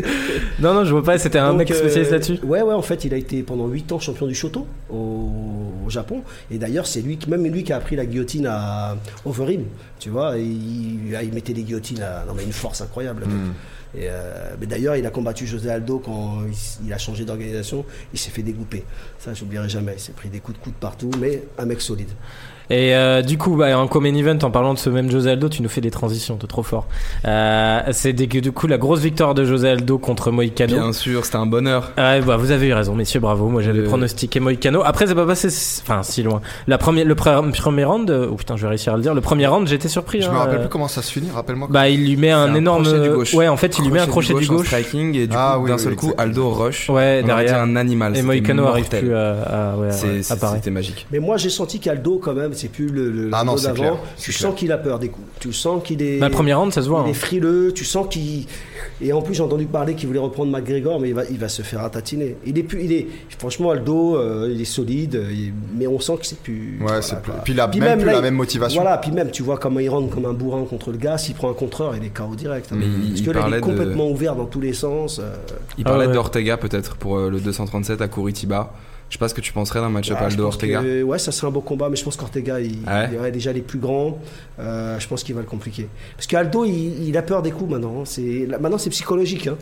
[SPEAKER 1] Non, non, je vois pas. C'était un
[SPEAKER 2] Donc,
[SPEAKER 1] mec spécialiste
[SPEAKER 2] euh,
[SPEAKER 1] là-dessus.
[SPEAKER 2] Ouais, ouais, en fait, il a été pendant 8 ans champion du Shoto au, au Japon. Et d'ailleurs, c'est lui, qui- même lui qui a appris la guillotine à Overeem. Tu vois, il, ah, il mettait des guillotines à non, mais une force incroyable. le
[SPEAKER 3] Mm.
[SPEAKER 2] mec.
[SPEAKER 3] Hmm.
[SPEAKER 2] Et, euh, mais d'ailleurs, il a combattu José Aldo quand il, s- il a changé d'organisation. Il s'est fait dégouper. Ça, j'oublierai jamais. Il s'est pris des coups de coude partout, mais un mec solide.
[SPEAKER 1] Et euh, du coup, bah, en common event, en parlant de ce même José Aldo, tu nous fais des transitions, t'es trop fort. Euh, c'est des- du coup la grosse victoire de José Aldo contre Moïcano.
[SPEAKER 4] Bien sûr, c'était un bonheur.
[SPEAKER 1] Ouais, bah, vous avez eu raison, messieurs, bravo. Moi, j'avais
[SPEAKER 4] Le-
[SPEAKER 1] pronostiqué Moïcano. Après, c'est pas passé, si- enfin, si loin. La première, le pre- premier round, euh, oh putain, je vais réussir à le dire. Le premier round, j'étais surpris.
[SPEAKER 3] Je
[SPEAKER 1] hein,
[SPEAKER 3] me rappelle
[SPEAKER 1] euh,
[SPEAKER 3] plus comment ça se finit, rappelle-moi.
[SPEAKER 1] Bah, il lui met un,
[SPEAKER 4] un
[SPEAKER 1] énorme.
[SPEAKER 4] crochet du gauche.
[SPEAKER 1] Ouais, en fait, il lui met un crochet du
[SPEAKER 4] en
[SPEAKER 1] gauche.
[SPEAKER 4] striking et du
[SPEAKER 3] Ah
[SPEAKER 4] coup,
[SPEAKER 3] oui,
[SPEAKER 4] d'un
[SPEAKER 3] oui,
[SPEAKER 4] seul coup,
[SPEAKER 3] exact.
[SPEAKER 4] Aldo rush.
[SPEAKER 1] Ouais,
[SPEAKER 4] On aurait dit
[SPEAKER 1] derrière.
[SPEAKER 4] un animal.
[SPEAKER 1] Et
[SPEAKER 4] c'était
[SPEAKER 1] Moïcano arrive
[SPEAKER 4] mortel.
[SPEAKER 1] plus à, à- ouais,
[SPEAKER 4] C'est-
[SPEAKER 1] ouais, à
[SPEAKER 4] c'est-
[SPEAKER 1] parer.
[SPEAKER 4] C'était magique.
[SPEAKER 2] Mais moi, j'ai senti qu'Aldo, quand même, c'est plus le, le
[SPEAKER 3] Ah non,
[SPEAKER 2] Aldo
[SPEAKER 3] c'est clair,
[SPEAKER 2] d'avant.
[SPEAKER 3] c'est
[SPEAKER 2] Tu
[SPEAKER 3] clair.
[SPEAKER 2] sens qu'il a peur des coups. Tu sens qu'il est.
[SPEAKER 1] Bah, le premier round, ça se voit.
[SPEAKER 2] Il
[SPEAKER 1] hein.
[SPEAKER 2] est frileux, tu sens qu'il. Et en plus, j'ai entendu parler qu'il voulait reprendre McGregor, mais il va, il va se faire ratatiner. Il est plus, il est. Franchement, Aldo, euh, il est solide, euh, il- mais on sent que c'est plus.
[SPEAKER 3] Ouais, c'est plus- puis il a même plus
[SPEAKER 2] bah, là,
[SPEAKER 3] la
[SPEAKER 2] il-
[SPEAKER 3] même motivation.
[SPEAKER 2] Voilà, puis même, tu vois comment il rentre comme un bourrin contre le gars. S'il prend un contreur, il est KO direct. hein.
[SPEAKER 4] Mais il-
[SPEAKER 2] Parce
[SPEAKER 4] il
[SPEAKER 2] que là, il
[SPEAKER 4] parlait
[SPEAKER 2] est
[SPEAKER 4] de-
[SPEAKER 2] complètement ouvert dans tous les sens. euh,
[SPEAKER 4] Il
[SPEAKER 1] Ah
[SPEAKER 4] parlait
[SPEAKER 1] ouais.
[SPEAKER 4] d'Ortega peut-être pour euh, le 237 à Curitiba. Je sais pas ce que tu penserais d'un match-up
[SPEAKER 2] ah, je pense
[SPEAKER 4] Aldo-Ortega.
[SPEAKER 2] que- ouais, ça serait un beau combat, mais je pense qu'Ortega, il,
[SPEAKER 4] Ah ouais
[SPEAKER 2] il aurait déjà les plus grands. Euh, je pense qu'il va le compliquer. Parce qu'Aldo, il, il a peur des coups maintenant. hein. C'est, là, maintenant, c'est psychologique. hein.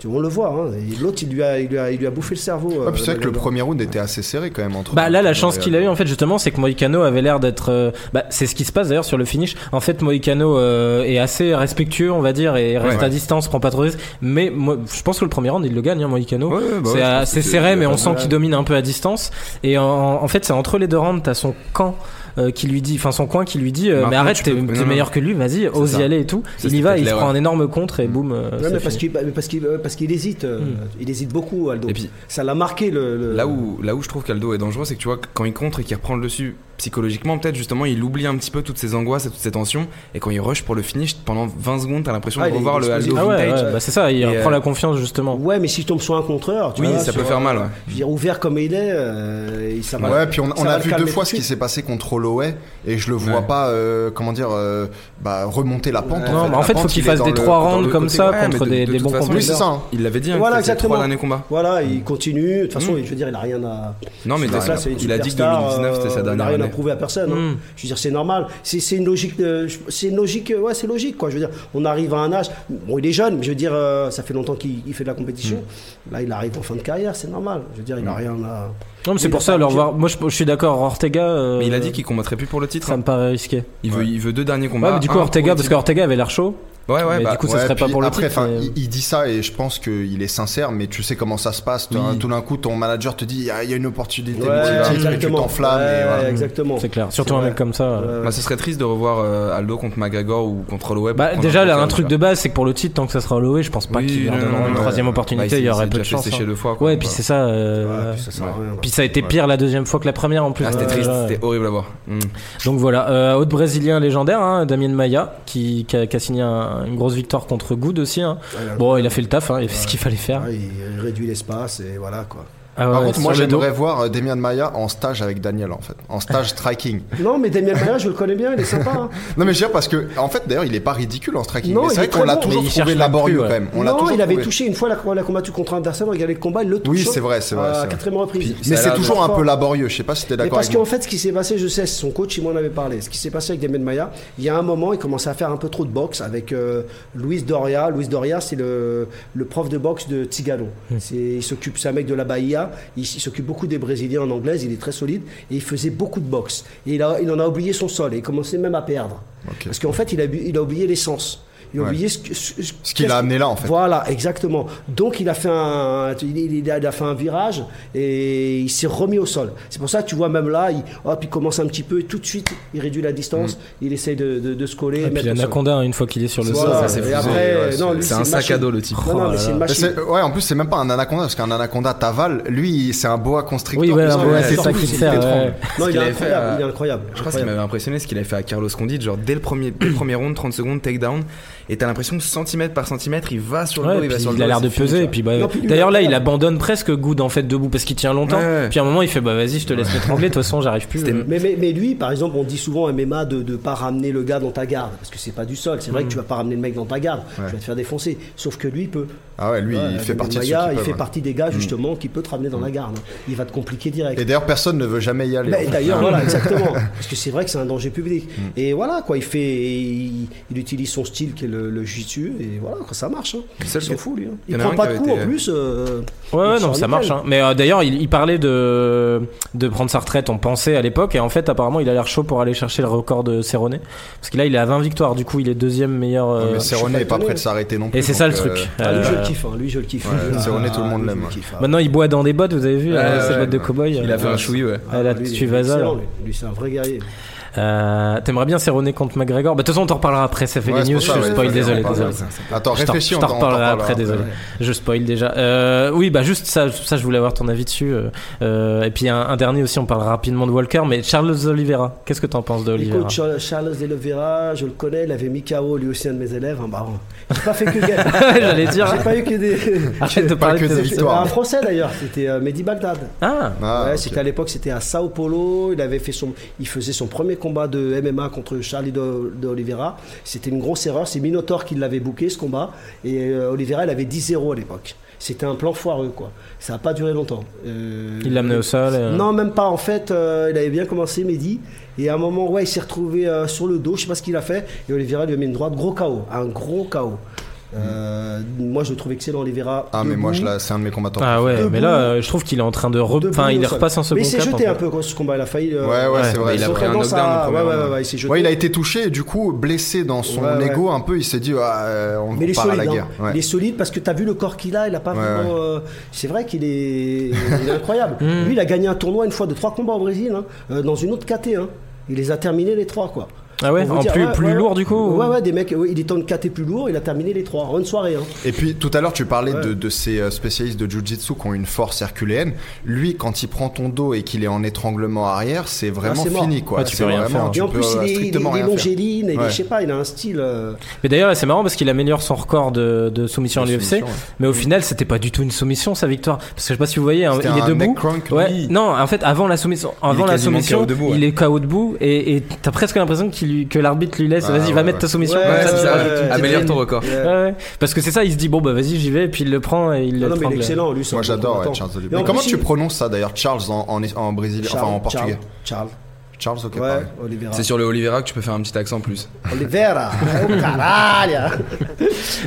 [SPEAKER 2] Tu vois, on le voit. hein. Et L'autre, il lui, a, il, lui a, il lui a bouffé le cerveau.
[SPEAKER 3] Ouais,
[SPEAKER 2] euh,
[SPEAKER 3] Ah, puis c'est vrai que le
[SPEAKER 2] Aldo.
[SPEAKER 3] premier round était assez serré quand même entre.
[SPEAKER 1] Bah là, la
[SPEAKER 3] entre-
[SPEAKER 1] chance qu'il a eu en fait justement, c'est que Moicano avait l'air d'être. euh, bah, c'est ce qui se passe d'ailleurs sur le finish. En fait, Moicano euh, est assez respectueux, on va dire, et reste
[SPEAKER 4] Ouais.
[SPEAKER 1] à distance, prend pas trop de risques. Mais moi, je pense que le premier round, il le gagne, hein, Moicano.
[SPEAKER 4] Ouais, ouais, bah ouais, je pense
[SPEAKER 1] c'est
[SPEAKER 4] que
[SPEAKER 1] assez
[SPEAKER 4] c'est-
[SPEAKER 1] serré,
[SPEAKER 4] il y
[SPEAKER 1] mais
[SPEAKER 4] a
[SPEAKER 1] on
[SPEAKER 4] pas
[SPEAKER 1] sent
[SPEAKER 4] de-
[SPEAKER 1] qu'il domine un peu à distance. Et en, en fait, c'est entre les deux rounds, t'as son camp. euh, qui lui dit, enfin son coin qui lui dit, euh,
[SPEAKER 4] Maintenant,
[SPEAKER 1] mais arrête,
[SPEAKER 4] tu
[SPEAKER 1] t'es
[SPEAKER 4] peux- non,
[SPEAKER 1] t'es
[SPEAKER 4] non.
[SPEAKER 1] meilleur que lui, vas-y, ose y
[SPEAKER 4] ça.
[SPEAKER 1] aller et tout.
[SPEAKER 4] Ça,
[SPEAKER 1] il y
[SPEAKER 4] c'est
[SPEAKER 1] va, il
[SPEAKER 4] peut-être
[SPEAKER 1] se
[SPEAKER 4] l'erreur.
[SPEAKER 1] prend un énorme contre et boum. euh,
[SPEAKER 2] Ouais,
[SPEAKER 1] c'est
[SPEAKER 2] mais parce
[SPEAKER 1] fini.
[SPEAKER 2] qu'il, bah, mais parce qu'il, parce qu'il hésite. euh, Il hésite beaucoup, Aldo.
[SPEAKER 4] Et puis-
[SPEAKER 2] ça l'a marqué le. le-
[SPEAKER 4] Là où, là où je trouve qu'Aldo est dangereux, c'est que tu vois, quand il contre et qu'il reprend le dessus psychologiquement, peut-être justement, il oublie un petit peu toutes ses angoisses et toutes ses tensions. Et quand il rush pour le finish, pendant 20 secondes, t'as l'impression
[SPEAKER 2] Ah,
[SPEAKER 4] de
[SPEAKER 2] il est
[SPEAKER 4] revoir le Aldo
[SPEAKER 2] explosif.
[SPEAKER 1] Ah ouais,
[SPEAKER 4] vintage.
[SPEAKER 1] ouais, bah c'est ça, il
[SPEAKER 4] Et,
[SPEAKER 1] reprend
[SPEAKER 4] euh,
[SPEAKER 1] la confiance justement.
[SPEAKER 2] Ouais, mais si tombe sur un contreur, tu
[SPEAKER 4] Oui,
[SPEAKER 2] vois,
[SPEAKER 4] ça peut
[SPEAKER 2] sur-
[SPEAKER 4] faire mal, ouais.
[SPEAKER 2] Ah, Je veux dire, ouvert comme il est, euh, il- ça va.
[SPEAKER 3] Ouais, puis on,
[SPEAKER 2] ça
[SPEAKER 3] on
[SPEAKER 2] va
[SPEAKER 3] a
[SPEAKER 2] le
[SPEAKER 3] vu
[SPEAKER 2] calmer
[SPEAKER 3] deux fois
[SPEAKER 2] tout
[SPEAKER 3] ce
[SPEAKER 2] de
[SPEAKER 3] qui
[SPEAKER 2] suite.
[SPEAKER 3] s'est passé contre Holloway et je le vois
[SPEAKER 4] Ouais.
[SPEAKER 3] pas, euh, comment dire, euh, bah, remonter la pente.
[SPEAKER 1] Non, mais en
[SPEAKER 3] La
[SPEAKER 1] fait,
[SPEAKER 3] pente,
[SPEAKER 1] faut qu'il
[SPEAKER 3] est
[SPEAKER 1] fasse
[SPEAKER 3] dans
[SPEAKER 1] des
[SPEAKER 3] le-
[SPEAKER 1] trois
[SPEAKER 4] dans
[SPEAKER 1] rounds
[SPEAKER 4] le
[SPEAKER 1] comme
[SPEAKER 4] côté-
[SPEAKER 1] ça
[SPEAKER 4] Ouais, mais
[SPEAKER 1] contre
[SPEAKER 4] de-
[SPEAKER 1] des,
[SPEAKER 4] de
[SPEAKER 1] des
[SPEAKER 4] toute
[SPEAKER 1] bons
[SPEAKER 4] façon,
[SPEAKER 1] combats.
[SPEAKER 3] Oui, c'est ça. hein.
[SPEAKER 4] Il l'avait dit, hein,
[SPEAKER 2] Voilà,
[SPEAKER 4] que c'était les
[SPEAKER 2] exactement.
[SPEAKER 4] trois derniers combats.
[SPEAKER 2] Voilà, il continue. De toute façon,
[SPEAKER 4] Mm.
[SPEAKER 2] je veux dire, il a rien à.
[SPEAKER 4] Non, mais
[SPEAKER 2] Ce mec-là,
[SPEAKER 4] il a-
[SPEAKER 2] c'est une
[SPEAKER 4] il a dit que
[SPEAKER 2] superstar,
[SPEAKER 4] 2019, c'était
[SPEAKER 2] euh,
[SPEAKER 4] sa
[SPEAKER 2] il a
[SPEAKER 4] dernière
[SPEAKER 2] rien à
[SPEAKER 4] année. Hmm.
[SPEAKER 2] prouver à personne. hein.
[SPEAKER 1] Mm.
[SPEAKER 2] Je veux dire, c'est normal. C'est c'est une logique. de- je- C'est une logique. euh, Ouais, c'est logique, quoi. Je veux dire, on arrive à un âge. Bon, il est jeune, mais je veux dire, euh, ça fait longtemps qu'il il fait de la compétition.
[SPEAKER 4] Hmm.
[SPEAKER 2] Là, il arrive en fin de carrière, c'est normal. Je veux dire, il n'a rien à.
[SPEAKER 1] Non, mais c'est
[SPEAKER 2] Il
[SPEAKER 1] pour
[SPEAKER 2] a
[SPEAKER 1] ça,
[SPEAKER 2] pas
[SPEAKER 1] alors
[SPEAKER 2] dit-
[SPEAKER 1] voir. Moi, je, je suis d'accord, Ortega. euh,
[SPEAKER 4] Mais il a dit qu'il combattrait plus pour le titre.
[SPEAKER 1] Ça
[SPEAKER 4] hein.
[SPEAKER 1] me paraît risqué.
[SPEAKER 4] Il, veut, il veut deux derniers combats.
[SPEAKER 1] Ouais, mais du coup,
[SPEAKER 4] un
[SPEAKER 1] Ortega,
[SPEAKER 4] pour
[SPEAKER 1] parce
[SPEAKER 4] le
[SPEAKER 1] que Ortega avait l'air chaud.
[SPEAKER 4] titre. Ouais, ouais,
[SPEAKER 1] mais
[SPEAKER 4] bah,
[SPEAKER 1] du coup, ce
[SPEAKER 3] Ouais,
[SPEAKER 1] serait pas
[SPEAKER 3] puis
[SPEAKER 1] pour le
[SPEAKER 3] après,
[SPEAKER 1] titre.
[SPEAKER 3] enfin,
[SPEAKER 1] mais-
[SPEAKER 3] il, il dit ça et je pense qu'il est sincère, mais tu sais comment ça se passe. toi, hein, Tout d'un coup, ton manager te dit Ah, il y a une opportunité,
[SPEAKER 2] Ouais,
[SPEAKER 3] mais tu- tu tu
[SPEAKER 2] exactement.
[SPEAKER 3] t'enflammes.
[SPEAKER 2] Ouais,
[SPEAKER 3] et voilà.
[SPEAKER 4] Hmm.
[SPEAKER 2] Exactement.
[SPEAKER 1] C'est clair. Surtout un
[SPEAKER 2] vrai.
[SPEAKER 1] mec comme ça. euh.
[SPEAKER 2] Ouais, ouais.
[SPEAKER 4] Bah, ce serait triste de revoir euh, Aldo contre McGregor ou contre Holloway.
[SPEAKER 1] Bah,
[SPEAKER 4] pour
[SPEAKER 1] déjà,
[SPEAKER 4] prendre
[SPEAKER 1] là, un
[SPEAKER 4] Aldo,
[SPEAKER 1] truc
[SPEAKER 4] tu
[SPEAKER 1] de
[SPEAKER 4] vois.
[SPEAKER 1] base, c'est que pour le titre, tant que ça sera Holloway, je pense pas
[SPEAKER 4] Oui,
[SPEAKER 1] qu'il leur
[SPEAKER 4] non,
[SPEAKER 1] donneront
[SPEAKER 4] non,
[SPEAKER 1] une
[SPEAKER 4] non,
[SPEAKER 1] troisième
[SPEAKER 4] ouais. Bah, il
[SPEAKER 1] opportunité.
[SPEAKER 4] s'est-
[SPEAKER 1] Il y aurait
[SPEAKER 4] s'est
[SPEAKER 1] peu de
[SPEAKER 4] déjà
[SPEAKER 1] chance.
[SPEAKER 4] fait sécher
[SPEAKER 1] hein.
[SPEAKER 4] deux fois. quoi.
[SPEAKER 1] Ouais, et puis c'est ça.
[SPEAKER 2] Ouais,
[SPEAKER 1] euh,
[SPEAKER 2] puis ça sert à rien, là.
[SPEAKER 1] Puis ça a été pire la deuxième fois que la première en plus.
[SPEAKER 4] Ah, c'était
[SPEAKER 1] Ouais,
[SPEAKER 4] triste,
[SPEAKER 1] ouais.
[SPEAKER 4] c'était horrible à voir. Mm.
[SPEAKER 1] Donc voilà, euh, autre brésilien légendaire, hein, Damien Maia, qui, qui a, qui a signé un- une grosse victoire contre Good aussi. hein.
[SPEAKER 2] Ouais,
[SPEAKER 1] Bon, il a fait le taf, hein, il a fait ce qu'il fallait faire.
[SPEAKER 2] ouais, il réduit l'espace et voilà, quoi.
[SPEAKER 1] Ah
[SPEAKER 3] Par
[SPEAKER 1] ouais,
[SPEAKER 3] contre, moi
[SPEAKER 1] sur le dos.
[SPEAKER 3] j'aimerais voir euh, Demian Maia en stage avec Daniel en fait, en stage striking.
[SPEAKER 2] Non, mais Damien Maia, je le connais bien, il est sympa. hein.
[SPEAKER 3] Non mais je veux dire parce que en fait d'ailleurs il est pas ridicule en striking.
[SPEAKER 2] Non,
[SPEAKER 3] mais c'est
[SPEAKER 2] il
[SPEAKER 3] vrai
[SPEAKER 2] est
[SPEAKER 3] qu'on
[SPEAKER 2] très
[SPEAKER 3] l'a
[SPEAKER 2] bon.
[SPEAKER 3] toujours
[SPEAKER 1] Mais il
[SPEAKER 3] trouvé
[SPEAKER 1] cherche
[SPEAKER 3] laborieux
[SPEAKER 1] la
[SPEAKER 3] quand
[SPEAKER 1] pluie,
[SPEAKER 3] même. On l'a
[SPEAKER 2] non,
[SPEAKER 3] toujours
[SPEAKER 2] il avait
[SPEAKER 3] trouvé.
[SPEAKER 2] touché une fois la, la combattu contre Anderson. Regardez le combat, il le touche.
[SPEAKER 3] Oui, c'est vrai, c'est vrai, c'est
[SPEAKER 2] À
[SPEAKER 3] vrai.
[SPEAKER 2] quatrième reprise.
[SPEAKER 3] Mais
[SPEAKER 4] Ça a
[SPEAKER 3] c'est
[SPEAKER 4] l'air
[SPEAKER 3] toujours
[SPEAKER 2] de-
[SPEAKER 3] un peu laborieux. Je sais pas si t'es
[SPEAKER 2] Mais
[SPEAKER 3] d'accord.
[SPEAKER 2] parce
[SPEAKER 3] avec moi.
[SPEAKER 2] qu'en fait, ce qui s'est passé, je sais, son coach, il m'en avait parlé. Ce qui s'est passé avec Damien Maia, il y a un moment, il commençait à faire un peu trop de boxe avec euh, Luis Doria. Luis Doria, c'est le, le prof de boxe de Tigano.
[SPEAKER 3] Hmm.
[SPEAKER 2] C'est- Il s'occupe, c'est un mec de la Bahia. Il, s- il s'occupe beaucoup des Brésiliens en anglaise. Il est très solide et il faisait beaucoup de boxe. Et il, a- il en a oublié son sol et il commençait même à perdre. Parce qu'en fait, il a, bu- il a oublié l'essence. Il a
[SPEAKER 3] Ouais.
[SPEAKER 2] oublié ce, que- ce- ce-
[SPEAKER 3] Ce qu'il a amené là, en fait.
[SPEAKER 2] Voilà, exactement. Donc il a fait un, il, il- il a fait un virage et il s'est remis au sol. C'est pour ça que tu vois même là, il, hop, il commence un petit peu et tout de suite il réduit la distance, il essaye de, de- de se
[SPEAKER 4] Ah,
[SPEAKER 2] coller.
[SPEAKER 1] Et puis
[SPEAKER 2] mettre au sol.
[SPEAKER 1] l'anaconda, hein, une fois qu'il est sur le
[SPEAKER 2] Voilà,
[SPEAKER 1] sol.
[SPEAKER 4] ça, c'est
[SPEAKER 2] et
[SPEAKER 4] fusé,
[SPEAKER 2] après,
[SPEAKER 3] ouais,
[SPEAKER 2] non,
[SPEAKER 3] c'est-
[SPEAKER 2] lui,
[SPEAKER 4] c'est un
[SPEAKER 2] une
[SPEAKER 4] sac
[SPEAKER 2] machine.
[SPEAKER 4] à dos, le type.
[SPEAKER 2] Non, non,
[SPEAKER 1] Oh
[SPEAKER 2] mais
[SPEAKER 1] là
[SPEAKER 2] c'est une
[SPEAKER 1] là.
[SPEAKER 3] Mais
[SPEAKER 2] machine.
[SPEAKER 3] c'est- Ouais, en plus, c'est même pas un anaconda, parce qu'un anaconda t'avale. Lui, c'est un boa constrictor.
[SPEAKER 1] Oui, ouais,
[SPEAKER 3] il me
[SPEAKER 1] un
[SPEAKER 3] semble.
[SPEAKER 1] boa,
[SPEAKER 3] Ouais,
[SPEAKER 1] c'est ça
[SPEAKER 3] surtout,
[SPEAKER 1] qui
[SPEAKER 3] c'est
[SPEAKER 1] te sert,
[SPEAKER 3] une pétrole.
[SPEAKER 1] ouais.
[SPEAKER 2] Non, il
[SPEAKER 4] qu'il
[SPEAKER 2] est
[SPEAKER 4] avait fait,
[SPEAKER 2] incroyable.
[SPEAKER 4] euh,
[SPEAKER 2] Il est incroyable.
[SPEAKER 4] Je crois que ce qui
[SPEAKER 2] incroyable.
[SPEAKER 4] m'avait impressionné, c'est qu'il avait fait à Carlos Condit, genre dès le premier, dès le premier round, 30 secondes, takedown, et t'as l'impression que centimètre par centimètre, il va sur le
[SPEAKER 1] Ouais,
[SPEAKER 4] dos, il
[SPEAKER 1] puis
[SPEAKER 4] va sur le
[SPEAKER 1] il a
[SPEAKER 4] dos,
[SPEAKER 1] l'air de
[SPEAKER 4] c'est fini,
[SPEAKER 1] peser.
[SPEAKER 4] tu
[SPEAKER 1] Et
[SPEAKER 4] vois.
[SPEAKER 1] puis, bah,
[SPEAKER 2] Non, puis lui,
[SPEAKER 1] d'ailleurs,
[SPEAKER 2] il
[SPEAKER 1] là,
[SPEAKER 2] a-
[SPEAKER 1] il abandonne presque Good en fait debout parce qu'il tient longtemps.
[SPEAKER 4] Ouais, ouais.
[SPEAKER 1] Puis à un moment, il fait bah vas-y, je te laisse m'étrangler. De toute façon, j'arrive plus.
[SPEAKER 4] C'était-
[SPEAKER 1] euh.
[SPEAKER 2] Mais, mais, mais lui, par exemple, on dit souvent à MMA de ne pas ramener le gars dans ta garde, parce que c'est pas du sol.
[SPEAKER 4] Mm.
[SPEAKER 2] C'est vrai que tu vas pas ramener le mec dans ta garde, tu vas te faire défoncer. Sauf que lui, il peut.
[SPEAKER 3] Ah ouais, lui,
[SPEAKER 2] Ouais,
[SPEAKER 3] il fait
[SPEAKER 2] Abdel
[SPEAKER 3] partie de ceux
[SPEAKER 2] Maya, Il
[SPEAKER 3] qui peuvent, hein.
[SPEAKER 2] fait
[SPEAKER 3] ouais.
[SPEAKER 2] partie des gars, justement, qui peut te ramener dans la garde. Il va te compliquer direct.
[SPEAKER 3] Et d'ailleurs, personne ne veut jamais y aller.
[SPEAKER 2] Ben,
[SPEAKER 3] en fait.
[SPEAKER 2] D'ailleurs, voilà, exactement. Parce que c'est vrai que c'est un danger public. Et voilà, quoi, il fait, il, il utilise son style qui est le, le jitsu, et voilà, quoi, ça marche. Hein.
[SPEAKER 4] Seul
[SPEAKER 2] Il s'en
[SPEAKER 4] que-
[SPEAKER 2] fout, lui. hein.
[SPEAKER 4] y
[SPEAKER 2] Il
[SPEAKER 4] en a
[SPEAKER 2] prend
[SPEAKER 4] un
[SPEAKER 2] pas
[SPEAKER 4] qui
[SPEAKER 2] de
[SPEAKER 4] avait
[SPEAKER 2] coups, en
[SPEAKER 4] été-
[SPEAKER 2] plus. euh,
[SPEAKER 1] Ouais,
[SPEAKER 2] il
[SPEAKER 1] ouais, non,
[SPEAKER 2] sort
[SPEAKER 1] ça
[SPEAKER 2] nickel.
[SPEAKER 1] marche. hein. Mais euh, d'ailleurs, il, il parlait de de prendre sa retraite. On pensait à l'époque, et en fait, apparemment, il a l'air chaud pour aller chercher le record de Cerrone, parce que là, il est à 20 victoires. Du coup, il est deuxième meilleur. euh,
[SPEAKER 3] Ouais, mais Cerrone
[SPEAKER 2] pas
[SPEAKER 3] n'est pas
[SPEAKER 2] étonné.
[SPEAKER 3] près de s'arrêter non plus.
[SPEAKER 1] Et c'est ça le
[SPEAKER 3] donc,
[SPEAKER 1] truc.
[SPEAKER 3] euh,
[SPEAKER 2] Ah, lui, je le
[SPEAKER 1] Euh,
[SPEAKER 2] kiffe, hein, lui, je le kiffe.
[SPEAKER 3] Ouais, c'est honnête, tout le monde
[SPEAKER 2] Ah, lui,
[SPEAKER 3] l'aime,
[SPEAKER 2] je kiffe, ah.
[SPEAKER 1] Maintenant, il boit dans des bottes. Vous avez vu
[SPEAKER 4] Ouais,
[SPEAKER 1] euh, ces
[SPEAKER 4] ouais,
[SPEAKER 1] bottes de
[SPEAKER 3] ouais.
[SPEAKER 1] cow-boy.
[SPEAKER 4] Il a fait
[SPEAKER 1] euh,
[SPEAKER 4] un chouï, ouais.
[SPEAKER 1] Ah, là,
[SPEAKER 2] lui,
[SPEAKER 1] tu
[SPEAKER 2] il est
[SPEAKER 1] vas à ça,
[SPEAKER 2] excellent,
[SPEAKER 1] là.
[SPEAKER 2] lui. Lui, c'est un vrai guerrier.
[SPEAKER 1] euh, T'aimerais bien Cerrone contre McGregor. Bah, de toute façon, on t'en reparlera après. Ça fait
[SPEAKER 3] ouais,
[SPEAKER 1] des
[SPEAKER 3] c'est
[SPEAKER 1] news.
[SPEAKER 3] pour ça,
[SPEAKER 1] je
[SPEAKER 3] ouais,
[SPEAKER 1] spoil.
[SPEAKER 3] ouais,
[SPEAKER 1] Désolé,
[SPEAKER 3] on parle-
[SPEAKER 1] désolé.
[SPEAKER 3] Attends,
[SPEAKER 1] Oh, Je t'en-
[SPEAKER 3] réfléchis,
[SPEAKER 1] je
[SPEAKER 3] on
[SPEAKER 1] t'en
[SPEAKER 3] t'en- on t'en
[SPEAKER 1] reparlerai
[SPEAKER 3] parlera
[SPEAKER 1] après, désolé. Je spoil déjà. Euh, oui, bah juste ça, ça je voulais avoir ton avis dessus. euh, euh, et puis un, un dernier aussi, on parlera rapidement de Walker, mais Charles Oliveira, qu'est-ce que t'en penses de Oliveira
[SPEAKER 2] Écoute, Charles, euh, Charles Delovera, je le connais, il avait mis KO, lui aussi, un de mes élèves, hein, bah, un baron. J'ai pas fait que gagner.
[SPEAKER 1] J'allais dire.
[SPEAKER 2] J'ai pas eu que des.
[SPEAKER 1] Arrête de
[SPEAKER 3] pas
[SPEAKER 1] parler
[SPEAKER 3] que
[SPEAKER 1] de
[SPEAKER 3] des
[SPEAKER 1] tes
[SPEAKER 3] victoires.
[SPEAKER 2] C'était un Français d'ailleurs, c'était euh, Mehdi Bagdad.
[SPEAKER 1] Ah
[SPEAKER 3] Ah,
[SPEAKER 2] ouais,
[SPEAKER 3] ok.
[SPEAKER 2] c'était à l'époque, c'était à Sao Paulo. Il avait fait son, il faisait son premier combat de MMA contre Charlie de, de Oliveira. C'était une grosse erreur. C'est Minotaur qui l'avait booké ce combat et euh, Oliveira, il avait 10-0 à l'époque. C'était un plan foireux quoi. Ça a pas duré longtemps. Euh,
[SPEAKER 1] Il l'a amené au sol. euh,
[SPEAKER 2] non, même pas. En fait, euh, il avait bien commencé, Mehdi. Et à un moment, ouais, il s'est retrouvé euh, sur le dos. Je sais pas ce qu'il a fait. Et Oliveira lui a mis une droite. Gros KO. Un gros KO. Euh, Moi, je le trouve excellent, Oliveira.
[SPEAKER 3] Ah, mais moi, je
[SPEAKER 2] debout.
[SPEAKER 3] la- c'est un de mes combattants.
[SPEAKER 1] Ah ouais, mais
[SPEAKER 2] Debout.
[SPEAKER 1] là, euh, je trouve qu'il est en train de. re-
[SPEAKER 2] Debout
[SPEAKER 1] Enfin,
[SPEAKER 2] au
[SPEAKER 1] il
[SPEAKER 2] sol.
[SPEAKER 1] repasse en second
[SPEAKER 2] Mais il s'est
[SPEAKER 1] cap, en
[SPEAKER 2] jeté
[SPEAKER 1] fait.
[SPEAKER 2] un peu quand ce combat, il a failli. euh,
[SPEAKER 3] Ouais, ouais,
[SPEAKER 1] Ouais,
[SPEAKER 3] c'est vrai.
[SPEAKER 4] mais il a
[SPEAKER 2] ils ont
[SPEAKER 4] pris un
[SPEAKER 2] tendance
[SPEAKER 4] knockdown
[SPEAKER 2] à-
[SPEAKER 4] au premier
[SPEAKER 2] ouais, ouais,
[SPEAKER 4] round.
[SPEAKER 2] ouais, ouais, il s'est jeté.
[SPEAKER 3] Ouais, il a été touché et du coup, blessé dans son
[SPEAKER 2] Ouais, ouais.
[SPEAKER 3] ego un peu, il s'est dit ah, on
[SPEAKER 2] Mais il est
[SPEAKER 3] part
[SPEAKER 2] solide.
[SPEAKER 3] à la
[SPEAKER 2] hein.
[SPEAKER 3] guerre. Ouais.
[SPEAKER 2] Il est solide parce que t'as vu le corps qu'il a, il a pas
[SPEAKER 3] Ouais,
[SPEAKER 2] vraiment.
[SPEAKER 3] ouais.
[SPEAKER 2] euh, C'est vrai qu'il est... il est incroyable.
[SPEAKER 1] Mmh.
[SPEAKER 2] Lui, il a gagné un tournoi une fois de trois combats au Brésil, hein, euh, dans une autre KT. hein. Il les a terminés les trois, quoi.
[SPEAKER 1] Ah ouais,
[SPEAKER 2] Pour vous
[SPEAKER 1] en plus- plus
[SPEAKER 2] ouais,
[SPEAKER 1] lourd, du coup,
[SPEAKER 2] Ouais,
[SPEAKER 1] ou-
[SPEAKER 2] ouais, des mecs. ouais, il était en KT plus lourd, il a terminé les trois en une soirée. hein.
[SPEAKER 3] Et puis tout à l'heure, tu parlais de, de ces euh, spécialistes de jujitsu qui ont une force herculéenne. Lui, quand il prend ton dos et qu'il est en étranglement arrière, c'est vraiment
[SPEAKER 2] Ah, c'est mort.
[SPEAKER 3] fini quoi.
[SPEAKER 1] Ouais, tu
[SPEAKER 3] C'est
[SPEAKER 1] peux rien
[SPEAKER 3] vraiment-
[SPEAKER 1] faire. hein.
[SPEAKER 3] tu
[SPEAKER 2] Et en
[SPEAKER 3] peux,
[SPEAKER 2] plus, il
[SPEAKER 3] euh,
[SPEAKER 2] est, il est,
[SPEAKER 3] strictement
[SPEAKER 2] il est
[SPEAKER 3] rien faire.
[SPEAKER 2] longéline, il est-
[SPEAKER 3] Ouais.
[SPEAKER 2] je sais pas, il a un style. euh,
[SPEAKER 1] Mais d'ailleurs, là, c'est marrant parce qu'il améliore son record de, de soumission à
[SPEAKER 3] De
[SPEAKER 1] l'UFC.
[SPEAKER 3] soumission, ouais.
[SPEAKER 1] Mais au final, c'était pas du tout une soumission sa victoire. Parce que je sais pas si vous voyez, hein,
[SPEAKER 3] C'était
[SPEAKER 1] il est
[SPEAKER 3] un
[SPEAKER 1] debout.
[SPEAKER 3] neck crank,
[SPEAKER 1] ouais.
[SPEAKER 3] oui.
[SPEAKER 1] Non, en fait, avant la soumission, avant la
[SPEAKER 4] quasiment
[SPEAKER 1] soumission,
[SPEAKER 4] KO debout, ouais.
[SPEAKER 1] il est KO debout et et t'as presque l'impression qu'il lui- que l'arbitre lui laisse.
[SPEAKER 3] Ah,
[SPEAKER 1] Vas-y, va
[SPEAKER 3] ouais,
[SPEAKER 1] mettre
[SPEAKER 3] ouais.
[SPEAKER 1] ta soumission.
[SPEAKER 2] Ouais,
[SPEAKER 1] comme
[SPEAKER 4] Ouais,
[SPEAKER 1] ça,
[SPEAKER 4] c'est
[SPEAKER 1] tu
[SPEAKER 4] ça,
[SPEAKER 1] rajoutes une petite
[SPEAKER 4] améliore
[SPEAKER 1] ligne.
[SPEAKER 4] ton record.
[SPEAKER 1] Ouais, ouais. Parce que c'est ça, il se dit bon bah vas-y j'y vais et puis il le prend et il
[SPEAKER 2] euh,
[SPEAKER 1] le
[SPEAKER 2] Non, non, mais il est
[SPEAKER 1] l'étrangle.
[SPEAKER 2] excellent, lui. c'est
[SPEAKER 3] Moi
[SPEAKER 2] un
[SPEAKER 3] j'adore
[SPEAKER 2] combattant.
[SPEAKER 3] ouais, Charles
[SPEAKER 2] Et
[SPEAKER 3] Oliveira.
[SPEAKER 2] en
[SPEAKER 3] Mais comment
[SPEAKER 2] plus,
[SPEAKER 3] tu
[SPEAKER 2] il-
[SPEAKER 3] prononces ça d'ailleurs Charles en, en, en brésilien, enfin en portugais
[SPEAKER 2] Charles.
[SPEAKER 3] Charles, ok,
[SPEAKER 2] Charles.
[SPEAKER 3] pareil.
[SPEAKER 2] Ouais, Oliveira.
[SPEAKER 4] C'est sur le Oliveira que tu peux faire un petit accent en plus.
[SPEAKER 2] Oliveira. Oh, caralho.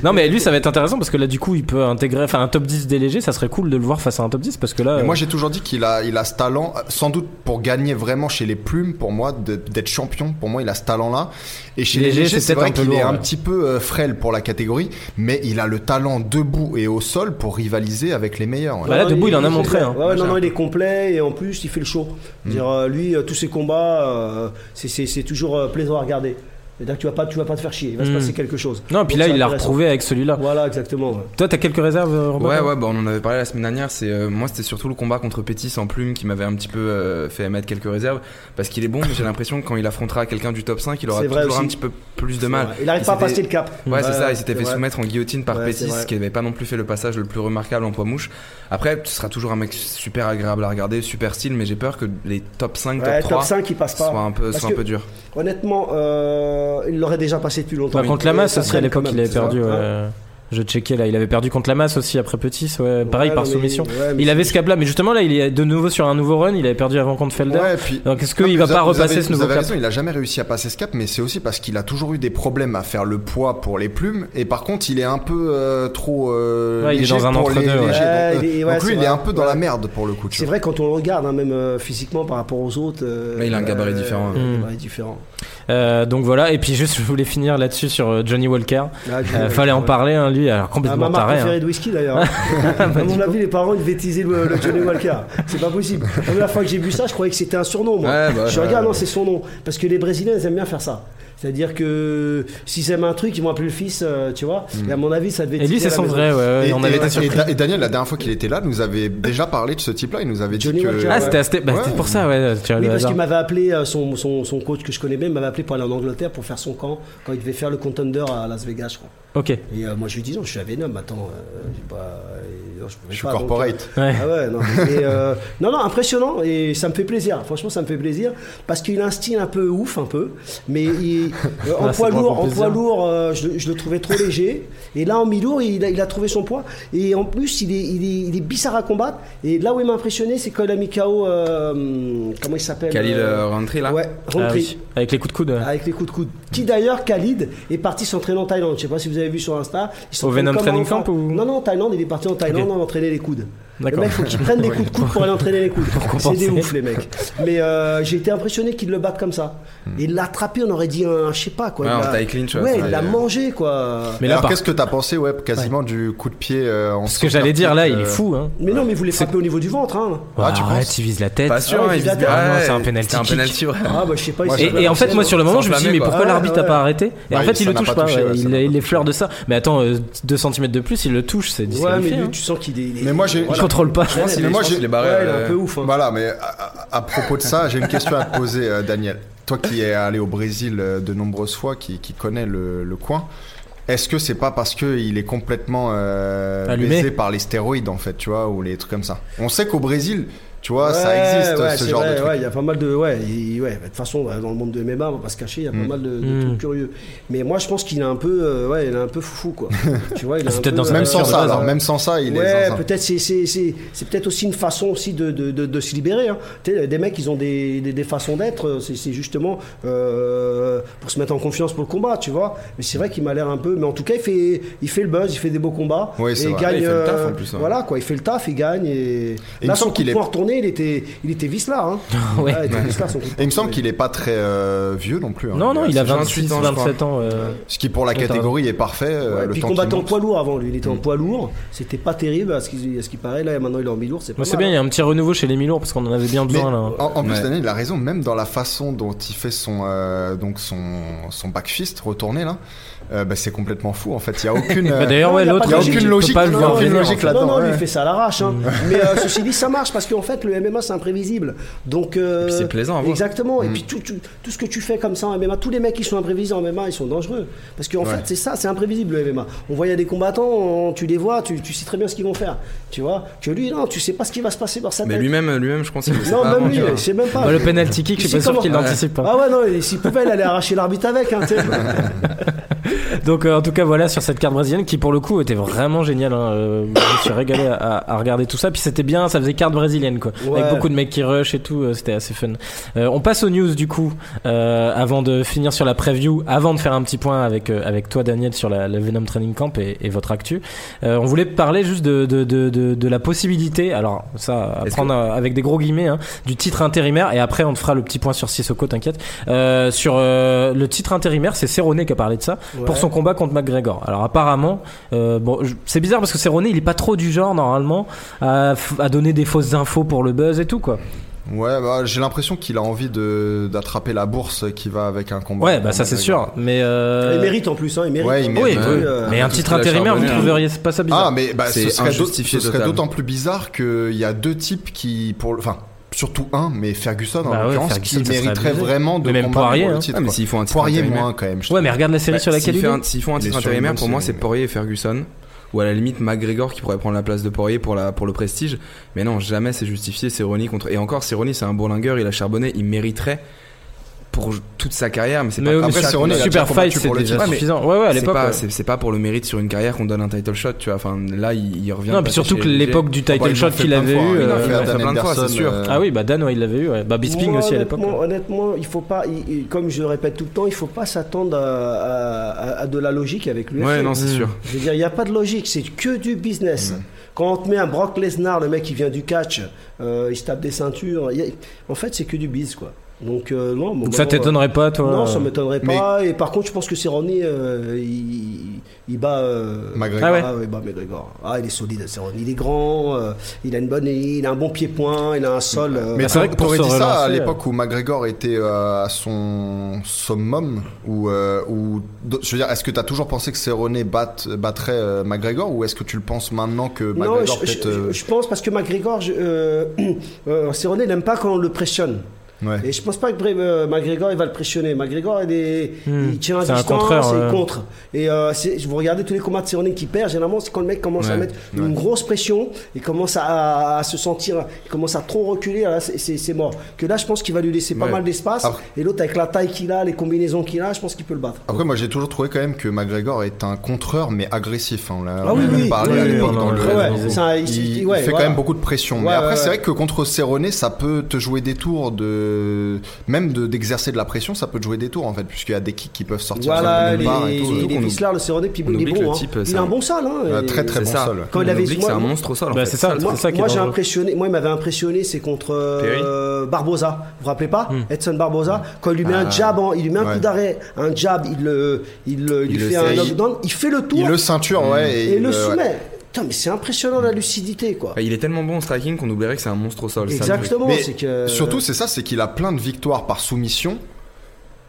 [SPEAKER 1] Non mais lui ça va être intéressant parce que là du coup il peut intégrer enfin un top 10 des légers, ça serait cool de le voir face à un top 10 parce que là
[SPEAKER 3] Mais moi
[SPEAKER 1] euh,
[SPEAKER 3] j'ai toujours dit qu'il a, il a ce talent, euh, sans doute pour gagner vraiment chez les plumes, pour moi, de- d'être champion, pour moi il a ce talent là. Et chez
[SPEAKER 1] Léger,
[SPEAKER 3] les légers,
[SPEAKER 1] c'est
[SPEAKER 3] c'est
[SPEAKER 1] peut-être
[SPEAKER 3] vrai
[SPEAKER 1] un peu
[SPEAKER 3] qu'il est
[SPEAKER 1] lourd,
[SPEAKER 3] un
[SPEAKER 1] ouais.
[SPEAKER 3] petit peu euh, frêle pour la catégorie, mais il a le talent debout et au sol pour rivaliser avec les meilleurs. ouais.
[SPEAKER 1] Bah, là,
[SPEAKER 2] Non,
[SPEAKER 1] debout, il en a
[SPEAKER 2] est
[SPEAKER 1] montré,
[SPEAKER 2] complet.
[SPEAKER 1] hein. Mm.
[SPEAKER 2] Ouais, ouais, non, non, il est complet et en plus, il fait le show. Dire, euh, lui, euh, tous ses combats, euh, c'est- c'est c'est toujours euh, plaisant à regarder. C'est-à-dire que tu vas pas, tu vas pas te faire chier. Il va se
[SPEAKER 1] Mm.
[SPEAKER 2] passer quelque chose.
[SPEAKER 1] Non, puis
[SPEAKER 2] Donc,
[SPEAKER 1] là
[SPEAKER 2] c'est
[SPEAKER 1] il l'a
[SPEAKER 2] intéressant.
[SPEAKER 1] retrouvé avec celui-là.
[SPEAKER 2] Voilà, exactement. ouais.
[SPEAKER 1] Toi t'as quelques réserves euh, Robert
[SPEAKER 4] Ouais, ouais, bah, on en avait parlé la semaine dernière. C'est euh, moi, c'était surtout le combat contre Pétis en plume qui m'avait un petit peu euh, fait mettre quelques réserves parce qu'il est bon, mais j'ai l'impression que quand il affrontera quelqu'un du top 5, il aura
[SPEAKER 2] C'est vrai
[SPEAKER 4] toujours un
[SPEAKER 2] aussi.
[SPEAKER 4] petit peu plus de
[SPEAKER 2] C'est
[SPEAKER 4] mal.
[SPEAKER 2] vrai. Il arrive pas à
[SPEAKER 4] s'était-
[SPEAKER 2] passer le cap.
[SPEAKER 4] Ouais, c'est ça, il s'était fait
[SPEAKER 2] vrai.
[SPEAKER 4] soumettre en guillotine par
[SPEAKER 2] Ouais, c'est
[SPEAKER 4] Pétis,
[SPEAKER 2] vrai.
[SPEAKER 4] qui n'avait pas non plus fait le passage le plus remarquable en poids mouche. Après, ce sera toujours un mec super agréable à regarder, super style, mais j'ai peur que les top 5,
[SPEAKER 2] Ouais,
[SPEAKER 4] top 3
[SPEAKER 2] top 5, il passe pas.
[SPEAKER 4] soient un peu,
[SPEAKER 2] Parce
[SPEAKER 4] soient un
[SPEAKER 2] que-
[SPEAKER 4] peu durs.
[SPEAKER 2] Honnêtement, euh, il l'aurait déjà passé depuis longtemps.
[SPEAKER 1] Bah, contre la masse
[SPEAKER 2] Ah Ça
[SPEAKER 1] aussi à
[SPEAKER 2] traîne
[SPEAKER 1] l'époque
[SPEAKER 2] quand même,
[SPEAKER 1] il avait
[SPEAKER 2] c'est
[SPEAKER 1] perdu. euh,
[SPEAKER 2] vrai.
[SPEAKER 1] ouais.
[SPEAKER 2] Ouais.
[SPEAKER 1] Je checkais là, il avait perdu contre la masse aussi après Petit, ouais, pareil
[SPEAKER 2] Ouais,
[SPEAKER 1] par
[SPEAKER 2] non, mais-
[SPEAKER 1] soumission.
[SPEAKER 2] ouais, mais
[SPEAKER 1] il avait
[SPEAKER 2] c'est-
[SPEAKER 1] ce cap là, mais justement là il est de nouveau sur un nouveau run, il avait perdu avant contre Felder.
[SPEAKER 3] Ouais, puis-
[SPEAKER 1] Donc est-ce
[SPEAKER 3] Non,
[SPEAKER 1] qu'il
[SPEAKER 3] mais
[SPEAKER 1] va
[SPEAKER 3] vous
[SPEAKER 1] pas
[SPEAKER 3] avez- vous
[SPEAKER 1] repasser
[SPEAKER 3] avez-
[SPEAKER 1] ce nouveau
[SPEAKER 3] vous avez
[SPEAKER 1] cap
[SPEAKER 3] raison, il a jamais réussi à passer ce cap, mais c'est aussi parce qu'il a toujours eu des problèmes à faire le poids pour les plumes, et par contre, il est un peu euh, trop. euh,
[SPEAKER 1] Ouais, il est
[SPEAKER 3] léger
[SPEAKER 1] dans un
[SPEAKER 3] pour les
[SPEAKER 1] entre-deux, ouais.
[SPEAKER 3] légers,
[SPEAKER 2] Ouais,
[SPEAKER 3] donc, euh,
[SPEAKER 2] il est- ouais,
[SPEAKER 3] donc lui,
[SPEAKER 2] c'est
[SPEAKER 3] il
[SPEAKER 2] vrai.
[SPEAKER 3] est un peu dans la
[SPEAKER 2] Ouais.
[SPEAKER 3] merde pour le coup. tu
[SPEAKER 2] C'est
[SPEAKER 3] vois.
[SPEAKER 2] vrai quand on le regarde, hein, même euh, physiquement par rapport aux autres. euh,
[SPEAKER 4] Ouais, il a un gabarit différent,
[SPEAKER 2] Un
[SPEAKER 1] hein.
[SPEAKER 2] gabarit différent.
[SPEAKER 1] Euh, donc voilà, et puis juste, je voulais finir là-dessus sur euh, Johnny Walker.
[SPEAKER 2] Ah, tu-
[SPEAKER 1] Euh, fallait en
[SPEAKER 2] ouais.
[SPEAKER 1] parler, hein, lui, alors
[SPEAKER 2] Ah,
[SPEAKER 1] complètement
[SPEAKER 2] ma marque
[SPEAKER 1] taré. hein. Bah,
[SPEAKER 2] préférée de whisky d'ailleurs. à mon avis, les parents ils vétisaient le, le Johnny Walker. C'est pas possible. La première fois que j'ai vu ça, je croyais que c'était un surnom. Moi.
[SPEAKER 4] Ouais, bah,
[SPEAKER 2] je
[SPEAKER 4] ouais,
[SPEAKER 2] regarde,
[SPEAKER 4] ouais.
[SPEAKER 2] non, c'est son nom. Parce que les Brésiliens, ils aiment bien faire ça. C'est-à-dire que s'ils aiment un truc, ils vont appeler le fils, euh, tu vois.
[SPEAKER 4] Mm.
[SPEAKER 2] Et à mon avis, ça devait
[SPEAKER 1] Euh, Et lui,
[SPEAKER 2] titiller
[SPEAKER 1] c'est
[SPEAKER 2] la
[SPEAKER 1] son
[SPEAKER 2] maison.
[SPEAKER 1] vrai, ouais, ouais,
[SPEAKER 3] et,
[SPEAKER 1] on avait
[SPEAKER 3] et-
[SPEAKER 1] été
[SPEAKER 3] et
[SPEAKER 1] surpris.
[SPEAKER 3] Da- et Daniel, la dernière fois qu'il était là, nous avait déjà parlé de ce type-là. Il nous avait dit
[SPEAKER 2] Johnny
[SPEAKER 3] que.
[SPEAKER 2] Walker,
[SPEAKER 1] Ah,
[SPEAKER 2] ouais.
[SPEAKER 1] c'était à cette- bah,
[SPEAKER 3] Ouais.
[SPEAKER 1] c'était pour ça, ouais, tu vois,
[SPEAKER 2] Oui,
[SPEAKER 1] le
[SPEAKER 2] parce
[SPEAKER 1] hasard.
[SPEAKER 2] qu'il m'avait appelé, euh, son, son, son coach que je connais bien, il m'avait appelé pour aller en Angleterre pour faire son camp quand il devait faire le contender à Las Vegas, je crois.
[SPEAKER 1] Ok.
[SPEAKER 2] Et euh, moi, je lui dis non, je suis à Venom, attends, euh, j'ai pas, euh, non, je, pouvais
[SPEAKER 3] Je suis
[SPEAKER 2] pas, donc,
[SPEAKER 3] corporate.
[SPEAKER 2] euh,
[SPEAKER 1] Ouais.
[SPEAKER 2] ah ouais, non, mais, euh, non, non, impressionnant, et ça me fait plaisir, franchement, ça me fait plaisir, parce qu'il a un style un peu ouf, un peu, mais il- euh, en
[SPEAKER 1] Ah, c'est
[SPEAKER 2] poids
[SPEAKER 1] pas
[SPEAKER 2] lourd,
[SPEAKER 1] pour
[SPEAKER 2] en poids
[SPEAKER 1] plaisir.
[SPEAKER 2] lourd, euh, je, le- je le trouvais trop léger, et là, en mi-lourd, il, a- il a trouvé son poids, et en plus, il est, il est, il est bizarre à combattre, et là où il m'a impressionné, c'est quand il a mis KO, euh, comment il s'appelle
[SPEAKER 4] Khalil
[SPEAKER 2] euh,
[SPEAKER 4] euh, Roundtree là
[SPEAKER 2] Ouais,
[SPEAKER 1] Ah
[SPEAKER 2] Roundtree.
[SPEAKER 1] oui, Avec les coups de coude. ouais.
[SPEAKER 2] Avec les coups de coude. Qui d'ailleurs, Khalid, est parti s'entraîner en Thaïlande. Je sais pas si vous avez vu sur Insta. Ils sont
[SPEAKER 1] Au Venom
[SPEAKER 2] comme
[SPEAKER 1] Training
[SPEAKER 2] un enfant.
[SPEAKER 1] Camp ou-
[SPEAKER 2] Non, non, en Thaïlande, il est parti en Thaïlande
[SPEAKER 1] Ok.
[SPEAKER 2] en entraîner les coudes. Le
[SPEAKER 1] D'accord.
[SPEAKER 2] mec, faut qu'il prenne des coups de coude pour aller entraîner les coudes. C'est des
[SPEAKER 1] compenser.
[SPEAKER 2] ouf, les mecs. Mais euh, j'ai été impressionné qu'il le batte comme ça.
[SPEAKER 1] Hmm.
[SPEAKER 2] Et l'attraper, on aurait dit un, je sais pas quoi.
[SPEAKER 4] Ouais,
[SPEAKER 2] il
[SPEAKER 4] un
[SPEAKER 2] l'a-
[SPEAKER 4] Thai clinch, ouais,
[SPEAKER 2] Ouais, il
[SPEAKER 4] ouais,
[SPEAKER 2] l'a
[SPEAKER 4] ouais.
[SPEAKER 2] mangé quoi.
[SPEAKER 1] euh, Mais là,
[SPEAKER 3] Alors,
[SPEAKER 1] par-
[SPEAKER 3] qu'est-ce que t'as pensé, ouais, quasiment du coup de pied euh, en
[SPEAKER 1] ce que j'allais dire là, il est fou. Hein.
[SPEAKER 2] Mais non, mais vous les frappez au niveau du ventre. Hein.
[SPEAKER 3] Ah, tu
[SPEAKER 1] ouais,
[SPEAKER 3] penses
[SPEAKER 1] tu vises la tête.
[SPEAKER 4] Pas sûr,
[SPEAKER 2] Ah ouais,
[SPEAKER 4] hein,
[SPEAKER 2] il
[SPEAKER 4] ils se
[SPEAKER 2] a
[SPEAKER 4] disent,
[SPEAKER 2] terre.
[SPEAKER 1] Non, c'est un
[SPEAKER 4] ouais,
[SPEAKER 1] penalty
[SPEAKER 4] c'était un
[SPEAKER 1] kick.
[SPEAKER 4] penalty, ouais.
[SPEAKER 2] Ah bah je sais pas. il
[SPEAKER 3] Ouais,
[SPEAKER 2] s'est
[SPEAKER 1] Et, et en fait, moi, sur le moment, je me suis dit, mais
[SPEAKER 4] quoi.
[SPEAKER 1] pourquoi
[SPEAKER 2] Ah ouais,
[SPEAKER 1] l'arbitre
[SPEAKER 2] ouais.
[SPEAKER 1] n'a pas arrêté Et en
[SPEAKER 3] Ouais,
[SPEAKER 1] fait, il
[SPEAKER 3] ça
[SPEAKER 1] le
[SPEAKER 3] n'a
[SPEAKER 1] touche
[SPEAKER 3] pas
[SPEAKER 1] pas.
[SPEAKER 3] touché,
[SPEAKER 1] ouais,
[SPEAKER 3] ouais, ça
[SPEAKER 1] Il
[SPEAKER 3] n'a pas
[SPEAKER 1] il
[SPEAKER 3] touché.
[SPEAKER 1] effleure de ça. Mais attends, euh, 2 cm de plus, il le touche, c'est
[SPEAKER 2] Ouais, mais
[SPEAKER 1] disqualifié.
[SPEAKER 2] lui,
[SPEAKER 1] hein.
[SPEAKER 2] tu sens qu'il est.
[SPEAKER 3] Mais moi, j'ai.
[SPEAKER 1] Il contrôle pas.
[SPEAKER 2] Ouais,
[SPEAKER 3] mais
[SPEAKER 2] je
[SPEAKER 3] moi,
[SPEAKER 2] pense
[SPEAKER 3] j'ai-
[SPEAKER 2] qu'il est
[SPEAKER 4] barré,
[SPEAKER 2] ouais, il est un
[SPEAKER 4] euh,
[SPEAKER 2] peu ouf. hein.
[SPEAKER 3] Voilà, mais à, à- à propos de ça, j'ai une question à te poser, euh, Daniel. Toi qui es allé au Brésil euh, de nombreuses fois, qui, qui connais le, le coin, est-ce que c'est pas parce que il est complètement euh,
[SPEAKER 1] Allumé.
[SPEAKER 3] baisé par les stéroïdes, en fait, tu vois, ou les trucs comme ça On sait qu'au Brésil, tu vois, ça
[SPEAKER 2] Ouais,
[SPEAKER 3] existe,
[SPEAKER 2] ouais,
[SPEAKER 3] ce
[SPEAKER 2] c'est
[SPEAKER 3] genre
[SPEAKER 2] vrai,
[SPEAKER 3] de truc.
[SPEAKER 2] ouais, il y a pas mal de. Ouais, il- ouais, bah, de toute façon, dans le monde de MMA, on va pas se cacher, il y a pas mal de, de
[SPEAKER 1] Mm.
[SPEAKER 2] trucs curieux. Mais moi, je pense qu'il est un peu. euh, ouais, il est un peu foufou, quoi. tu vois, il est
[SPEAKER 1] C'est
[SPEAKER 2] un
[SPEAKER 1] peut-être
[SPEAKER 2] peu,
[SPEAKER 1] dans
[SPEAKER 2] euh,
[SPEAKER 1] sa
[SPEAKER 3] Même
[SPEAKER 1] Ouais,
[SPEAKER 3] sans
[SPEAKER 1] ouais,
[SPEAKER 3] ça,
[SPEAKER 1] ouais,
[SPEAKER 3] alors, même sans ça, il est
[SPEAKER 2] ouais,
[SPEAKER 3] zinzin.
[SPEAKER 2] peut-être c'est c'est c'est c'est peut-être aussi une façon aussi de de de, de se libérer. Hein. Tu sais, des mecs ils ont des des, des façons d'être. euh, C'est c'est justement euh, pour se mettre en confiance pour le combat, tu vois. Mais c'est vrai qu'il m'a l'air un peu. Mais en tout cas, il fait il fait le buzz, il fait des beaux combats.
[SPEAKER 3] Ouais,
[SPEAKER 2] et
[SPEAKER 3] c'est
[SPEAKER 2] il
[SPEAKER 3] vrai.
[SPEAKER 2] gagne.
[SPEAKER 4] Ouais, il fait le taf,
[SPEAKER 2] euh,
[SPEAKER 4] en plus, hein.
[SPEAKER 2] Voilà quoi, il fait le taf, il gagne. Et,
[SPEAKER 3] il
[SPEAKER 2] là, son
[SPEAKER 3] me semble
[SPEAKER 2] coup
[SPEAKER 3] qu'il
[SPEAKER 2] de
[SPEAKER 3] est-
[SPEAKER 2] poing retourné, il était il était vice là. Hein.
[SPEAKER 1] Ouais.
[SPEAKER 2] il était vice là son coup. de
[SPEAKER 3] Et il me
[SPEAKER 2] poing
[SPEAKER 3] semble
[SPEAKER 2] retourné.
[SPEAKER 3] qu'il est pas très euh, vieux non plus. hein.
[SPEAKER 1] Non, non, il a
[SPEAKER 4] c'est
[SPEAKER 1] 28,
[SPEAKER 4] 28 ans, je crois.
[SPEAKER 1] 27 ans. euh,
[SPEAKER 3] Ce qui pour la
[SPEAKER 1] t'as-
[SPEAKER 3] catégorie est parfait. euh,
[SPEAKER 2] Ouais,
[SPEAKER 3] le
[SPEAKER 2] puis il
[SPEAKER 3] temps qu'il Mm.
[SPEAKER 2] combattait en
[SPEAKER 3] monte.
[SPEAKER 2] poids lourd avant lui, il était en poids lourd, c'était pas terrible à ce qu'il à ce qu'il paraît là et maintenant il est en mi-lourd, c'est pas
[SPEAKER 1] Moi, c'est
[SPEAKER 2] mal,
[SPEAKER 1] bien, il y
[SPEAKER 2] hein.
[SPEAKER 1] a un petit renouveau chez les Milours parce qu'on en avait bien
[SPEAKER 3] Mais
[SPEAKER 1] besoin là.
[SPEAKER 3] en, en plus,
[SPEAKER 4] Ouais.
[SPEAKER 3] Daniel, il a raison, même dans la façon dont il fait son, euh, donc son, son back fist retourné là, euh, bah, c'est complètement fou en fait. Il y a aucune. euh,
[SPEAKER 1] Bah, D'ailleurs,
[SPEAKER 2] Non,
[SPEAKER 1] ouais,
[SPEAKER 2] il y a
[SPEAKER 1] l'autre,
[SPEAKER 2] pas de
[SPEAKER 1] je peux
[SPEAKER 3] logique. Aucune
[SPEAKER 1] pas le
[SPEAKER 2] Ah,
[SPEAKER 3] logique,
[SPEAKER 1] voir venir.
[SPEAKER 3] non, aucune
[SPEAKER 1] en
[SPEAKER 3] logique,
[SPEAKER 1] fait.
[SPEAKER 3] là.
[SPEAKER 2] Non, non,
[SPEAKER 3] ouais.
[SPEAKER 2] lui, il fait ça à l'arrache. hein. Mais euh, ceci dit, ça marche parce qu'en fait, le MMA, c'est imprévisible. Donc, euh,
[SPEAKER 4] Et puis c'est plaisant à voir.
[SPEAKER 2] Exactement. Et puis, tout, tout, tout ce que tu fais comme ça en MMA, tous les mecs qui sont imprévisibles en MMA, ils sont dangereux. Parce qu'en fait, c'est ça, c'est imprévisible le MMA. On voit, il y a des combattants, on- tu les vois, tu, tu sais très bien ce qu'ils vont faire. Tu vois Que lui, non, tu sais pas ce qui va se passer par sa
[SPEAKER 4] Mais
[SPEAKER 2] tête.
[SPEAKER 4] lui-même, lui-même, je pense qu'il le sait
[SPEAKER 2] non,
[SPEAKER 4] pas euh,
[SPEAKER 2] même
[SPEAKER 4] avant,
[SPEAKER 2] lui, euh,
[SPEAKER 4] tu vois.
[SPEAKER 2] il sait même pas.
[SPEAKER 1] Bah, Le penalty kick, je suis
[SPEAKER 2] C'est
[SPEAKER 1] pas sûr
[SPEAKER 2] comment-
[SPEAKER 1] qu'il
[SPEAKER 2] Ouais.
[SPEAKER 1] l'anticipe hein. pas.
[SPEAKER 2] Ah ouais, non, et s'il pouvait, il allait arracher l'arbitre avec. Hein, tu sais.
[SPEAKER 1] Donc euh, en tout cas voilà sur cette carte brésilienne qui pour le coup était vraiment géniale. hein. Euh, je me suis régalé à- à, à regarder tout ça. Puis c'était bien, ça faisait carte brésilienne quoi.
[SPEAKER 2] Ouais.
[SPEAKER 1] Avec beaucoup de mecs qui rush et tout, euh, c'était assez fun. Euh, on passe aux news du coup euh, avant de finir sur la preview, avant de faire un petit point avec euh, avec toi Daniel sur la, le Venom Training Camp et, et votre actu. Euh, on voulait parler juste de de, de, de de la possibilité. Alors ça à
[SPEAKER 4] Est-ce
[SPEAKER 1] prendre euh, avec des gros guillemets hein, du titre intérimaire et après on te fera le petit point sur Sissoko t'inquiète. Euh, sur euh, le titre intérimaire, c'est Cerrone qui a parlé de ça pour
[SPEAKER 2] Ouais.
[SPEAKER 1] son combat contre McGregor. Alors apparemment, euh, bon, je- c'est bizarre parce que Cerrone, il est pas trop du genre normalement à, f- à donner des fausses infos pour le buzz et tout quoi.
[SPEAKER 3] Ouais, bah, j'ai l'impression qu'il a envie de d'attraper la bourse qui va avec un combat.
[SPEAKER 1] Ouais, bah ça c'est sûr. Mais euh,
[SPEAKER 2] Il mérite en plus, hein, il mérite.
[SPEAKER 3] Ouais, il
[SPEAKER 2] hein.
[SPEAKER 3] mérite.
[SPEAKER 1] oui,
[SPEAKER 4] mais,
[SPEAKER 1] oui.
[SPEAKER 2] euh,
[SPEAKER 1] mais un
[SPEAKER 4] tout
[SPEAKER 1] titre
[SPEAKER 4] ce qu'il a
[SPEAKER 1] intérimaire, vous
[SPEAKER 4] charbonné, hein.
[SPEAKER 1] trouveriez pas ça bizarre
[SPEAKER 3] Ah, mais bah, ce
[SPEAKER 4] C'est
[SPEAKER 3] serait d'autant-
[SPEAKER 4] injustifié
[SPEAKER 3] ce serait
[SPEAKER 4] total.
[SPEAKER 3] d'autant plus bizarre qu'il y a deux types qui, pour, le- enfin, surtout un, mais Ferguson en
[SPEAKER 1] Bah ouais,
[SPEAKER 3] l'occurrence,
[SPEAKER 1] Ferguson,
[SPEAKER 3] qui
[SPEAKER 1] ça serait
[SPEAKER 3] mériterait
[SPEAKER 1] abusé.
[SPEAKER 3] vraiment de
[SPEAKER 1] Mais même
[SPEAKER 3] combattre
[SPEAKER 1] Poirier,
[SPEAKER 3] pour
[SPEAKER 1] hein.
[SPEAKER 3] le titre.
[SPEAKER 4] Ah, mais
[SPEAKER 3] quoi.
[SPEAKER 4] s'ils font un titre
[SPEAKER 3] Poirier
[SPEAKER 4] intérimaire-
[SPEAKER 3] moins quand même. je trouve.
[SPEAKER 1] Ouais, mais regarde la série
[SPEAKER 4] Bah,
[SPEAKER 1] sur laquelle
[SPEAKER 4] s'ils
[SPEAKER 1] il
[SPEAKER 4] font
[SPEAKER 1] est.
[SPEAKER 4] un- S'ils font un
[SPEAKER 3] Il est
[SPEAKER 4] titre
[SPEAKER 3] sur une
[SPEAKER 4] intérimaire,
[SPEAKER 3] bonne
[SPEAKER 4] pour moi,
[SPEAKER 3] série,
[SPEAKER 4] c'est
[SPEAKER 3] mais-
[SPEAKER 4] Poirier et Ferguson. Ou à la limite, McGregor qui pourrait prendre la place de Poirier pour, la, pour le prestige. Mais non, jamais c'est justifié. C'est Ronnie contre. Et encore, c'est Ronnie, c'est un bourlingueur, il a charbonné, il mériterait pour toute sa carrière. Mais c'est
[SPEAKER 1] Mais
[SPEAKER 4] pas
[SPEAKER 1] oui, mais
[SPEAKER 3] Après,
[SPEAKER 1] sur-
[SPEAKER 3] Cerrone, il a déjà
[SPEAKER 1] super fight,
[SPEAKER 3] combattu
[SPEAKER 1] c'est
[SPEAKER 3] pour le
[SPEAKER 1] déjà
[SPEAKER 3] titre.
[SPEAKER 1] suffisant. Ouais, ouais, à
[SPEAKER 4] c'est
[SPEAKER 1] l'époque.
[SPEAKER 4] pas,
[SPEAKER 1] ouais.
[SPEAKER 4] c'est- c'est pas pour le mérite sur une carrière qu'on donne un title shot, tu vois. Enfin, là, il, il revient.
[SPEAKER 1] Non,
[SPEAKER 4] de
[SPEAKER 1] puis
[SPEAKER 4] passer
[SPEAKER 1] surtout
[SPEAKER 4] chez
[SPEAKER 1] que
[SPEAKER 4] LG.
[SPEAKER 1] l'époque du
[SPEAKER 3] Ah bah,
[SPEAKER 1] title
[SPEAKER 3] ils l'ont
[SPEAKER 1] shot
[SPEAKER 3] fait
[SPEAKER 1] qu'il
[SPEAKER 3] plein de
[SPEAKER 1] avait
[SPEAKER 3] fois, hein.
[SPEAKER 1] eu.
[SPEAKER 3] Ils l'ont
[SPEAKER 1] euh,
[SPEAKER 3] fait à
[SPEAKER 1] ouais.
[SPEAKER 4] plein de
[SPEAKER 3] Dan
[SPEAKER 4] fois,
[SPEAKER 3] Henderson,
[SPEAKER 4] c'est sûr.
[SPEAKER 3] euh,
[SPEAKER 1] Ah oui, bah Dan, ouais, il l'avait eu. Ouais. Bah Bisping
[SPEAKER 2] Moi,
[SPEAKER 1] aussi à l'époque.
[SPEAKER 2] honnêtement, honnêtement, il faut pas, il- il- comme je le répète tout le temps, il faut pas s'attendre à, à- à de la logique avec lui.
[SPEAKER 4] Ouais, non, c'est sûr. Mm.
[SPEAKER 2] Je veux dire, il n'y a pas de logique, c'est que du business. Quand on te met un Brock Lesnar, le mec qui vient du catch, euh, il se tape des ceintures. il y a- en fait, c'est que du biz, quoi. Donc, euh, non, bon,
[SPEAKER 1] Donc ça
[SPEAKER 2] maintenant,
[SPEAKER 1] t'étonnerait pas,
[SPEAKER 2] euh,
[SPEAKER 1] toi
[SPEAKER 2] Non,
[SPEAKER 1] euh,
[SPEAKER 2] ça m'étonnerait
[SPEAKER 3] Mais-
[SPEAKER 2] pas. Et par contre, je pense que Cerrone, euh, il, il bat. euh,
[SPEAKER 3] McGregor.
[SPEAKER 1] Ah ouais.
[SPEAKER 2] il bat McGregor. Ah, il est solide, Cerrone. Il est grand, euh, il a une bonne, il a un bon pied-point, il a
[SPEAKER 4] Mm.
[SPEAKER 2] un sol. euh,
[SPEAKER 3] Mais
[SPEAKER 1] c'est vrai
[SPEAKER 3] t'aurais-
[SPEAKER 1] que pour
[SPEAKER 3] t'aurais
[SPEAKER 1] se
[SPEAKER 3] dit ça à
[SPEAKER 1] relancer,
[SPEAKER 3] l'époque où McGregor était euh, à son summum ou euh, ou do- je veux dire est-ce que t'as toujours pensé que Cerrone batte- battrait euh, McGregor ou est-ce que tu le penses maintenant que
[SPEAKER 2] Non,
[SPEAKER 3] McGregor
[SPEAKER 2] je,
[SPEAKER 3] peut-être
[SPEAKER 2] je-
[SPEAKER 3] euh,
[SPEAKER 2] je- je pense parce que McGregor, je, euh, euh, Cerrone n'aime pas quand on le pressionne.
[SPEAKER 3] ouais.
[SPEAKER 2] Et je pense pas que Bra- euh, McGregor il va le pressionner. McGregor il, est,
[SPEAKER 1] Hmm.
[SPEAKER 2] il tient à
[SPEAKER 1] C'est un
[SPEAKER 2] distance,
[SPEAKER 1] contreur,
[SPEAKER 2] et il
[SPEAKER 1] ouais.
[SPEAKER 2] contre. Et euh, c'est- je vous regardez tous les combats de Cerrone qui perd, généralement c'est quand le mec commence à
[SPEAKER 4] Ouais,
[SPEAKER 2] mettre une grosse pression, il commence à, à se sentir, il commence à trop reculer, là, c'est- c'est c'est mort. Que là je pense qu'il va lui laisser pas
[SPEAKER 4] Ouais.
[SPEAKER 2] mal d'espace.
[SPEAKER 3] Après-
[SPEAKER 2] Et l'autre avec la taille qu'il a, les combinaisons qu'il a, je pense qu'il peut le battre.
[SPEAKER 3] Après, moi, j'ai toujours trouvé quand même que McGregor est un contreur, mais agressif. hein. On l'a
[SPEAKER 2] Ah oui,
[SPEAKER 3] on en
[SPEAKER 2] oui,
[SPEAKER 3] parlé
[SPEAKER 2] oui,
[SPEAKER 3] à
[SPEAKER 2] oui,
[SPEAKER 3] l'époque
[SPEAKER 1] oui,
[SPEAKER 3] dans
[SPEAKER 1] oui,
[SPEAKER 3] le
[SPEAKER 1] oui,
[SPEAKER 3] dans
[SPEAKER 1] oui,
[SPEAKER 3] le
[SPEAKER 1] oui.
[SPEAKER 2] Ça,
[SPEAKER 3] groupe.
[SPEAKER 2] il-
[SPEAKER 3] Il,
[SPEAKER 2] il- ouais,
[SPEAKER 3] fait quand
[SPEAKER 2] voilà.
[SPEAKER 3] même beaucoup de pression. mais
[SPEAKER 2] Ouais,
[SPEAKER 3] après,
[SPEAKER 2] ouais,
[SPEAKER 3] c'est
[SPEAKER 2] ouais.
[SPEAKER 3] vrai que contre Cerrone, ça peut te jouer des tours, de... même de- d'exercer de, la pression, ça peut te jouer des tours en fait, puisqu'il y a des kicks qui peuvent sortir
[SPEAKER 2] Voilà,
[SPEAKER 3] sur le
[SPEAKER 2] les,
[SPEAKER 3] bar et tout.
[SPEAKER 2] les,
[SPEAKER 4] donc
[SPEAKER 2] les
[SPEAKER 4] on
[SPEAKER 2] Vislar, le Cerrone, puis
[SPEAKER 4] on
[SPEAKER 2] il est
[SPEAKER 4] oublie que
[SPEAKER 2] bon.
[SPEAKER 4] le
[SPEAKER 2] hein.
[SPEAKER 4] type,
[SPEAKER 2] il
[SPEAKER 4] c'est
[SPEAKER 2] a un
[SPEAKER 4] un-
[SPEAKER 2] bon sale. Hein,
[SPEAKER 3] Euh,
[SPEAKER 2] et-
[SPEAKER 3] très, très
[SPEAKER 4] C'est
[SPEAKER 3] bon
[SPEAKER 4] ça.
[SPEAKER 3] sol.
[SPEAKER 2] Quand il
[SPEAKER 4] On
[SPEAKER 2] avait-
[SPEAKER 4] oublie que
[SPEAKER 2] moi-
[SPEAKER 4] c'est un monstre au sol. en
[SPEAKER 1] Bah,
[SPEAKER 4] fait.
[SPEAKER 1] c'est ça,
[SPEAKER 4] le
[SPEAKER 1] c'est
[SPEAKER 2] Moi,
[SPEAKER 1] ça qui est
[SPEAKER 2] moi, j'ai
[SPEAKER 1] dangereux.
[SPEAKER 2] impressionné. Moi, il m'avait impressionné, c'est contre euh, Barbosa. Vous vous rappelez pas Edson Barbosa. Quand il lui met un jab, en- il lui met un
[SPEAKER 3] Ouais.
[SPEAKER 2] coup d'arrêt, un jab, il le, il le, il
[SPEAKER 4] Il
[SPEAKER 2] lui
[SPEAKER 4] le
[SPEAKER 2] fait un
[SPEAKER 4] sait, il-
[SPEAKER 2] knockdown, il fait le tour
[SPEAKER 3] Il le ceinture, ouais. euh,
[SPEAKER 2] et, le
[SPEAKER 3] ouais.
[SPEAKER 2] soumet. Putain, mais c'est impressionnant la lucidité, quoi.
[SPEAKER 4] Enfin, il est tellement bon en striking qu'on oublierait que c'est un monstre au sol. c'est ça, le truc.
[SPEAKER 2] Exactement.
[SPEAKER 3] Mais
[SPEAKER 2] c'est que
[SPEAKER 3] surtout, c'est ça, c'est qu'il a plein de victoires par soumission.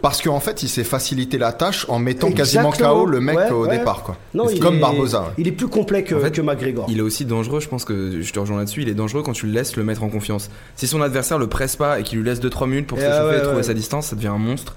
[SPEAKER 3] Parce qu'en fait, il s'est facilité la tâche en mettant quasiment
[SPEAKER 2] Exactement.
[SPEAKER 3] KO le mec
[SPEAKER 2] Ouais,
[SPEAKER 3] au
[SPEAKER 2] ouais.
[SPEAKER 3] départ, quoi.
[SPEAKER 2] Non, il
[SPEAKER 3] Comme
[SPEAKER 2] est-
[SPEAKER 3] Barbosa. ouais.
[SPEAKER 2] Il est plus complet que,
[SPEAKER 4] En fait,
[SPEAKER 2] que McGregor.
[SPEAKER 4] Il est aussi dangereux, je pense que je te rejoins là-dessus, il est dangereux quand tu le laisses le mettre en confiance. Si son adversaire le presse pas et qu'il lui laisse 2-3 minutes pour
[SPEAKER 2] Eh
[SPEAKER 4] se chauffer
[SPEAKER 2] ouais,
[SPEAKER 4] et trouver
[SPEAKER 2] ouais.
[SPEAKER 4] sa distance, ça devient un monstre.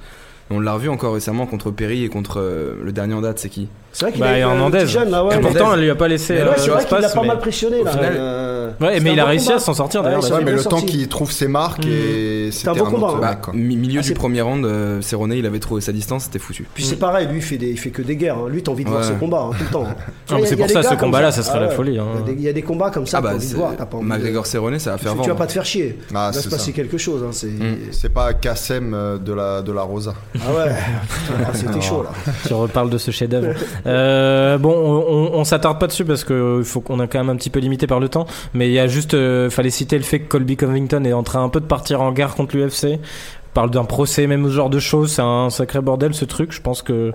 [SPEAKER 4] Et on l'a revu encore récemment contre Perry et contre euh, le dernier en date, c'est qui
[SPEAKER 2] C'est vrai qu'il
[SPEAKER 1] Bah,
[SPEAKER 2] est
[SPEAKER 1] et Hernandez.
[SPEAKER 2] jeune, là, ouais.
[SPEAKER 1] Et
[SPEAKER 4] Hernandez.
[SPEAKER 1] pourtant, elle lui a pas laissé
[SPEAKER 4] Mais
[SPEAKER 2] Ouais,
[SPEAKER 1] euh,
[SPEAKER 2] c'est vrai qu'il l'a
[SPEAKER 1] l'espace,
[SPEAKER 2] pas
[SPEAKER 1] mais-
[SPEAKER 2] mal pressionné, là.
[SPEAKER 4] final-
[SPEAKER 2] euh,
[SPEAKER 1] Ouais,
[SPEAKER 2] c'était
[SPEAKER 1] mais
[SPEAKER 2] un
[SPEAKER 1] il a
[SPEAKER 2] bon
[SPEAKER 1] réussi
[SPEAKER 2] combat.
[SPEAKER 1] à s'en sortir
[SPEAKER 2] Ouais,
[SPEAKER 1] derrière.
[SPEAKER 2] c'est
[SPEAKER 1] la
[SPEAKER 3] Ouais,
[SPEAKER 1] ligne.
[SPEAKER 3] mais
[SPEAKER 2] bien
[SPEAKER 3] le temps
[SPEAKER 2] sorti.
[SPEAKER 3] qu'il trouve ses marques
[SPEAKER 1] Mmh.
[SPEAKER 3] et c'était
[SPEAKER 2] un bon combat,
[SPEAKER 3] autre
[SPEAKER 2] hein.
[SPEAKER 3] mec,
[SPEAKER 4] bah,
[SPEAKER 3] quoi.
[SPEAKER 4] mi- Milieu
[SPEAKER 2] Ah,
[SPEAKER 4] du
[SPEAKER 2] c'est-
[SPEAKER 4] premier round, euh, Cerrone il avait trouvé sa distance, c'était foutu.
[SPEAKER 2] Puis c'est pareil, lui il fait, des, il fait que des guerres. hein. Lui t'as envie de voir
[SPEAKER 4] Ouais.
[SPEAKER 2] ses combats hein, tout le temps.
[SPEAKER 1] Mm. mais c'est pour ça, ce combat-là, ça serait la folie, hein.
[SPEAKER 2] Il Ah y a des combats comme ça,
[SPEAKER 4] Ah
[SPEAKER 2] t'as
[SPEAKER 4] bah,
[SPEAKER 2] envie de
[SPEAKER 4] c'est-
[SPEAKER 2] voir. t'as pas envie de-
[SPEAKER 4] McGregor Cerrone, ça va
[SPEAKER 2] Tu,
[SPEAKER 4] faire
[SPEAKER 2] tu vas
[SPEAKER 4] vendre.
[SPEAKER 2] pas te faire chier.
[SPEAKER 3] Ah,
[SPEAKER 2] Il va
[SPEAKER 3] c'est
[SPEAKER 2] se passer
[SPEAKER 3] ça.
[SPEAKER 2] quelque chose. hein, c'est-
[SPEAKER 1] Mm.
[SPEAKER 3] C'est pas Kassem euh, de la, de la Rosa.
[SPEAKER 2] Ah ouais, Ah, c'était chaud là.
[SPEAKER 1] Tu reparles de ce chef-d'œuvre. Euh, bon, on, on- on s'attarde pas dessus parce que il faut qu'on a quand même un petit peu limité par le temps. Mais il y a juste, euh, fallait citer le fait que Colby Covington est en train un peu de partir en guerre contre l'UFC. Parle d'un procès, même ce genre de choses. C'est un sacré bordel ce truc. Je pense que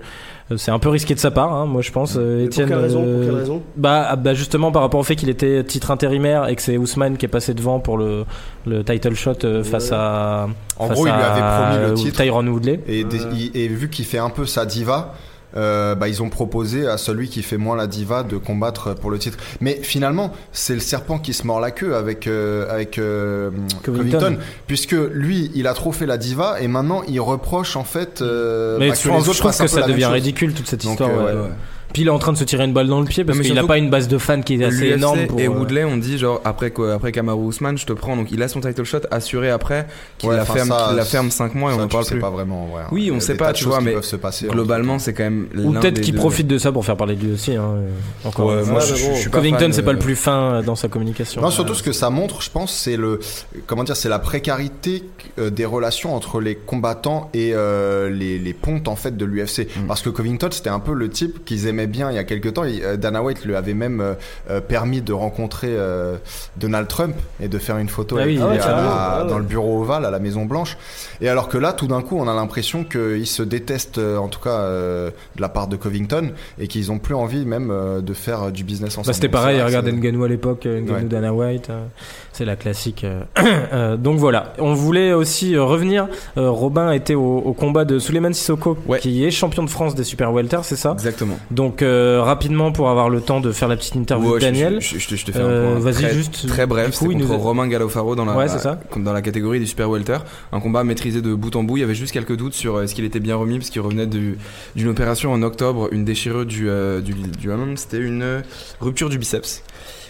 [SPEAKER 1] euh, c'est un peu risqué de sa part. hein, moi, je pense. Euh,
[SPEAKER 2] Mais
[SPEAKER 1] Étienne,
[SPEAKER 2] pour quelle raison,
[SPEAKER 1] euh,
[SPEAKER 2] pour quelle raison
[SPEAKER 1] bah, ah, bah, justement par rapport au fait qu'il était titre intérimaire et que c'est Ousmane qui est passé devant pour le, le title shot euh, face
[SPEAKER 2] Ouais.
[SPEAKER 1] à.
[SPEAKER 3] En
[SPEAKER 1] face
[SPEAKER 3] gros, il lui
[SPEAKER 1] à,
[SPEAKER 3] avait promis le
[SPEAKER 1] euh,
[SPEAKER 3] titre.
[SPEAKER 1] Tyron Woodley.
[SPEAKER 3] Et, des- il- et vu qu'il fait un peu sa diva, euh, bah, ils ont proposé à celui qui fait moins la diva de combattre pour le titre. Mais finalement, c'est le serpent qui se mord la queue avec, euh, avec euh,
[SPEAKER 1] Covington.
[SPEAKER 3] Covington. puisque lui, il a trop fait la diva et maintenant il reproche en fait. euh,
[SPEAKER 1] Mais
[SPEAKER 3] bah,
[SPEAKER 1] je
[SPEAKER 3] les
[SPEAKER 1] pense,
[SPEAKER 3] autres
[SPEAKER 1] je pense
[SPEAKER 3] fassent un
[SPEAKER 1] que
[SPEAKER 3] peu
[SPEAKER 1] ça
[SPEAKER 3] la même
[SPEAKER 1] devient
[SPEAKER 3] chose.
[SPEAKER 1] ridicule toute cette
[SPEAKER 3] Donc,
[SPEAKER 1] histoire.
[SPEAKER 3] euh,
[SPEAKER 1] ouais.
[SPEAKER 4] hein. Ouais, ouais.
[SPEAKER 1] Puis il est en train de se tirer une balle dans le pied parce
[SPEAKER 4] Mais
[SPEAKER 1] qu'il n'a
[SPEAKER 4] surtout-
[SPEAKER 1] pas une base de fans qui est assez
[SPEAKER 4] L'UFC
[SPEAKER 1] énorme pour.
[SPEAKER 4] et
[SPEAKER 1] euh,
[SPEAKER 4] Woodley on dit genre après quoi après Kamaru Usman je te prends donc il a son title shot assuré après qu'il
[SPEAKER 3] Ouais,
[SPEAKER 4] la
[SPEAKER 3] enfin,
[SPEAKER 4] ferme
[SPEAKER 3] ça,
[SPEAKER 4] qu'il la
[SPEAKER 3] c'est-
[SPEAKER 4] ferme 5 mois et
[SPEAKER 3] Ça,
[SPEAKER 4] on en
[SPEAKER 3] tu
[SPEAKER 4] parle
[SPEAKER 3] sais
[SPEAKER 4] plus
[SPEAKER 3] pas vraiment en vrai, hein.
[SPEAKER 4] Oui,
[SPEAKER 3] Il
[SPEAKER 4] on
[SPEAKER 3] y a
[SPEAKER 4] sait
[SPEAKER 3] des
[SPEAKER 4] pas,
[SPEAKER 3] tas de
[SPEAKER 4] tu
[SPEAKER 3] choses
[SPEAKER 4] vois,
[SPEAKER 3] qui
[SPEAKER 4] mais
[SPEAKER 3] peuvent se passer, hein.
[SPEAKER 4] globalement c'est quand même
[SPEAKER 1] Ou
[SPEAKER 4] l'un
[SPEAKER 1] peut-être
[SPEAKER 4] des
[SPEAKER 1] qu'il
[SPEAKER 4] deux.
[SPEAKER 1] profite de ça pour faire parler de lui aussi. hein, euh, encore.
[SPEAKER 4] Ouais, moi,
[SPEAKER 2] Ouais,
[SPEAKER 4] je,
[SPEAKER 2] mais
[SPEAKER 4] je-
[SPEAKER 2] bon.
[SPEAKER 4] je suis pas
[SPEAKER 1] Covington,
[SPEAKER 4] fan,
[SPEAKER 1] c'est pas
[SPEAKER 4] euh,
[SPEAKER 1] le plus fin euh, dans sa communication.
[SPEAKER 3] Non, surtout ce que ça montre, je pense, c'est le comment dire, c'est la précarité euh, des relations entre les combattants et euh, les, les pontes en fait de l'UFC.
[SPEAKER 1] Mm.
[SPEAKER 3] Parce que Covington, c'était un peu le type qu'ils aimaient bien il y a quelques temps. Il- euh, Dana White lui avait même euh, euh, permis de rencontrer euh, Donald Trump et de faire une photo
[SPEAKER 1] Ah
[SPEAKER 3] avec
[SPEAKER 1] oui,
[SPEAKER 3] lui
[SPEAKER 1] ah ouais,
[SPEAKER 3] à
[SPEAKER 2] carrément,
[SPEAKER 3] la-
[SPEAKER 2] ah ouais.
[SPEAKER 3] dans le bureau ovale à la Maison Blanche. Et alors que là, tout d'un coup, on a l'impression qu'ils se détestent, euh, en tout cas euh, de la part de Covington, et qu'ils ont plus envie même euh, de faire euh, du business ensemble.
[SPEAKER 1] Bah, c'était
[SPEAKER 3] Donc, c'est
[SPEAKER 1] pareil,
[SPEAKER 3] vrai que
[SPEAKER 1] regardez
[SPEAKER 3] c'est-
[SPEAKER 1] Ngannou à l'époque, euh, Ngannou
[SPEAKER 3] Ouais.
[SPEAKER 1] Dana White, euh, c'est la classique. euh. Euh, donc voilà, on voulait aussi euh, revenir, euh, Robin était au, au combat de Suleiman Sissoko,
[SPEAKER 4] Ouais.
[SPEAKER 1] qui est champion de France des Super Welter, c'est ça
[SPEAKER 4] Exactement.
[SPEAKER 1] Donc euh, rapidement, pour avoir le temps de faire la petite interview de
[SPEAKER 4] Ouais, je-
[SPEAKER 1] Daniel,
[SPEAKER 4] je, je- je- je te fais un
[SPEAKER 1] Euh,
[SPEAKER 4] point
[SPEAKER 1] vas-y,
[SPEAKER 4] très-
[SPEAKER 1] juste,
[SPEAKER 4] très
[SPEAKER 1] du
[SPEAKER 4] bref.
[SPEAKER 1] coup,
[SPEAKER 4] C'était
[SPEAKER 1] il nous
[SPEAKER 4] contre
[SPEAKER 1] a-
[SPEAKER 4] Romain Galofaro dans la,
[SPEAKER 1] Ouais, c'est ça.
[SPEAKER 4] dans la catégorie du super welter. Un combat maîtrisé de bout en bout. Il y avait juste quelques doutes sur euh, est-ce qu'il était bien remis parce qu'il revenait du- d'une opération en octobre, une déchirure du euh, du, du hum, c'était une euh, rupture du biceps.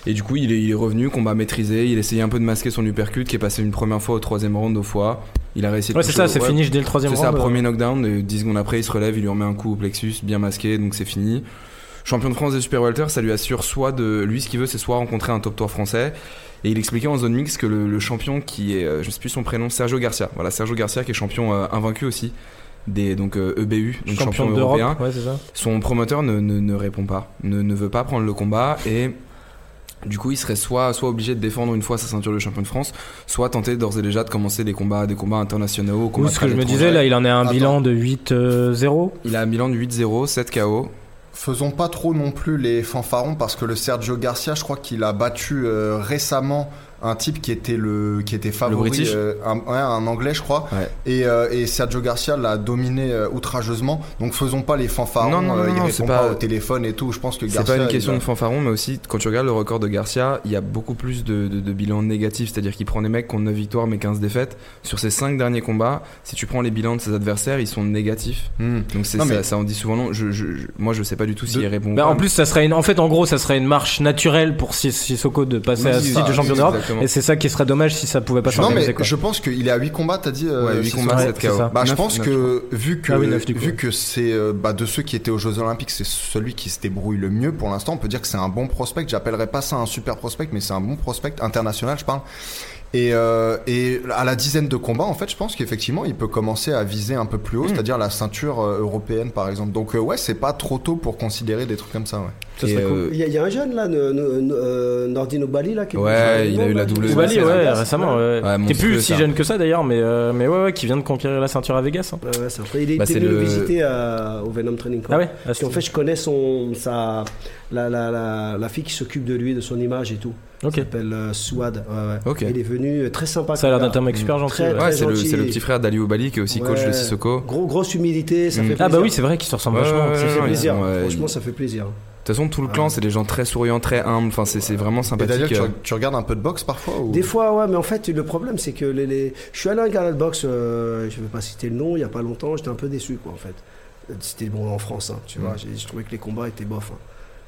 [SPEAKER 4] Et du coup, il est, il est revenu, combat maîtrisé. Il essayait un peu de masquer son uppercut qui est passé une première fois au troisième round, deux fois. Il a réussi. de
[SPEAKER 1] ouais, c'est
[SPEAKER 4] toucher
[SPEAKER 1] ça,
[SPEAKER 4] au-
[SPEAKER 1] c'est
[SPEAKER 4] ouais,
[SPEAKER 1] fini dès le troisième
[SPEAKER 4] c'est
[SPEAKER 1] round.
[SPEAKER 4] ça,
[SPEAKER 1] euh.
[SPEAKER 4] premier knockdown, et 10 secondes après, il se relève, il lui remet un coup au plexus, bien masqué, donc c'est fini. Champion de France des Super Welter, ça lui assure soit de. Lui, ce qu'il veut, c'est soit rencontrer un top 3 français. Et il expliquait en zone mix que le, le champion qui est. euh, Je sais plus son prénom, Sergio Garcia. Voilà, Sergio Garcia qui est champion euh, invaincu aussi. Des, donc euh, EBU, donc champion,
[SPEAKER 1] champion d'Europe,
[SPEAKER 4] européen.
[SPEAKER 1] ouais, c'est ça.
[SPEAKER 4] Son promoteur ne, ne, ne répond pas, ne, ne veut pas prendre le combat et Du coup, il serait soit, soit obligé de défendre une fois sa ceinture de champion de France, soit tenter d'ores et déjà de commencer des combats, des combats internationaux.
[SPEAKER 1] Ou
[SPEAKER 4] combats
[SPEAKER 1] ce que je me
[SPEAKER 4] étrangers.
[SPEAKER 1] disais, là, il en est à un
[SPEAKER 3] Attends.
[SPEAKER 1] bilan de euh, 8-0.
[SPEAKER 4] Il a un bilan de 8-0, 7 KO.
[SPEAKER 3] Faisons pas trop non plus les fanfarons parce que le Sergio Garcia, je crois qu'il a battu euh, récemment un type qui était le qui était favori,
[SPEAKER 4] Le British
[SPEAKER 3] euh, un, ouais, un anglais je crois,
[SPEAKER 4] Ouais.
[SPEAKER 3] et, euh, et Sergio Garcia l'a dominé euh, outrageusement. Donc faisons pas les fanfarons,
[SPEAKER 4] Non, non, non,
[SPEAKER 3] euh, il
[SPEAKER 4] non,
[SPEAKER 3] répond
[SPEAKER 4] c'est
[SPEAKER 3] pas...
[SPEAKER 4] pas-
[SPEAKER 3] au téléphone et tout. Je pense que
[SPEAKER 4] C'est
[SPEAKER 3] Garcia.
[SPEAKER 4] pas une
[SPEAKER 3] il
[SPEAKER 4] question
[SPEAKER 3] va-
[SPEAKER 4] de fanfaron, mais aussi quand tu regardes le record de Garcia, il y a beaucoup plus de, de, de bilans négatifs, c'est-à-dire qu'il prend des mecs qui ont 9 victoires mais 15 défaites. Sur ses 5 derniers combats, si tu prends les bilans de ses adversaires, ils sont négatifs.
[SPEAKER 3] Hmm.
[SPEAKER 4] Donc c'est
[SPEAKER 3] Non, mais-
[SPEAKER 4] ça, ça en dit souvent non. Je, je- je- moi je sais pas du tout s'il
[SPEAKER 3] De-
[SPEAKER 4] répond. ou
[SPEAKER 1] Bah,
[SPEAKER 4] pas.
[SPEAKER 1] en plus, ça serait une... en fait, en gros, ça serait une marche naturelle pour Sis- Sissoko de passer
[SPEAKER 3] Oui,
[SPEAKER 1] à
[SPEAKER 3] c'est
[SPEAKER 1] titre de
[SPEAKER 3] ça,
[SPEAKER 1] champion
[SPEAKER 3] oui,
[SPEAKER 1] d'Europe.
[SPEAKER 4] exactement.
[SPEAKER 1] Et c'est ça qui serait dommage si ça pouvait pas
[SPEAKER 3] Non
[SPEAKER 1] s'organiser.
[SPEAKER 3] mais
[SPEAKER 1] quoi.
[SPEAKER 3] je pense qu'il est à 8 combats, t'as dit. euh,
[SPEAKER 4] ouais, 8
[SPEAKER 3] Sissoko
[SPEAKER 4] combats,
[SPEAKER 1] ouais,
[SPEAKER 4] 7
[SPEAKER 1] c'est
[SPEAKER 4] KO.
[SPEAKER 1] ça.
[SPEAKER 3] Bah, je
[SPEAKER 4] Neuf-
[SPEAKER 3] pense
[SPEAKER 4] neuf,
[SPEAKER 3] que vu que
[SPEAKER 1] Ah oui, neuf, du coup,
[SPEAKER 3] vu
[SPEAKER 1] ouais.
[SPEAKER 3] que c'est euh, bah, de ceux qui étaient aux Jeux Olympiques, c'est celui qui se débrouille le mieux pour l'instant. On peut dire que c'est un bon prospect. J'appellerais pas ça un super prospect, mais c'est un bon prospect international, je parle. Et, euh, et à la dizaine de combats, en fait, je pense qu'effectivement, il peut commencer à viser un peu plus
[SPEAKER 4] Hmm.
[SPEAKER 3] haut, c'est-à-dire la ceinture euh, européenne, par exemple. Donc euh, ouais, c'est pas trop tôt pour considérer des trucs comme ça. Ouais.
[SPEAKER 1] Ça
[SPEAKER 4] Et,
[SPEAKER 1] serait cool.
[SPEAKER 4] euh,
[SPEAKER 2] Il y, a- il y a un jeune là, ne- ne- ne- euh, Nordino Bali là qui est
[SPEAKER 4] Ouais,
[SPEAKER 2] plus-
[SPEAKER 4] il a eu la double-
[SPEAKER 1] Ou
[SPEAKER 4] le-
[SPEAKER 1] Bali,
[SPEAKER 4] c'est
[SPEAKER 1] ouais, récemment. ouais.
[SPEAKER 4] Ouais,
[SPEAKER 1] qui est
[SPEAKER 4] monstrueux,
[SPEAKER 1] plus si
[SPEAKER 4] ça.
[SPEAKER 1] jeune que ça d'ailleurs, mais, euh, mais ouais, ouais, qui vient de conquérir la ceinture à Vegas. hein.
[SPEAKER 2] Ouais, ouais, c'est après. Il est
[SPEAKER 4] Bah,
[SPEAKER 2] était
[SPEAKER 4] c'est
[SPEAKER 2] venu
[SPEAKER 4] le-
[SPEAKER 2] le visiter à- au Venom Training Camp.
[SPEAKER 1] Ah ouais ah,
[SPEAKER 2] Parce qu'en
[SPEAKER 1] c'est-
[SPEAKER 2] fait, je connais son, sa, la, la, la, la fille qui s'occupe de lui, de son image et tout.
[SPEAKER 1] Ok.
[SPEAKER 2] Elle s'appelle euh, Souad. Ouais, ouais.
[SPEAKER 4] Ok.
[SPEAKER 2] Il est venu euh, très sympa.
[SPEAKER 1] Ça a l'air
[SPEAKER 2] comme
[SPEAKER 1] d'un
[SPEAKER 2] gars.
[SPEAKER 1] mec super gentil.
[SPEAKER 2] Très,
[SPEAKER 1] ouais.
[SPEAKER 2] très
[SPEAKER 4] Ouais, c'est le,
[SPEAKER 2] gentil.
[SPEAKER 4] c'est le petit frère d'Ali Obali qui est aussi coach de
[SPEAKER 2] Ouais.
[SPEAKER 4] Sissoko.
[SPEAKER 2] Gros, grosse humilité, ça
[SPEAKER 4] Mm.
[SPEAKER 2] fait
[SPEAKER 1] Ah
[SPEAKER 2] plaisir.
[SPEAKER 1] bah oui, c'est vrai qu'il se ressemble
[SPEAKER 4] Ouais,
[SPEAKER 1] vachement.
[SPEAKER 4] ouais,
[SPEAKER 1] Ça fait
[SPEAKER 4] ouais,
[SPEAKER 1] plaisir.
[SPEAKER 2] plaisir.
[SPEAKER 4] ils sont, euh,
[SPEAKER 2] Franchement, ça fait plaisir.
[SPEAKER 4] De toute façon, tout le clan, c'est des gens très souriants, très humbles. Enfin, c'est c'est vraiment
[SPEAKER 3] Et
[SPEAKER 4] sympathique.
[SPEAKER 3] d'ailleurs, tu,
[SPEAKER 4] euh.
[SPEAKER 3] re- tu regardes un peu de boxe parfois ou...
[SPEAKER 2] Des fois, ouais, mais en fait, le problème, c'est que les, les- je suis allé à un gala de boxe, euh, je ne vais pas citer le nom, il n'y a pas longtemps, j'étais un peu déçu, quoi, en fait. C'était bon en France, hein, tu vois, j'ai- je trouvais que les combats étaient bof. hein.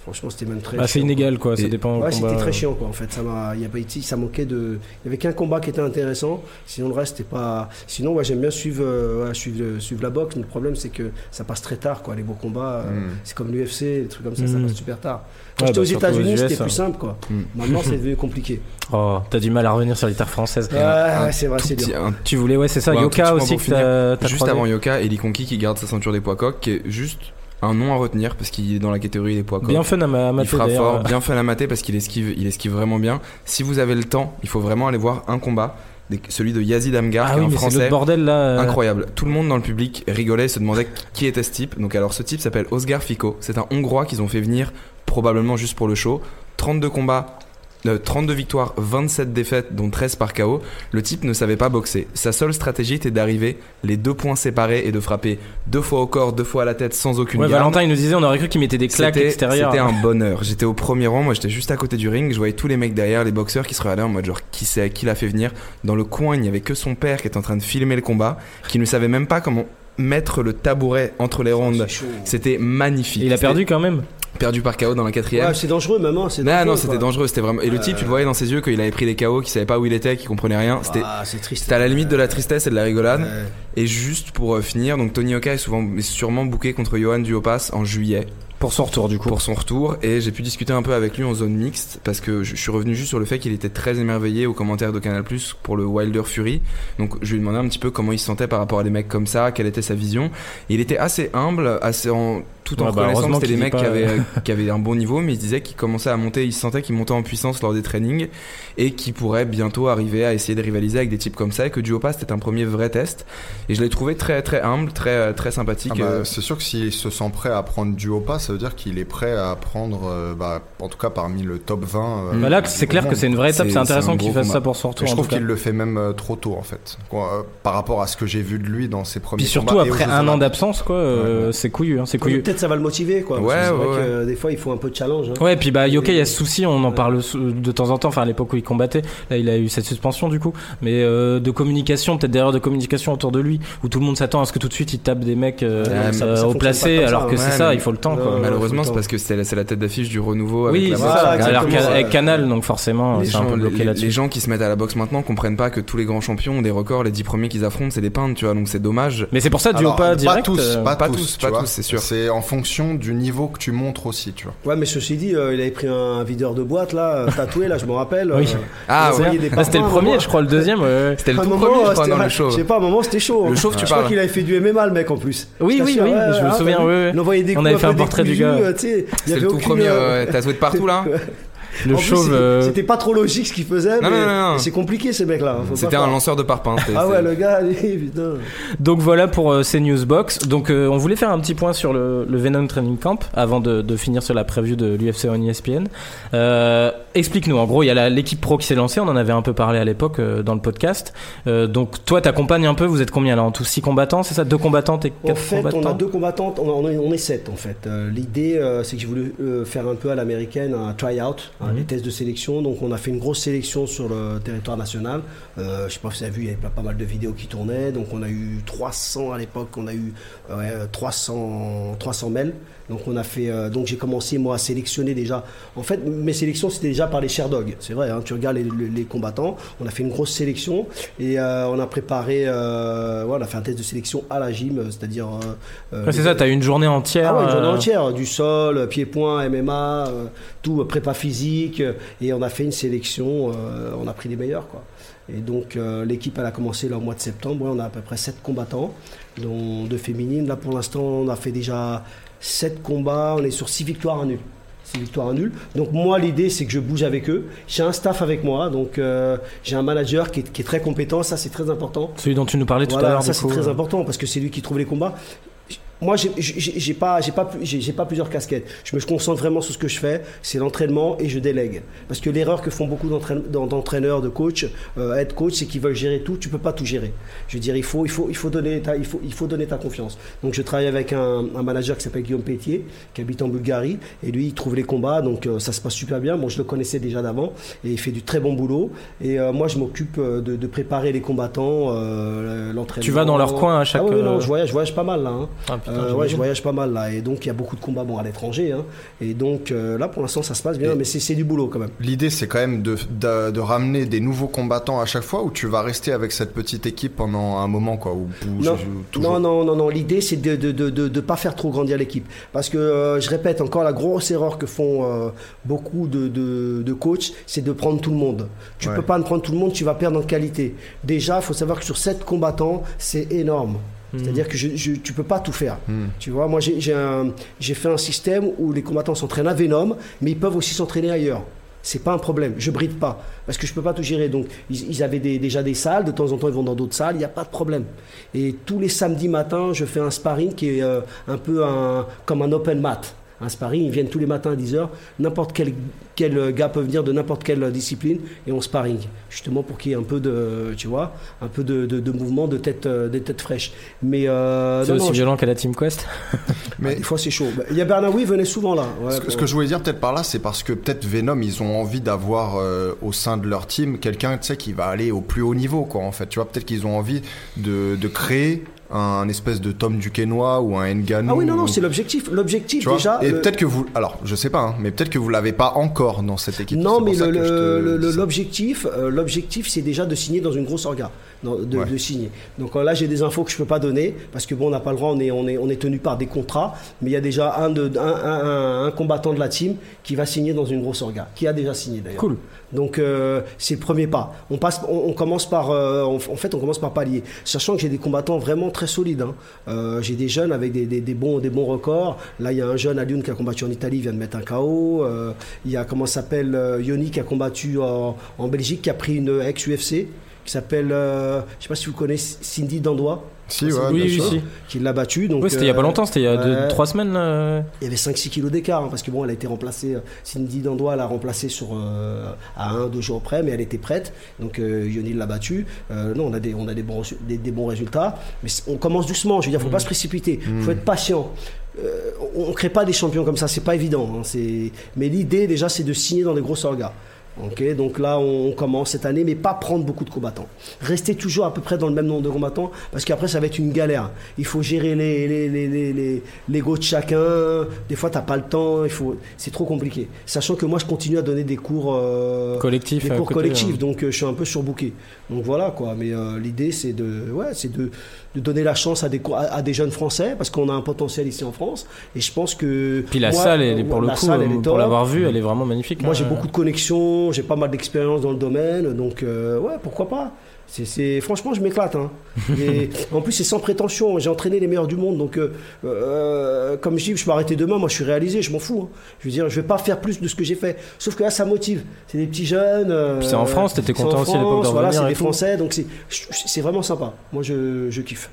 [SPEAKER 2] Franchement, c'était même très.
[SPEAKER 1] Mm. Bah, c'est
[SPEAKER 2] chiant,
[SPEAKER 1] inégal quoi, ça
[SPEAKER 4] Et-
[SPEAKER 1] dépend.
[SPEAKER 2] quoi.
[SPEAKER 1] au
[SPEAKER 2] Ouais,
[SPEAKER 1] combat.
[SPEAKER 2] c'était
[SPEAKER 4] euh,
[SPEAKER 2] très chiant, quoi, en fait. Ça m'a, il y a pas été- ça manquait de. Il y avait qu'un combat qui était intéressant, sinon le reste, c'était pas. Sinon, ouais, j'aime bien suivre, euh, ouais, suivre, le- suivre la boxe, mais le problème, c'est que ça passe très tard, quoi, les beaux combats. euh,
[SPEAKER 4] Hmm.
[SPEAKER 3] Mm.
[SPEAKER 2] C'est comme l'UFC, des trucs comme ça, ça
[SPEAKER 1] Mm.
[SPEAKER 2] passe super tard. Quand
[SPEAKER 1] Ouais,
[SPEAKER 2] j'étais
[SPEAKER 1] bah,
[SPEAKER 2] aux
[SPEAKER 1] surtout aux
[SPEAKER 2] États-Unis,
[SPEAKER 1] US,
[SPEAKER 2] c'était
[SPEAKER 1] hein.
[SPEAKER 2] plus simple, quoi.
[SPEAKER 4] Mm.
[SPEAKER 2] Maintenant, c'est devenu compliqué.
[SPEAKER 1] Oh, t'as du mal à revenir sur les terres françaises.
[SPEAKER 2] Ouais,
[SPEAKER 4] un
[SPEAKER 2] ouais, c'est vrai,
[SPEAKER 4] Tout
[SPEAKER 2] c'est dur.
[SPEAKER 4] petit- un
[SPEAKER 1] Tu voulais, ouais, c'est ça.
[SPEAKER 4] Ouais, un tout petit
[SPEAKER 1] Yoka
[SPEAKER 4] point
[SPEAKER 1] aussi
[SPEAKER 4] pour
[SPEAKER 1] que t'as t'as
[SPEAKER 4] Juste
[SPEAKER 1] croisé.
[SPEAKER 4] avant Yoka, Eli Conki qui garde sa ceinture des poids coqs, qui est juste un nom à retenir parce qu'il est dans la catégorie des poids coqs.
[SPEAKER 1] Bien fun à ma à
[SPEAKER 4] il
[SPEAKER 1] mater,
[SPEAKER 4] frappe
[SPEAKER 1] d'ailleurs.
[SPEAKER 4] fort, bien fait à la mater parce qu'il esquive, il esquive vraiment bien. Si vous avez le temps, il faut vraiment aller voir un combat, des- celui de Yazid Amgar,
[SPEAKER 1] Ah
[SPEAKER 4] qui est
[SPEAKER 1] oui,
[SPEAKER 4] un
[SPEAKER 1] mais c'est
[SPEAKER 4] français.
[SPEAKER 1] le bordel là. euh,
[SPEAKER 4] Incroyable. Tout le monde dans le public rigolait, se demandait qui était ce type. Donc alors ce type s'appelle Osgar Fico. C'est un Hongrois qu'ils ont fait venir probablement juste pour le show. 32 combats. euh, 32 victoires, 27 défaites, dont 13 par KO. Le type ne savait pas boxer. Sa seule stratégie était d'arriver les deux points séparés et de frapper deux fois au corps, deux fois à la tête sans aucune
[SPEAKER 1] Ouais,
[SPEAKER 4] garde.
[SPEAKER 1] Valentin il nous disait, on aurait cru qu'il mettait des claques
[SPEAKER 4] C'était-
[SPEAKER 1] extérieures.
[SPEAKER 4] C'était un bonheur. J'étais au premier rang, moi j'étais juste à côté du ring, je voyais tous les mecs derrière, les boxeurs qui se regardaient en mode genre qui c'est, qui l'a fait venir. Dans le coin, il n'y avait que son père qui était en train de filmer le combat, qui ne savait même pas comment mettre le tabouret entre les rondes.
[SPEAKER 2] C'est chaud.
[SPEAKER 4] C'était magnifique.
[SPEAKER 1] Et il a
[SPEAKER 4] C'était
[SPEAKER 1] perdu quand même.
[SPEAKER 4] perdu par KO dans la quatrième.
[SPEAKER 2] Ouais, c'est dangereux, maman. C'est
[SPEAKER 4] Ah
[SPEAKER 2] dangereux,
[SPEAKER 4] non, c'était
[SPEAKER 2] quoi.
[SPEAKER 4] dangereux, c'était vraiment. Et le type, tu le voyais dans ses yeux qu'il avait pris des KO, qu'il savait pas où il était, qu'il comprenait rien. C'était
[SPEAKER 2] Ah, c'est triste.
[SPEAKER 4] c'était à la limite de la tristesse et de la rigolade.
[SPEAKER 2] Ouais.
[SPEAKER 4] Et juste pour euh, finir, donc Tony Oka est souvent, est sûrement booké contre Johan Duopas en juillet.
[SPEAKER 1] Pour son retour, du coup.
[SPEAKER 4] pour son retour et j'ai pu discuter un peu avec lui en zone mixte parce que je je suis revenu juste sur le fait qu'il était très émerveillé aux commentaires de Canal Plus pour le Wilder Fury. Donc je lui ai demandé un petit peu comment il se sentait par rapport à des mecs comme ça, quelle était sa vision. Et il était assez humble, assez en, tout en
[SPEAKER 1] Ouais, bah,
[SPEAKER 4] reconnaissant que
[SPEAKER 1] heureusement
[SPEAKER 4] c'était des
[SPEAKER 1] qu'il dit
[SPEAKER 4] mecs
[SPEAKER 1] pas-
[SPEAKER 4] qui, avaient, qui avaient un bon niveau, mais il disait qu'il commençait à monter, il sentait qu'il montait en puissance lors des trainings et qu'il pourrait bientôt arriver à essayer de rivaliser avec des types comme ça et que Duopas c'était un premier vrai test. Et je l'ai trouvé très très humble, très très sympathique.
[SPEAKER 3] Ah bah,
[SPEAKER 4] euh,
[SPEAKER 3] c'est sûr que s'il se sent prêt à prendre du haut pas, ça veut dire qu'il est prêt à prendre, euh, bah, en tout cas parmi le top 20. euh,
[SPEAKER 1] Bah là,
[SPEAKER 3] du
[SPEAKER 1] c'est clair que
[SPEAKER 3] monde.
[SPEAKER 1] c'est une vraie étape.
[SPEAKER 4] C'est-
[SPEAKER 1] C'est intéressant
[SPEAKER 4] c'est un
[SPEAKER 1] qu'il
[SPEAKER 4] gros
[SPEAKER 1] fasse
[SPEAKER 4] combat.
[SPEAKER 1] ça pour son retour.
[SPEAKER 3] je
[SPEAKER 1] en
[SPEAKER 3] trouve
[SPEAKER 1] tout cas.
[SPEAKER 3] qu'il le fait même euh, trop tôt en fait, Quoi, euh, par rapport à ce que j'ai vu de lui dans ses premiers
[SPEAKER 1] Puis surtout
[SPEAKER 3] combats et aux
[SPEAKER 1] après
[SPEAKER 3] Jeux
[SPEAKER 1] un an
[SPEAKER 3] Olympiques.
[SPEAKER 1] d'absence, quoi, euh, c'est couillu, hein, c'est
[SPEAKER 2] Ouais,
[SPEAKER 1] couillu.
[SPEAKER 2] Peut-être ça va le motiver, quoi. parce
[SPEAKER 4] Ouais,
[SPEAKER 2] que c'est
[SPEAKER 4] ouais,
[SPEAKER 2] vrai que euh, des fois, il faut un peu de challenge. hein.
[SPEAKER 1] Ouais, puis bah Yoka, il y a ce souci, on en
[SPEAKER 2] Ouais.
[SPEAKER 1] parle sou- de temps en temps, enfin à l'époque où il combattait, là il a eu cette suspension du coup, mais euh, de communication, peut-être d'erreur de communication autour de lui, où tout le monde s'attend à ce que tout de suite il tape des mecs euh,
[SPEAKER 4] Ouais, mais ça-
[SPEAKER 1] euh,
[SPEAKER 2] ça
[SPEAKER 1] au
[SPEAKER 2] fonctionne pas
[SPEAKER 1] placé,
[SPEAKER 2] comme ça,
[SPEAKER 1] alors que
[SPEAKER 2] ouais,
[SPEAKER 1] c'est ça,
[SPEAKER 4] mais-
[SPEAKER 1] il faut le temps
[SPEAKER 2] Non,
[SPEAKER 1] quoi.
[SPEAKER 2] non, faut
[SPEAKER 4] Malheureusement, c'est
[SPEAKER 2] le
[SPEAKER 4] parce que c'est la, c'est la tête d'affiche du renouveau avec
[SPEAKER 1] oui,
[SPEAKER 4] la
[SPEAKER 1] c'est
[SPEAKER 4] boxe.
[SPEAKER 2] Voilà,
[SPEAKER 1] ça, alors
[SPEAKER 2] exactement,
[SPEAKER 1] qu'avec
[SPEAKER 2] ouais.
[SPEAKER 1] Canal, donc forcément,
[SPEAKER 4] Les
[SPEAKER 1] Oh, c'est un
[SPEAKER 4] gens,
[SPEAKER 1] peu bloqué
[SPEAKER 4] les- les
[SPEAKER 1] là-dessus.
[SPEAKER 4] gens qui se mettent à la boxe maintenant comprennent pas que tous les grands champions ont des records, les 10 premiers qu'ils affrontent, c'est des peintres, tu vois, donc c'est dommage.
[SPEAKER 1] Mais c'est pour ça, du haut
[SPEAKER 3] Alors,
[SPEAKER 1] pas direct.
[SPEAKER 3] tous,
[SPEAKER 1] euh,
[SPEAKER 3] pas,
[SPEAKER 4] pas
[SPEAKER 3] tous,
[SPEAKER 4] tous,
[SPEAKER 3] tu
[SPEAKER 4] pas
[SPEAKER 3] vois.
[SPEAKER 4] tous, c'est sûr.
[SPEAKER 3] C'est en fonction du niveau que tu montres aussi, tu vois.
[SPEAKER 2] Ouais, mais ceci dit, euh, il avait pris un videur de boîte, là, euh, tatoué, là, je me rappelle.
[SPEAKER 1] Oui.
[SPEAKER 2] euh,
[SPEAKER 4] Ah,
[SPEAKER 2] il
[SPEAKER 4] ouais.
[SPEAKER 2] envoyait des
[SPEAKER 1] Ah, c'était le
[SPEAKER 2] parfums,
[SPEAKER 1] premier,
[SPEAKER 2] moi.
[SPEAKER 1] je crois, le deuxième. ouais.
[SPEAKER 4] C'était le
[SPEAKER 2] À un
[SPEAKER 4] tout
[SPEAKER 2] moment,
[SPEAKER 4] premier, je
[SPEAKER 2] euh,
[SPEAKER 4] crois,
[SPEAKER 2] c'était-
[SPEAKER 4] dans le show.
[SPEAKER 2] Je sais pas, à un moment, c'était chaud.
[SPEAKER 4] Le
[SPEAKER 2] hein.
[SPEAKER 4] chauve, tu
[SPEAKER 2] Je crois
[SPEAKER 4] parles.
[SPEAKER 2] qu'il avait fait du MMA, le mec, en plus.
[SPEAKER 1] Oui,
[SPEAKER 2] Je
[SPEAKER 1] oui,
[SPEAKER 2] t'assure,
[SPEAKER 1] oui,
[SPEAKER 2] ouais,
[SPEAKER 1] je me
[SPEAKER 2] ouais,
[SPEAKER 1] souviens,
[SPEAKER 2] t'as vu
[SPEAKER 1] ouais, ouais.
[SPEAKER 2] Il envoyait des
[SPEAKER 1] On
[SPEAKER 2] coups
[SPEAKER 1] avait fait un
[SPEAKER 2] peu
[SPEAKER 1] portrait du
[SPEAKER 2] décousus,
[SPEAKER 1] gars.
[SPEAKER 2] euh, tu sais, il y
[SPEAKER 4] C'est
[SPEAKER 2] avait
[SPEAKER 4] le tout
[SPEAKER 2] aucune,
[SPEAKER 4] premier
[SPEAKER 2] euh,
[SPEAKER 4] euh, tatoué de partout là.
[SPEAKER 1] Le
[SPEAKER 2] En plus,
[SPEAKER 1] chauve.
[SPEAKER 2] c'était-
[SPEAKER 1] euh,
[SPEAKER 2] C'était pas trop logique ce qu'il faisait,
[SPEAKER 4] Non,
[SPEAKER 2] mais
[SPEAKER 4] non, non, non.
[SPEAKER 2] c'est compliqué ces mecs-là. hein, faut pas
[SPEAKER 4] C'était un
[SPEAKER 2] croire.
[SPEAKER 4] lanceur de parpaing. c'était-
[SPEAKER 2] Ah ouais,
[SPEAKER 4] c'était-
[SPEAKER 2] le gars, lui, putain.
[SPEAKER 1] Donc voilà pour euh, ces newsbox. Donc euh, on voulait faire un petit point sur le, le Venom Training Camp avant de, de finir sur la preview de l'UFC on ESPN. Euh, Explique-nous, en gros, il y a la- l'équipe pro qui s'est lancée, on en avait un peu parlé à l'époque euh, dans le podcast. Euh, donc toi, t'accompagnes un peu, vous êtes combien là en tout Six combattants, c'est ça Deux combattantes et
[SPEAKER 2] En
[SPEAKER 1] quatre
[SPEAKER 2] fait,
[SPEAKER 1] combattants
[SPEAKER 2] on a deux combattantes, on, on est, on est sept en fait. Euh, L'idée, euh, c'est que j'ai voulu euh, faire un peu à l'américaine un try-out, hein, les tests de sélection. Donc, on a fait une grosse sélection sur le territoire national. Euh, je sais pas si vous avez vu, il y avait pas, pas mal de vidéos qui tournaient. Donc, on a eu 300 à l'époque, on a eu euh, ouais, 300, 300 mails. Donc, on a fait. euh, donc, j'ai commencé moi à sélectionner déjà. En fait, mes sélections c'était déjà par les Sherdogs. C'est vrai, hein, tu regardes les, les- les combattants. On a fait une grosse sélection et euh, on a préparé. euh, ouais, on a fait un test de sélection à la gym, euh, c'est-à-dire. euh, euh,
[SPEAKER 1] Ouais, Ah, c'est ça, t'as eu une journée entière.
[SPEAKER 2] ah ouais, une journée
[SPEAKER 1] euh,
[SPEAKER 2] entière, du sol, euh, pieds-points, MMA, euh, tout, euh, prépa physique, euh, et on a fait une sélection, euh, on a pris les meilleurs, quoi. Et donc euh, l'équipe, elle a commencé là au mois de septembre, Ouais, on a à peu près 7 combattants, dont deux féminines, là pour l'instant on a fait déjà 7 combats, on est sur 6 victoires à nul. 6 victoires à nul. Donc moi l'idée c'est que je bouge avec eux, j'ai un staff avec moi, donc euh, j'ai un manager qui est- qui est très compétent, ça c'est très important.
[SPEAKER 1] Celui dont tu nous parlais tout
[SPEAKER 2] Voilà,
[SPEAKER 1] à l'heure.
[SPEAKER 2] ça
[SPEAKER 1] du
[SPEAKER 2] c'est
[SPEAKER 1] coup. euh.
[SPEAKER 2] très important parce que c'est lui qui trouve les combats. Moi, j'ai- j'ai j'ai pas, j'ai pas, j'ai j'ai pas plusieurs casquettes. Je me concentre vraiment sur ce que je fais, c'est l'entraînement et je délègue. Parce que l'erreur que font beaucoup d'entraîne- d'en- d'entraîneurs, de coachs, euh, head coach, c'est qu'ils veulent gérer tout. Tu peux pas tout gérer. Je veux dire, il faut, il faut, il faut donner, ta, il faut, il faut donner ta confiance. Donc, je travaille avec un, un manager qui s'appelle Guillaume Pétier, qui habite en Bulgarie, et lui, il trouve les combats. Donc, euh, ça se passe super bien. Bon, je le connaissais déjà d'avant et il fait du très bon boulot. Et euh, moi, je m'occupe euh, de, de préparer les combattants, euh, l'entraînement.
[SPEAKER 1] Tu vas dans leur coin à chaque,
[SPEAKER 2] Ah oui, oui,
[SPEAKER 1] euh,
[SPEAKER 2] non, je voyage, je voyage pas mal là. hein.
[SPEAKER 1] Ah, putain,
[SPEAKER 2] Euh, ouais,
[SPEAKER 1] j'imagine.
[SPEAKER 2] je voyage pas mal là. Et donc, il y a beaucoup de combats bon, à l'étranger. hein. Et donc, euh, là, pour l'instant, ça se passe bien,
[SPEAKER 3] Et-
[SPEAKER 2] mais c'est c'est du boulot quand même.
[SPEAKER 3] L'idée, c'est quand même de, de, de ramener des nouveaux combattants à chaque fois ou tu vas rester avec cette petite équipe pendant un moment, quoi ou, ou-
[SPEAKER 2] Non,
[SPEAKER 3] ou-
[SPEAKER 2] non,
[SPEAKER 3] toujours
[SPEAKER 2] non, non, non. L'idée, c'est de ne de, de, de- de pas faire trop grandir l'équipe. Parce que, euh, je répète, encore la grosse erreur que font euh, beaucoup de, de, de coachs, c'est de prendre tout le monde. Tu
[SPEAKER 3] Ouais.
[SPEAKER 2] peux pas ne prendre tout le monde, tu vas perdre en qualité. Déjà, faut savoir que sur 7 combattants, c'est énorme.
[SPEAKER 3] Hmm.
[SPEAKER 2] C'est-à-dire que je, je- tu peux pas tout faire. Tu vois, moi, j'ai- j'ai un- j'ai fait un système où les combattants s'entraînent à Venom, mais ils peuvent aussi s'entraîner ailleurs. C'est pas un problème, je bride pas, parce que je peux pas tout gérer. Donc, ils, ils avaient des- déjà des salles, de temps en temps ils vont dans d'autres salles, il n'y a pas de problème. Et tous les samedis matins, je fais un sparring qui est euh, un peu un, comme un open mat. Un sparring, ils viennent tous les matins à 10h, n'importe quel, quel gars peut venir de n'importe quelle discipline, et on sparring, justement pour qu'il y ait un peu de, tu vois, un peu de, de- de mouvement, de tête, euh, des têtes fraîches. Mais euh,
[SPEAKER 1] C'est
[SPEAKER 2] non,
[SPEAKER 1] aussi
[SPEAKER 2] non, je-
[SPEAKER 1] violent qu'à la Team Quest.
[SPEAKER 3] Mais-
[SPEAKER 2] des fois c'est chaud. Il y a Bernard, oui, il venait souvent là. Ouais, bah
[SPEAKER 3] Ce que, ce
[SPEAKER 2] pour-
[SPEAKER 3] que je voulais dire peut-être par là, c'est parce que peut-être Venom, ils ont envie d'avoir euh, au sein de leur team quelqu'un, tu sais, qui va aller au plus haut niveau, quoi. En fait, tu vois, peut-être qu'ils ont envie de, de créer un espèce de Tom Duquesnois ou un Ngannou.
[SPEAKER 2] Ah oui, non, non,
[SPEAKER 3] ou-
[SPEAKER 2] c'est l'objectif. L'objectif
[SPEAKER 3] tu vois.
[SPEAKER 2] déjà.
[SPEAKER 3] Et
[SPEAKER 2] le-
[SPEAKER 3] peut-être que vous, alors, je sais pas, hein, mais peut-être que vous l'avez pas encore dans cette équipe.
[SPEAKER 2] Non,
[SPEAKER 3] C'est
[SPEAKER 2] mais
[SPEAKER 3] pour
[SPEAKER 2] le-
[SPEAKER 3] ça que je te
[SPEAKER 2] le- le-
[SPEAKER 3] dis
[SPEAKER 2] le-
[SPEAKER 3] ça.
[SPEAKER 2] l'objectif, euh, l'objectif, c'est déjà de signer dans une grosse orga, dans- de,
[SPEAKER 3] Ouais.
[SPEAKER 2] de signer. Donc euh, là, j'ai des infos que je peux pas donner parce que bon, on n'a pas le droit, on est, on est, on est tenu par des contrats. Mais il y a déjà un, de, un, un- un- un combattant de la team qui va signer dans une grosse orga, qui a déjà signé d'ailleurs.
[SPEAKER 1] Cool.
[SPEAKER 2] Donc euh, c'est le premier pas. On passe, on, on commence par, euh, on- en fait, on commence par palier, sachant que j'ai des combattants vraiment très solides. hein. Euh, j'ai des jeunes avec des, des- des bons, des bons records. Là, il y a un jeune à Lyon qui a combattu en Italie, il vient de mettre un KO. Euh, il y a comment ça s'appelle euh, Yoni qui a combattu en, en Belgique, qui a pris une ex UFC qui s'appelle, euh, je sais pas si vous connaissez Cindy Dandois,
[SPEAKER 3] Si, ouais,
[SPEAKER 1] Oui,
[SPEAKER 3] bien
[SPEAKER 1] oui,
[SPEAKER 3] sûr.
[SPEAKER 1] si.
[SPEAKER 2] qui l'a battue. Donc
[SPEAKER 1] Oui, c'était il y a pas
[SPEAKER 2] euh,
[SPEAKER 1] longtemps, c'était il y a deux,
[SPEAKER 2] ouais.
[SPEAKER 1] trois semaines. euh,
[SPEAKER 2] il y avait 5-6 kilos d'écart, hein, parce que bon, elle a été remplacée, euh, Cindy Dandois l'a remplacée sur, euh, à un, deux jours près, mais elle était prête, donc euh, Yonil l'a battue. Euh, non, on a, des, on a des, bons, reçu- des, des bons résultats, mais c- on commence doucement, je veux dire, faut pas se précipiter, faut être patient. Euh, on, on crée pas des champions comme ça, c'est pas évident. hein, c'est- mais l'idée, déjà, c'est de signer dans des grosses orgas. Ok, donc là on, on commence cette année, mais pas prendre beaucoup de combattants. Rester toujours à peu près dans le même nombre de combattants, parce qu'après ça va être une galère. Il faut gérer les les les les, les- l'ego de chacun. Des fois t'as pas le temps, il faut, c'est trop compliqué. Sachant que moi je continue à donner des cours euh,
[SPEAKER 1] Collectifs,
[SPEAKER 2] des
[SPEAKER 1] à
[SPEAKER 2] cours
[SPEAKER 1] côté,
[SPEAKER 2] collectifs,
[SPEAKER 1] hein.
[SPEAKER 2] donc euh, je suis un peu surbooké. Donc voilà quoi. Mais euh, l'idée c'est de ouais, c'est de, de donner la chance à des co- à, à des jeunes français, parce qu'on a un potentiel ici en France. Et je pense que
[SPEAKER 1] Puis la
[SPEAKER 2] moi,
[SPEAKER 1] salle, elle est-
[SPEAKER 2] euh,
[SPEAKER 1] pour le
[SPEAKER 2] la
[SPEAKER 1] coup,
[SPEAKER 2] salle, elle est
[SPEAKER 1] euh, pour
[SPEAKER 2] top.
[SPEAKER 1] l'avoir vue, elle est vraiment magnifique.
[SPEAKER 2] Moi,
[SPEAKER 1] hein.
[SPEAKER 2] j'ai beaucoup de connexions, j'ai pas mal d'expérience dans le domaine, donc euh, ouais, pourquoi pas C'est- c'est- Franchement, je m'éclate. hein. Et en plus, c'est sans prétention. J'ai entraîné les meilleurs du monde. Donc, euh, euh, comme je dis, je peux arrêter demain. Moi, je suis réalisé. Je m'en fous. hein. Je veux dire, je vais pas faire plus de ce que j'ai fait. Sauf que là, ça motive. C'est des petits jeunes. euh,
[SPEAKER 1] Puis c'est en France, t'étais
[SPEAKER 2] c'est en
[SPEAKER 1] content aussi à l'époque
[SPEAKER 2] France,
[SPEAKER 1] de
[SPEAKER 2] Voilà,
[SPEAKER 1] revenir
[SPEAKER 2] c'est
[SPEAKER 1] et
[SPEAKER 2] des
[SPEAKER 1] tout.
[SPEAKER 2] Français. Donc, c'est- c'est vraiment sympa. Moi, je, je kiffe.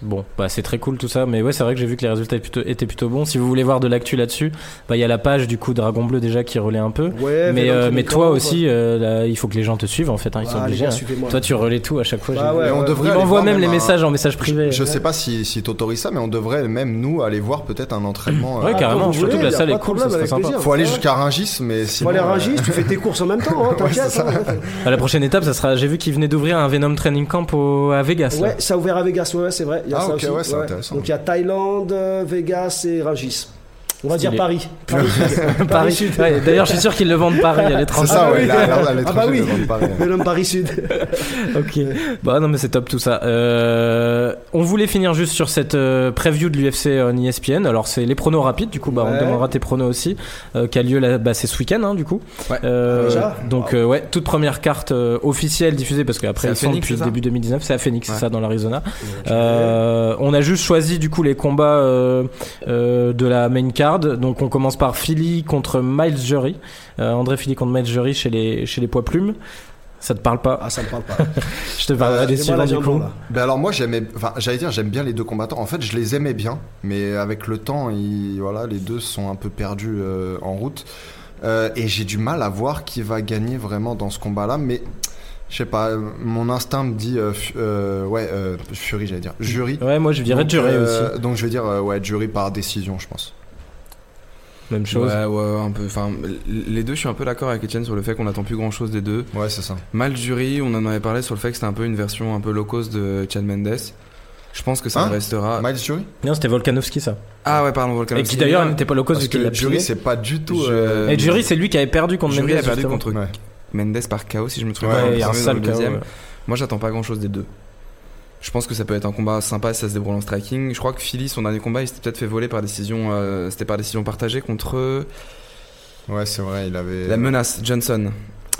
[SPEAKER 1] Bon, bah c'est très cool tout ça, mais ouais, c'est vrai que j'ai vu que les résultats étaient plutôt, étaient plutôt bons. Si vous voulez voir de l'actu là-dessus, bah il y a la page du coup Dragon Bleu déjà qui relaie un peu.
[SPEAKER 2] Ouais,
[SPEAKER 1] mais
[SPEAKER 2] Eh, Venom
[SPEAKER 1] euh, mais toi
[SPEAKER 2] 2040,
[SPEAKER 1] aussi, euh, là, il faut que les gens te suivent en fait, hein, ils
[SPEAKER 2] quoi.
[SPEAKER 1] sont
[SPEAKER 2] Ah, les
[SPEAKER 1] obligés.
[SPEAKER 2] gars,
[SPEAKER 1] hein.
[SPEAKER 2] suivez-moi.
[SPEAKER 1] Toi, tu relais tout à chaque fois. j'ai
[SPEAKER 2] Bah
[SPEAKER 1] vu.
[SPEAKER 2] ouais,
[SPEAKER 3] Mais on
[SPEAKER 2] ouais.
[SPEAKER 3] devrait
[SPEAKER 1] Euh, Il
[SPEAKER 3] aller
[SPEAKER 1] m'envoie
[SPEAKER 3] voir
[SPEAKER 1] même les
[SPEAKER 3] un-
[SPEAKER 1] messages euh, en message privé.
[SPEAKER 3] Je sais pas si, si t'autorises ça, mais on devrait même nous aller voir peut-être un entraînement.
[SPEAKER 1] Ouais,
[SPEAKER 3] euh,
[SPEAKER 2] Ah,
[SPEAKER 1] carrément,
[SPEAKER 2] quand vous
[SPEAKER 1] surtout que la
[SPEAKER 2] voulez,
[SPEAKER 1] salle
[SPEAKER 2] y a
[SPEAKER 1] est
[SPEAKER 2] pas de
[SPEAKER 1] cool, ça
[SPEAKER 2] problème,
[SPEAKER 1] serait
[SPEAKER 2] avec
[SPEAKER 1] sympa.
[SPEAKER 2] plaisir.
[SPEAKER 3] Faut aller
[SPEAKER 2] Ouais.
[SPEAKER 3] jusqu'à Rungis, mais sinon.
[SPEAKER 2] Faut aller à
[SPEAKER 3] euh,
[SPEAKER 2] Rungis, tu fais tes courses en même temps, hein,
[SPEAKER 3] Ouais, c'est
[SPEAKER 2] t'inquiète.
[SPEAKER 3] ça.
[SPEAKER 2] hein.
[SPEAKER 1] Bah, la prochaine étape, ça sera. J'ai vu qu'ils venaient d'ouvrir un Venom Training Camp au- à Vegas. là.
[SPEAKER 2] Ouais, ça a ouvert à Vegas, ouais, ouais, c'est vrai. il Y a
[SPEAKER 3] Ah,
[SPEAKER 2] ça
[SPEAKER 3] ok,
[SPEAKER 2] aussi,
[SPEAKER 3] ouais, c'est intéressant.
[SPEAKER 2] Donc il y a Thaïlande, euh, Vegas et Rungis. On va
[SPEAKER 1] Stylé.
[SPEAKER 2] dire Paris. Paris. Sud.
[SPEAKER 1] Paris.
[SPEAKER 2] Sud.
[SPEAKER 1] Ouais, D'ailleurs, je suis sûr qu'ils le vendent Paris à l'étranger.
[SPEAKER 3] C'est ça,
[SPEAKER 2] bah
[SPEAKER 3] ouais,
[SPEAKER 2] oui.
[SPEAKER 3] la- la- la- l'étranger
[SPEAKER 2] Ah bah oui.
[SPEAKER 3] devant Paris.
[SPEAKER 2] Le nom Paris Sud.
[SPEAKER 1] Ok. Bah non mais c'est top tout ça. Euh, on voulait finir juste sur cette euh, preview de l'UFC en E ESPN. Alors c'est les pronos rapides du coup. Bah on
[SPEAKER 2] Ouais.
[SPEAKER 1] te demandera tes pronos aussi. euh, qui a lieu là, bah, c'est ce week-end hein, du coup.
[SPEAKER 4] Ouais. Ah,
[SPEAKER 1] Euh,
[SPEAKER 2] Déjà
[SPEAKER 1] donc euh, ouais, toute première carte euh, officielle diffusée parce qu'après
[SPEAKER 4] C'est à
[SPEAKER 1] ils sont
[SPEAKER 4] Phoenix,
[SPEAKER 1] depuis le
[SPEAKER 4] c'est ça
[SPEAKER 1] début 2019. C'est à Phoenix,
[SPEAKER 4] Ouais.
[SPEAKER 1] c'est ça dans l'Arizona. Euh, on a juste choisi du coup les combats euh, euh, de la main card. Donc on commence par Philly contre Miles Jury. Euh, André Philly contre Miles Jury chez les chez les poids plumes. Ça te parle pas
[SPEAKER 2] Ah, ça me parle pas.
[SPEAKER 1] Je te parle
[SPEAKER 3] Euh,
[SPEAKER 1] des
[SPEAKER 2] C'est moi,
[SPEAKER 1] suivants
[SPEAKER 2] la
[SPEAKER 1] du
[SPEAKER 2] jambon,
[SPEAKER 1] coup.
[SPEAKER 2] là.
[SPEAKER 3] Ben alors moi j'aimais, enfin j'allais dire j'aime bien les deux combattants. En fait je les aimais bien, mais avec le temps, ils- voilà, les deux sont un peu perdus euh, en route. Euh, et j'ai du mal à voir qui va gagner vraiment dans ce combat-là. Mais je sais pas, euh, mon instinct me dit, euh, fu- euh, ouais, euh, Fury j'allais dire, Jury.
[SPEAKER 1] Ouais, moi je dirais
[SPEAKER 3] Donc,
[SPEAKER 1] Jury
[SPEAKER 3] euh,
[SPEAKER 1] aussi.
[SPEAKER 3] Donc je vais dire euh, ouais Jury par décision je pense.
[SPEAKER 1] Même chose.
[SPEAKER 4] Ouais, ouais, ouais, un peu. Enfin, les deux, je suis un peu d'accord avec Etienne sur le fait qu'on n'attend plus grand chose des deux.
[SPEAKER 3] Ouais c'est ça.
[SPEAKER 4] Mal jury, on en avait parlé sur le fait que c'était un peu une version un peu low cost de Chad Mendes. Je pense que ça
[SPEAKER 3] Hein
[SPEAKER 1] Ah.
[SPEAKER 4] restera.
[SPEAKER 3] Miles Jury.
[SPEAKER 1] Non, c'était Volkanovski ça.
[SPEAKER 4] Ah ouais, pardon,
[SPEAKER 1] Et
[SPEAKER 4] Volkanovski.
[SPEAKER 1] qui d'ailleurs n'était pas le cause
[SPEAKER 3] Parce
[SPEAKER 1] vu qu'il l'a
[SPEAKER 3] que Jury
[SPEAKER 1] pilé.
[SPEAKER 3] c'est pas du tout.
[SPEAKER 4] Je-
[SPEAKER 3] euh,
[SPEAKER 1] Et Jury, c'est lui qui avait perdu contre
[SPEAKER 4] Jury
[SPEAKER 1] Mendes,
[SPEAKER 4] a perdu
[SPEAKER 1] justement.
[SPEAKER 4] contre
[SPEAKER 3] ouais.
[SPEAKER 4] Mendes par KO, si je me trompe
[SPEAKER 3] Ouais,
[SPEAKER 4] pas.
[SPEAKER 1] Ouais,
[SPEAKER 4] dans le
[SPEAKER 1] il y a un
[SPEAKER 4] premier, dans le
[SPEAKER 1] sale KO,
[SPEAKER 4] deuxième.
[SPEAKER 1] ouais.
[SPEAKER 4] Moi, j'attends pas grand chose des deux. Je pense que ça peut être un combat sympa si ça se débrouille en striking. Je crois que Philly, son dernier combat, il s'était peut-être fait voler par décision. euh, c'était par décision partagée contre
[SPEAKER 3] Ouais c'est vrai il avait. euh,
[SPEAKER 4] la menace Johnson.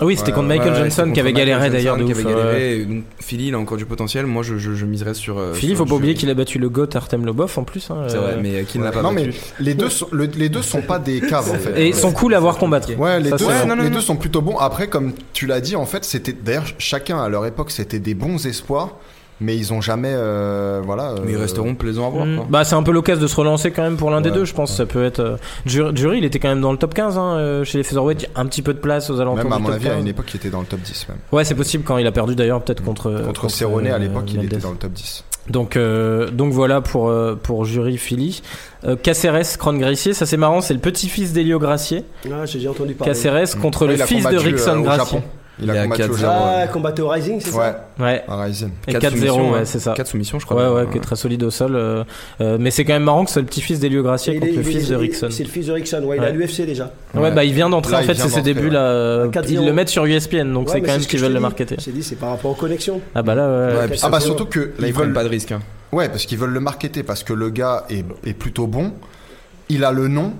[SPEAKER 1] Ah Oui, c'était
[SPEAKER 3] Ouais,
[SPEAKER 1] contre
[SPEAKER 4] Ouais,
[SPEAKER 1] Michael
[SPEAKER 4] ouais, c'est
[SPEAKER 1] Johnson
[SPEAKER 4] contre
[SPEAKER 1] qui avait
[SPEAKER 4] Michael
[SPEAKER 1] galéré d'ailleurs de
[SPEAKER 4] Johnson,
[SPEAKER 1] ouf.
[SPEAKER 4] qui avait
[SPEAKER 1] ouais.
[SPEAKER 4] galéré. Et donc, Philly, il a encore du potentiel. Moi, je, je, je miserais sur. euh,
[SPEAKER 1] Philly,
[SPEAKER 4] sur
[SPEAKER 1] faut pas oublier
[SPEAKER 4] Jury.
[SPEAKER 1] qu'il a battu le GOAT Artem Lobov en plus. hein,
[SPEAKER 4] C'est
[SPEAKER 1] euh,
[SPEAKER 4] vrai, mais euh, qu'il n'a pas
[SPEAKER 3] non mais
[SPEAKER 4] battu.
[SPEAKER 3] les deux sont, le- les deux sont pas des caves en fait.
[SPEAKER 1] Et ils sont cool à voir combattre.
[SPEAKER 3] Ouais, les,
[SPEAKER 1] Ça,
[SPEAKER 3] deux,
[SPEAKER 1] c'est-
[SPEAKER 3] sont,
[SPEAKER 4] non, non,
[SPEAKER 3] les
[SPEAKER 4] non.
[SPEAKER 3] deux sont plutôt bons. Après, comme tu l'as dit, en fait, c'était d'ailleurs chacun à leur époque, c'était des bons espoirs, mais ils ont jamais, euh, voilà.
[SPEAKER 4] Mais ils
[SPEAKER 3] euh,
[SPEAKER 4] resteront plaisants à voir.
[SPEAKER 1] Mm.
[SPEAKER 4] quoi.
[SPEAKER 1] Bah, c'est un peu l'occasion de se relancer quand même pour l'un des
[SPEAKER 3] Ouais,
[SPEAKER 1] deux, je pense. Ça peut être. euh, Jury, Jury, il était quand même dans le top 15 hein, euh, chez les Featherweight. Il y a un petit peu de place aux alentours
[SPEAKER 3] Même à
[SPEAKER 1] du
[SPEAKER 3] mon
[SPEAKER 1] top
[SPEAKER 3] avis, à
[SPEAKER 1] 15.
[SPEAKER 3] une époque, ils étaient dans le top 10 même.
[SPEAKER 1] Ouais, c'est possible quand il a perdu d'ailleurs, peut-être contre.
[SPEAKER 3] Contre Cerrone, à
[SPEAKER 1] euh,
[SPEAKER 3] l'époque, il
[SPEAKER 1] Mendes.
[SPEAKER 3] était dans le top 10.
[SPEAKER 1] Donc, euh, donc voilà pour, euh, pour Jury Philly. Euh, Caceres, Cron Gracier, ça c'est marrant, c'est le petit-fils d'Elio Gracier.
[SPEAKER 2] Ah, j'ai déjà entendu parler.
[SPEAKER 1] Caceres contre
[SPEAKER 3] Ouais,
[SPEAKER 1] le
[SPEAKER 3] Bah, il a
[SPEAKER 1] fils de
[SPEAKER 3] combattu, euh,
[SPEAKER 1] Rickson
[SPEAKER 3] au
[SPEAKER 1] Gracier.
[SPEAKER 3] Japon. Il
[SPEAKER 4] Il a
[SPEAKER 3] a combattu au
[SPEAKER 4] 4-0.
[SPEAKER 3] Japon.
[SPEAKER 2] Ah, combattre au Rising, c'est
[SPEAKER 3] Ouais,
[SPEAKER 2] ça
[SPEAKER 1] Ouais,
[SPEAKER 3] à Ryzen.
[SPEAKER 1] et
[SPEAKER 4] Quatre
[SPEAKER 1] 4-0,
[SPEAKER 4] soumissions,
[SPEAKER 1] Bah, ouais,
[SPEAKER 4] hein.
[SPEAKER 1] c'est ça.
[SPEAKER 4] 4 soumissions, je
[SPEAKER 1] Ouais,
[SPEAKER 4] crois.
[SPEAKER 1] ouais,
[SPEAKER 3] euh,
[SPEAKER 4] bien.
[SPEAKER 1] qui est très solide au sol. euh, euh, mais c'est quand même marrant que ce soit le petit-fils d'Elio Gracier
[SPEAKER 2] Il
[SPEAKER 1] contre
[SPEAKER 2] est-
[SPEAKER 1] le
[SPEAKER 2] il est-
[SPEAKER 1] fils de
[SPEAKER 2] il est-
[SPEAKER 1] Rickson.
[SPEAKER 2] C'est le fils de Rickson, ouais, il a
[SPEAKER 1] Ouais.
[SPEAKER 2] l'UFC déjà.
[SPEAKER 1] Ouais,
[SPEAKER 3] Ouais.
[SPEAKER 1] bah il vient d'entrer
[SPEAKER 3] Là,
[SPEAKER 1] en
[SPEAKER 3] il
[SPEAKER 1] fait,
[SPEAKER 3] vient
[SPEAKER 1] c'est ses
[SPEAKER 3] d'entrer,
[SPEAKER 1] débuts
[SPEAKER 3] ouais.
[SPEAKER 1] là. euh,
[SPEAKER 2] 4-0.
[SPEAKER 1] Ils le mettent sur ESPN, donc c'est
[SPEAKER 2] Ouais, mais
[SPEAKER 1] quand même
[SPEAKER 2] ce que
[SPEAKER 1] qu'ils
[SPEAKER 2] je
[SPEAKER 1] veulent
[SPEAKER 2] te
[SPEAKER 1] le
[SPEAKER 2] dis.
[SPEAKER 1] marketer.
[SPEAKER 2] Je t'ai dit, c'est par rapport aux connexions.
[SPEAKER 1] Ah bah là, ouais.
[SPEAKER 4] Ouais, puis
[SPEAKER 3] Ah
[SPEAKER 4] ça-
[SPEAKER 3] bah
[SPEAKER 2] c'est
[SPEAKER 3] surtout que
[SPEAKER 4] Là, ils
[SPEAKER 3] ils
[SPEAKER 4] prennent
[SPEAKER 3] veulent,
[SPEAKER 4] pas de risque. hein.
[SPEAKER 3] ouais, parce qu'ils veulent le marketer parce que le gars est, est plutôt bon. Il a le nom.